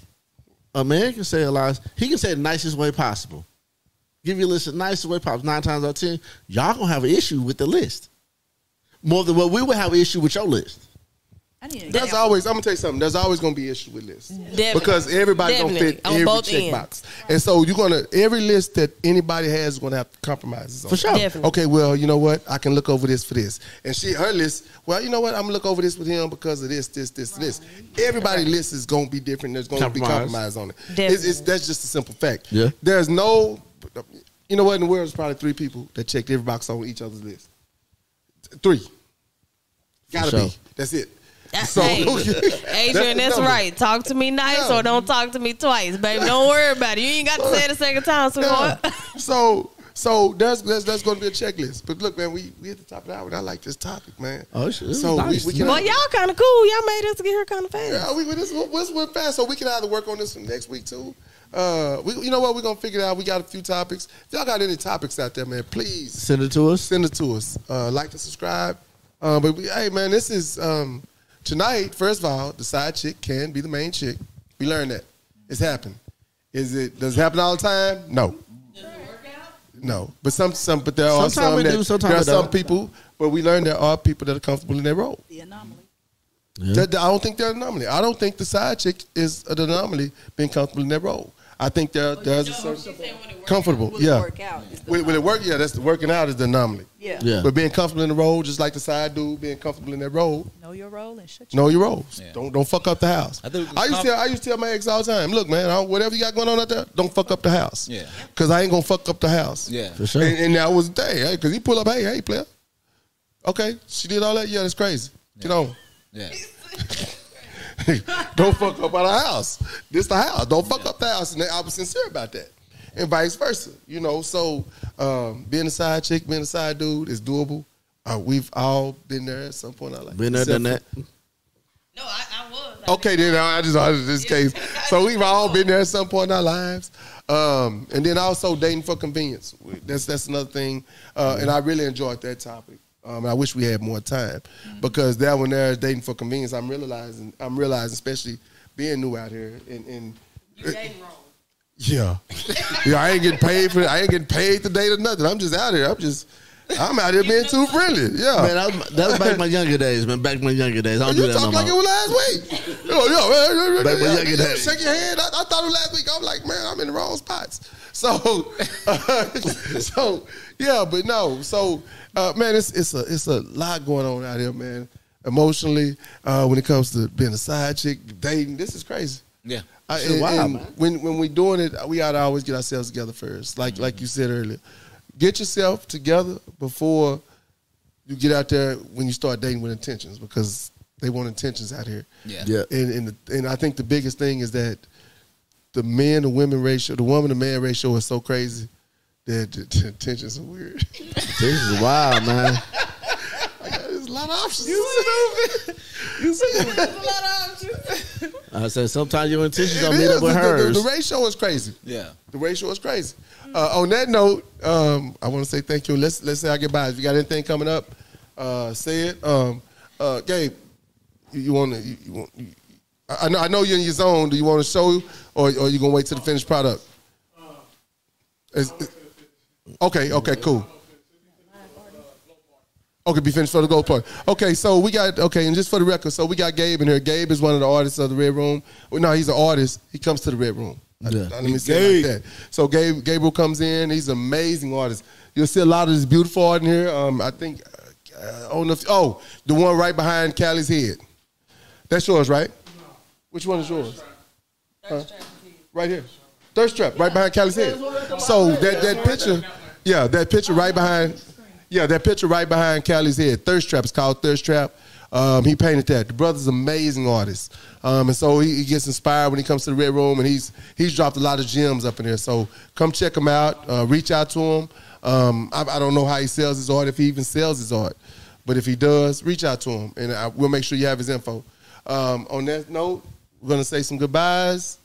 [SPEAKER 6] a man can say a lot. He can say it the nicest way possible. Give you a list the nicest way possible. Nine times out of ten, y'all gonna have an issue with the list more than what we would have an issue with your list.
[SPEAKER 5] I need an
[SPEAKER 2] That's
[SPEAKER 5] example.
[SPEAKER 2] always. I'm gonna tell you something. There's always gonna be issue with lists
[SPEAKER 1] Definitely.
[SPEAKER 2] because everybody
[SPEAKER 1] Definitely. On
[SPEAKER 2] don't
[SPEAKER 1] both
[SPEAKER 2] fit every
[SPEAKER 1] ends.
[SPEAKER 2] checkbox, and so you're gonna every list that anybody has is gonna have compromises. On
[SPEAKER 6] For
[SPEAKER 2] it.
[SPEAKER 6] sure.
[SPEAKER 1] Definitely.
[SPEAKER 2] Okay, well, you know what? I can look over this for this, and she her list. Well, you know what? I'm gonna look over this with him because of this, this, this, and this. Everybody list is gonna be different. There's gonna be
[SPEAKER 6] Compromise.
[SPEAKER 2] compromise on it. It's,
[SPEAKER 1] Definitely.
[SPEAKER 2] it's, that's just a simple fact.
[SPEAKER 6] Yeah.
[SPEAKER 2] There's no. You know what? In the world, there's probably three people that checked every box on each other's list. Three. Gotta
[SPEAKER 6] sure.
[SPEAKER 2] be. That's it.
[SPEAKER 1] So, Adrian,
[SPEAKER 2] the
[SPEAKER 1] that's,
[SPEAKER 2] number.
[SPEAKER 1] right. Talk to me nice
[SPEAKER 2] Yeah.
[SPEAKER 1] or don't talk to me twice, baby. Don't worry about it. You ain't got to say it a second time, sweetheart.
[SPEAKER 2] Yeah. so so there's there's, there's going to be a checklist. But look, man, we we at the top of the hour, and I like this topic, man.
[SPEAKER 6] Oh, this is
[SPEAKER 2] so
[SPEAKER 6] nice.
[SPEAKER 2] we, we can.
[SPEAKER 1] But y'all kind of cool. Y'all made us get here kind of fast.
[SPEAKER 2] Yeah, we, we, this, this went fast, so we can either work on this from next week too. Uh, we, you know what? We're gonna figure it out. We got a few topics. If y'all got any topics out there, man, please
[SPEAKER 6] Oh, Send it to us.
[SPEAKER 2] send it to us. Uh, like and subscribe. Uh, but we, hey, man, this is um, tonight. First of all, the side chick can be the main chick. We learned that it's happened. Is it? Does it happen all the time? No. No, but some some but there are
[SPEAKER 6] Sometimes
[SPEAKER 2] some
[SPEAKER 6] it
[SPEAKER 2] that,
[SPEAKER 6] do, sometimes
[SPEAKER 2] there are
[SPEAKER 6] it
[SPEAKER 2] some
[SPEAKER 6] don't.
[SPEAKER 2] people. But we learned there are people that are comfortable in their role.
[SPEAKER 5] the anomaly.
[SPEAKER 2] That- that- I don't think they're an anomaly. I don't think the side chick is an anomaly being comfortable in their role. I think there, there's a certain comfortable.
[SPEAKER 5] Will it
[SPEAKER 2] Yeah.
[SPEAKER 5] work out? Is the
[SPEAKER 2] When, when it work, yeah, that's the working out is the anomaly.
[SPEAKER 5] yeah.
[SPEAKER 6] Yeah.
[SPEAKER 2] But being comfortable in the role, just like the side dude being comfortable in that role,
[SPEAKER 5] Know your role and shut your
[SPEAKER 2] know your roles.
[SPEAKER 7] Yeah.
[SPEAKER 2] Don't don't fuck up the house. I,
[SPEAKER 7] I think we
[SPEAKER 2] used to
[SPEAKER 7] comf-
[SPEAKER 2] tell, I used to tell my ex all the time, look, man, I don't- whatever you got going on out there, don't fuck up the house.
[SPEAKER 7] Yeah.
[SPEAKER 2] Cause I ain't gonna fuck up the house.
[SPEAKER 7] Yeah.
[SPEAKER 6] For sure.
[SPEAKER 2] And, and that was the day, hey, cause he pull up, hey, hey, player. Okay, she did all that. Yeah, that's crazy. Get on.
[SPEAKER 7] Yeah.
[SPEAKER 2] don't fuck up our house. This the house. Don't fuck up the house. And they- I was sincere about that. And vice versa. You know, so um, being a side chick, being a side dude is doable. Uh, we've all been there at some point in our life.
[SPEAKER 6] Been there, done that.
[SPEAKER 2] Except
[SPEAKER 9] No, I, I was.
[SPEAKER 2] for- Okay, then I I just I just this case. So we've all been there at some point in our lives, um, and then also dating for convenience. That's that's another thing, uh, and I really enjoyed that topic. Um, and I wish we had more time because that one there is dating for convenience. I'm realizing I'm realizing, especially being new out here, and, and
[SPEAKER 9] You dating wrong.
[SPEAKER 2] Yeah. yeah, I ain't getting paid for I ain't getting paid to date or nothing. I'm just out here. I'm just I'm out here being too friendly. Yeah.
[SPEAKER 6] Man, that was, that was back in my younger days, man. Back in my younger days. I don't
[SPEAKER 2] you
[SPEAKER 6] do that no
[SPEAKER 2] talk like it
[SPEAKER 6] more.
[SPEAKER 2] was last week. Yo, yo, man, yo,
[SPEAKER 6] Back
[SPEAKER 2] yo,
[SPEAKER 6] when
[SPEAKER 2] yo,
[SPEAKER 6] y'all get
[SPEAKER 2] yo,
[SPEAKER 6] that-
[SPEAKER 2] shake your hand. I, I thought it was last week. I'm like, man, I'm in the wrong spots. So, so yeah, but no. So, uh, man, it's it's a it's a lot going on out here, man. Emotionally, uh, when it comes to being a side chick, dating, this is crazy.
[SPEAKER 7] Yeah.
[SPEAKER 2] I,
[SPEAKER 6] Shit,
[SPEAKER 2] and,
[SPEAKER 6] wow,
[SPEAKER 2] and
[SPEAKER 6] man.
[SPEAKER 2] when when we doing it, we ought to always get ourselves together first. Like like you said earlier, get yourself together before you get out there when you start dating with intentions because they want intentions out here.
[SPEAKER 7] Yeah.
[SPEAKER 6] Yeah.
[SPEAKER 2] And and the, and I think the biggest thing is that the men to women ratio, the woman to man ratio is so crazy that the, the intentions are weird.
[SPEAKER 6] This is wild, man.
[SPEAKER 2] There's a lot of options.
[SPEAKER 6] I said sometimes your intentions don't meet up with
[SPEAKER 2] the, the- the-
[SPEAKER 6] hers.
[SPEAKER 2] the ratio is crazy.
[SPEAKER 7] Yeah.
[SPEAKER 2] The ratio is crazy. Uh, on that note, um, I want to say thank you. Let's let's say I get by. If you got anything coming up, uh, say it. Um, uh, Gabe, you, you want to? You, you want? You, I I know I know you're in your zone. Do you want to show, or or you gonna wait till the finished product? Is- okay. Okay. Cool. Okay, be finished for the gold part. Okay, so we got okay, and just for the record, so we got Gabe in here. Gabe is one of the artists of the Red Room. Well, no, he's an artist. He comes to the Red Room.
[SPEAKER 6] Yeah.
[SPEAKER 2] Let me say it like that. So Gabe Gabriel comes in. He's an amazing artist. You'll see a lot of this beautiful art in here. Um, I think uh, on the oh the one right behind Callie's head. That's yours, right? Which one is yours? Right here. Thirst trap, right behind Callie's head. So that, that picture, yeah, that picture right behind, yeah, that picture right behind Callie's head. Thirst trap is called Thirst Trap. Um, he painted that. The brother's an amazing artist, um, and so he, he gets inspired when he comes to the Red Room, and he's he's dropped a lot of gems up in there. So come check him out. Uh, reach out to him. Um, I, I don't know how he sells his art, if he even sells his art, but if he does, reach out to him, and I, we'll make sure you have his info. Um, on that note, we're gonna say some goodbyes,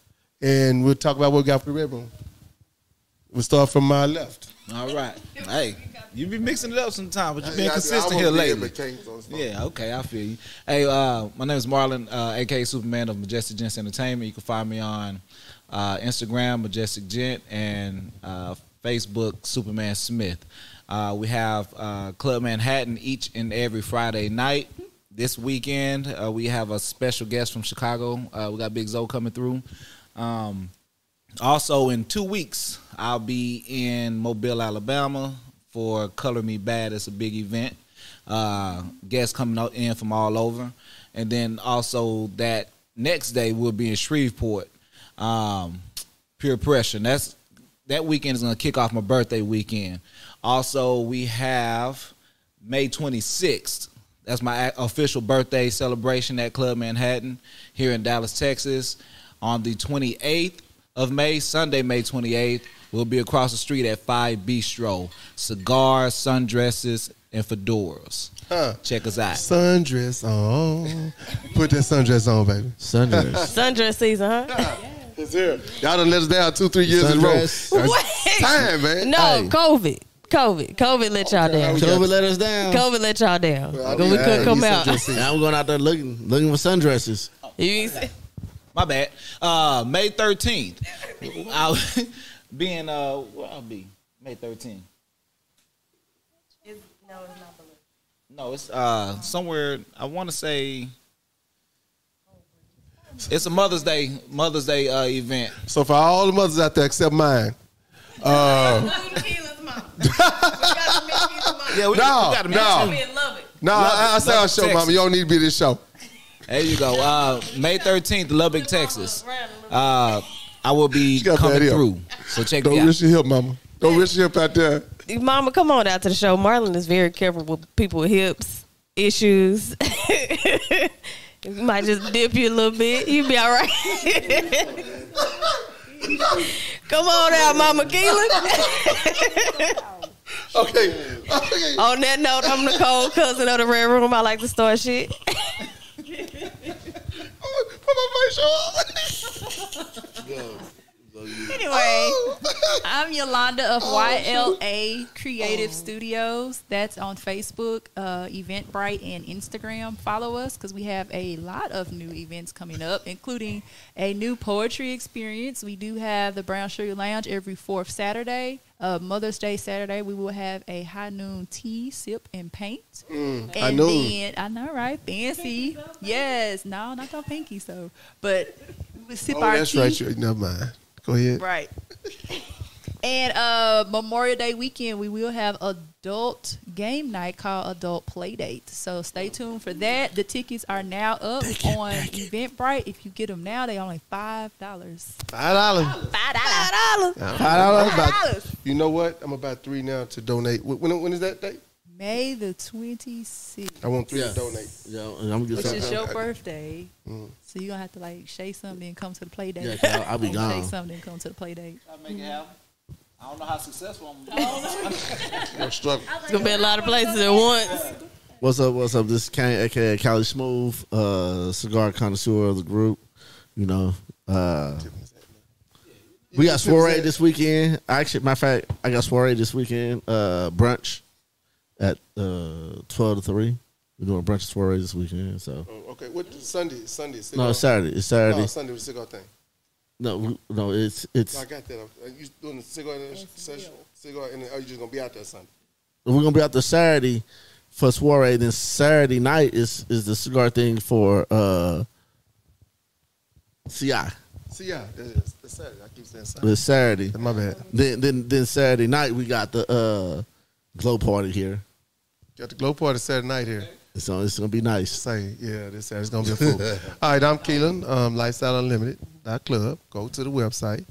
[SPEAKER 2] and we'll talk about what we got for the red room. We'll start from my left.
[SPEAKER 7] All right. Hey, you be mixing it up sometimes, but you been
[SPEAKER 2] I- I-
[SPEAKER 7] consistent
[SPEAKER 2] I
[SPEAKER 7] here
[SPEAKER 2] won't be
[SPEAKER 7] lately.
[SPEAKER 2] but Kane's on the phone.
[SPEAKER 7] Yeah, okay, I feel you. Hey, uh, my name is Marlon, uh, aka Superman of Majestic Gents Entertainment. You can find me on uh, Instagram, Majestic Gent, and uh, Facebook, Superman Smith. Uh, we have uh, Club Manhattan each and every Friday night. This weekend, uh, we have a special guest from Chicago. Uh, we got Big Zo coming through. Um, also, in two weeks, I'll be in Mobile, Alabama for Color Me Bad. It's a big event. Uh, guests coming out in from all over. And then also that next day, we'll be in Shreveport. Um, Pure Pressure. And that's that weekend is going to kick off my birthday weekend. Also, we have May 26th. That's my a- official birthday celebration at Club Manhattan here in Dallas, Texas. On the 28th of May, Sunday, May 28th, we'll be across the street at 5 Bistro. Cigars, sundresses, and fedoras. Check us out.
[SPEAKER 2] Sundress on. Put that sundress on, baby.
[SPEAKER 6] Sundress.
[SPEAKER 1] Sundress season, huh?
[SPEAKER 2] It's here. Y'all done let us down two, three years
[SPEAKER 6] Sundress.
[SPEAKER 2] in a row.
[SPEAKER 1] What?
[SPEAKER 2] It's Time, man.
[SPEAKER 1] No,
[SPEAKER 6] Hey.
[SPEAKER 1] COVID. COVID. COVID let y'all down.
[SPEAKER 6] COVID let us down.
[SPEAKER 1] COVID let y'all down.
[SPEAKER 2] I'll
[SPEAKER 1] we
[SPEAKER 2] be
[SPEAKER 1] couldn't
[SPEAKER 2] mad.
[SPEAKER 1] come
[SPEAKER 2] You
[SPEAKER 1] out.
[SPEAKER 2] sundress.
[SPEAKER 6] And I'm going out there looking looking for sundresses.
[SPEAKER 1] You ain't see-
[SPEAKER 7] My bad. Uh, May 13th. I'll be in, uh, where I'll be? May 13th.
[SPEAKER 9] No, it's not blue.
[SPEAKER 7] No, it's uh somewhere. I want to say It's a Mother's Day Mother's Day uh, event.
[SPEAKER 2] So for all the mothers out there except mine,
[SPEAKER 7] Yeah,
[SPEAKER 2] No,
[SPEAKER 7] we, we gotta
[SPEAKER 2] no.
[SPEAKER 7] mention-
[SPEAKER 2] no, I, I sound show,
[SPEAKER 7] Texas.
[SPEAKER 2] mama. You don't need to be this show.
[SPEAKER 7] There you go. Uh, May thirteenth, Lubbock, Texas. Uh, I will be
[SPEAKER 2] got
[SPEAKER 7] coming
[SPEAKER 2] that hip.
[SPEAKER 7] through. So check
[SPEAKER 2] Don't
[SPEAKER 7] me out.
[SPEAKER 2] risk your hip, mama. Don't risk your hip out there.
[SPEAKER 1] Mama, come on out to the show. Marlon is very careful with people with hips issues. you might just dip you a little bit. You be all right. come on out, Mama Keelan.
[SPEAKER 2] Okay, okay.
[SPEAKER 1] on that note, I'm the cold cousin of the red room. I like to start shit.
[SPEAKER 2] Oh, Put my face on.
[SPEAKER 5] Anyway,
[SPEAKER 2] Oh,
[SPEAKER 5] I'm Yolanda of YLA Creative Studios. That's on Facebook, uh, Eventbrite, and Instagram. Follow us because we have a lot of new events coming up, including a new poetry experience. We do have the Brown Sugar Lounge every fourth Saturday. Uh, Mother's Day Saturday, we will have a high noon tea, sip, and paint. and
[SPEAKER 2] Mm, high noon.
[SPEAKER 5] then, I know, right? Fancy. Yes. No, not on pinky, so. But we sip
[SPEAKER 2] Oh,
[SPEAKER 5] our
[SPEAKER 2] that's
[SPEAKER 5] tea.
[SPEAKER 2] right. You, never mind. Go ahead.
[SPEAKER 5] Right. and uh, Memorial Day weekend, we will have adult game night called Adult Play Date. So stay tuned for that. The tickets are now up on Eventbrite. If you get them now, they only five dollars.
[SPEAKER 2] Five dollars. Five dollars. Five dollars. You know what? I'm about three now to donate. Wh- When, when is that date?
[SPEAKER 5] May the twenty sixth,
[SPEAKER 2] I want three
[SPEAKER 6] Yeah.
[SPEAKER 2] to donate.
[SPEAKER 6] Yeah, I'm gonna get
[SPEAKER 5] which
[SPEAKER 6] something.
[SPEAKER 5] is your birthday. So you're gonna have to like shake something and come to the play date.
[SPEAKER 6] Mm. Yeah, 'cause I'll- I'll be
[SPEAKER 5] Or
[SPEAKER 6] gone.
[SPEAKER 5] Shake something and come to the play date.
[SPEAKER 7] I don't know how successful I'm gonna be.
[SPEAKER 2] I'm struggling.
[SPEAKER 1] It's gonna be a lot of places at once.
[SPEAKER 6] What's up? What's up? This is Kane, aka Cali Smooth, uh, cigar connoisseur of the group. You know, uh, we got soiree this weekend. Actually, matter of fact, I got soiree this weekend. Uh, brunch at uh, twelve to three. We're doing brunch and soiree this weekend. So
[SPEAKER 2] Oh, okay. What Sunday? Sunday. cigar-
[SPEAKER 6] no, it's Saturday. It's
[SPEAKER 2] No,
[SPEAKER 6] Saturday.
[SPEAKER 2] Sunday was cigar thing.
[SPEAKER 6] No, we- no, it's
[SPEAKER 2] No, I
[SPEAKER 6] it's.
[SPEAKER 2] got that. Are you doing the cigar session? Cigar, and are you just gonna be out there Sunday?
[SPEAKER 6] We're gonna be out there Saturday for soiree. Then Saturday night is is the cigar thing for uh, CI.
[SPEAKER 2] See, yeah, that is. That's Saturday. I keep saying Sunday.
[SPEAKER 6] It's Saturday.
[SPEAKER 2] My bad.
[SPEAKER 6] Then then then Saturday night we got the uh glow party here.
[SPEAKER 2] Got the glow party Saturday night here.
[SPEAKER 6] So it's gonna be nice.
[SPEAKER 2] Say, yeah, this Saturday's gonna be a fool. All right, I'm Keelan, um, Lifestyle Unlimited dot club. Go to the website,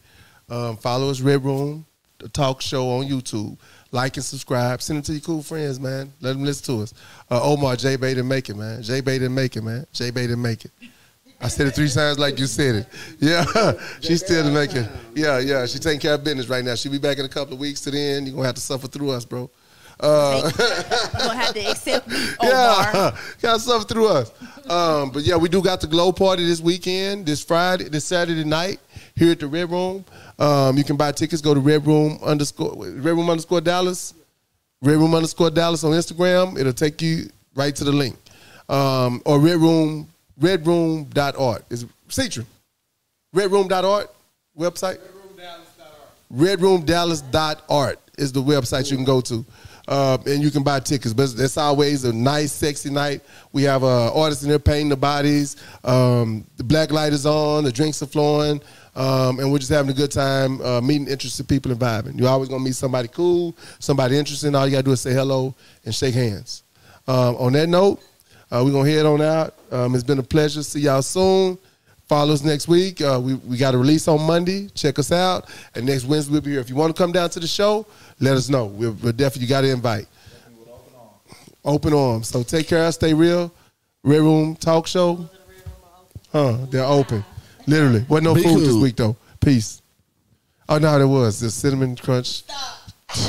[SPEAKER 2] um, follow us, Red Room, the talk show on YouTube. Like and subscribe. Send it to your cool friends, man. Let them listen to us. Uh, Omar J Bay didn't make it, man. J Bay didn't make it, man. J Bay didn't make it. I said it three times like you said it. Yeah, she still didn't make it. Yeah, yeah, she taking care of business right now. She'll be back in a couple of weeks. To the end, you're gonna have to suffer through us, bro.
[SPEAKER 5] You're gonna have to accept me, Omar.
[SPEAKER 2] Yeah, got stuff through us. Um, but yeah, we do got the glow party this weekend, this Friday, this Saturday night here at the Red Room. Um, you can buy tickets. Go to Red Room underscore Red Room underscore Dallas, Red Room underscore Dallas on Instagram. It'll take you right to the link, um, or Red Room Red Room dot art is Citron. Red Room dot art website. RedRoomDallas.art is the website you can go to, uh, and you can buy tickets. But it's always a nice, sexy night. We have uh, artists in there painting the bodies. Um, the black light is on. The drinks are flowing, um, and we're just having a good time uh, meeting interested people and vibing. You're always gonna meet somebody cool, somebody interesting. All you gotta do is say hello and shake hands. Um, on that note, uh, we're gonna head on out. Um, it's been a pleasure. See y'all soon. Follow us next week. Uh, we, we got a release on Monday. Check us out. And next Wednesday, we'll be here. If you want to come down to the show, let us know. We'll, we'll definitely, you got to invite. Open arms. So take care. Stay real. Red Room Talk Show. Huh, they're open. Literally. Wasn't no
[SPEAKER 6] Be
[SPEAKER 2] food this
[SPEAKER 6] cool.
[SPEAKER 2] week, though. Peace. Oh, no, there was. The cinnamon crunch.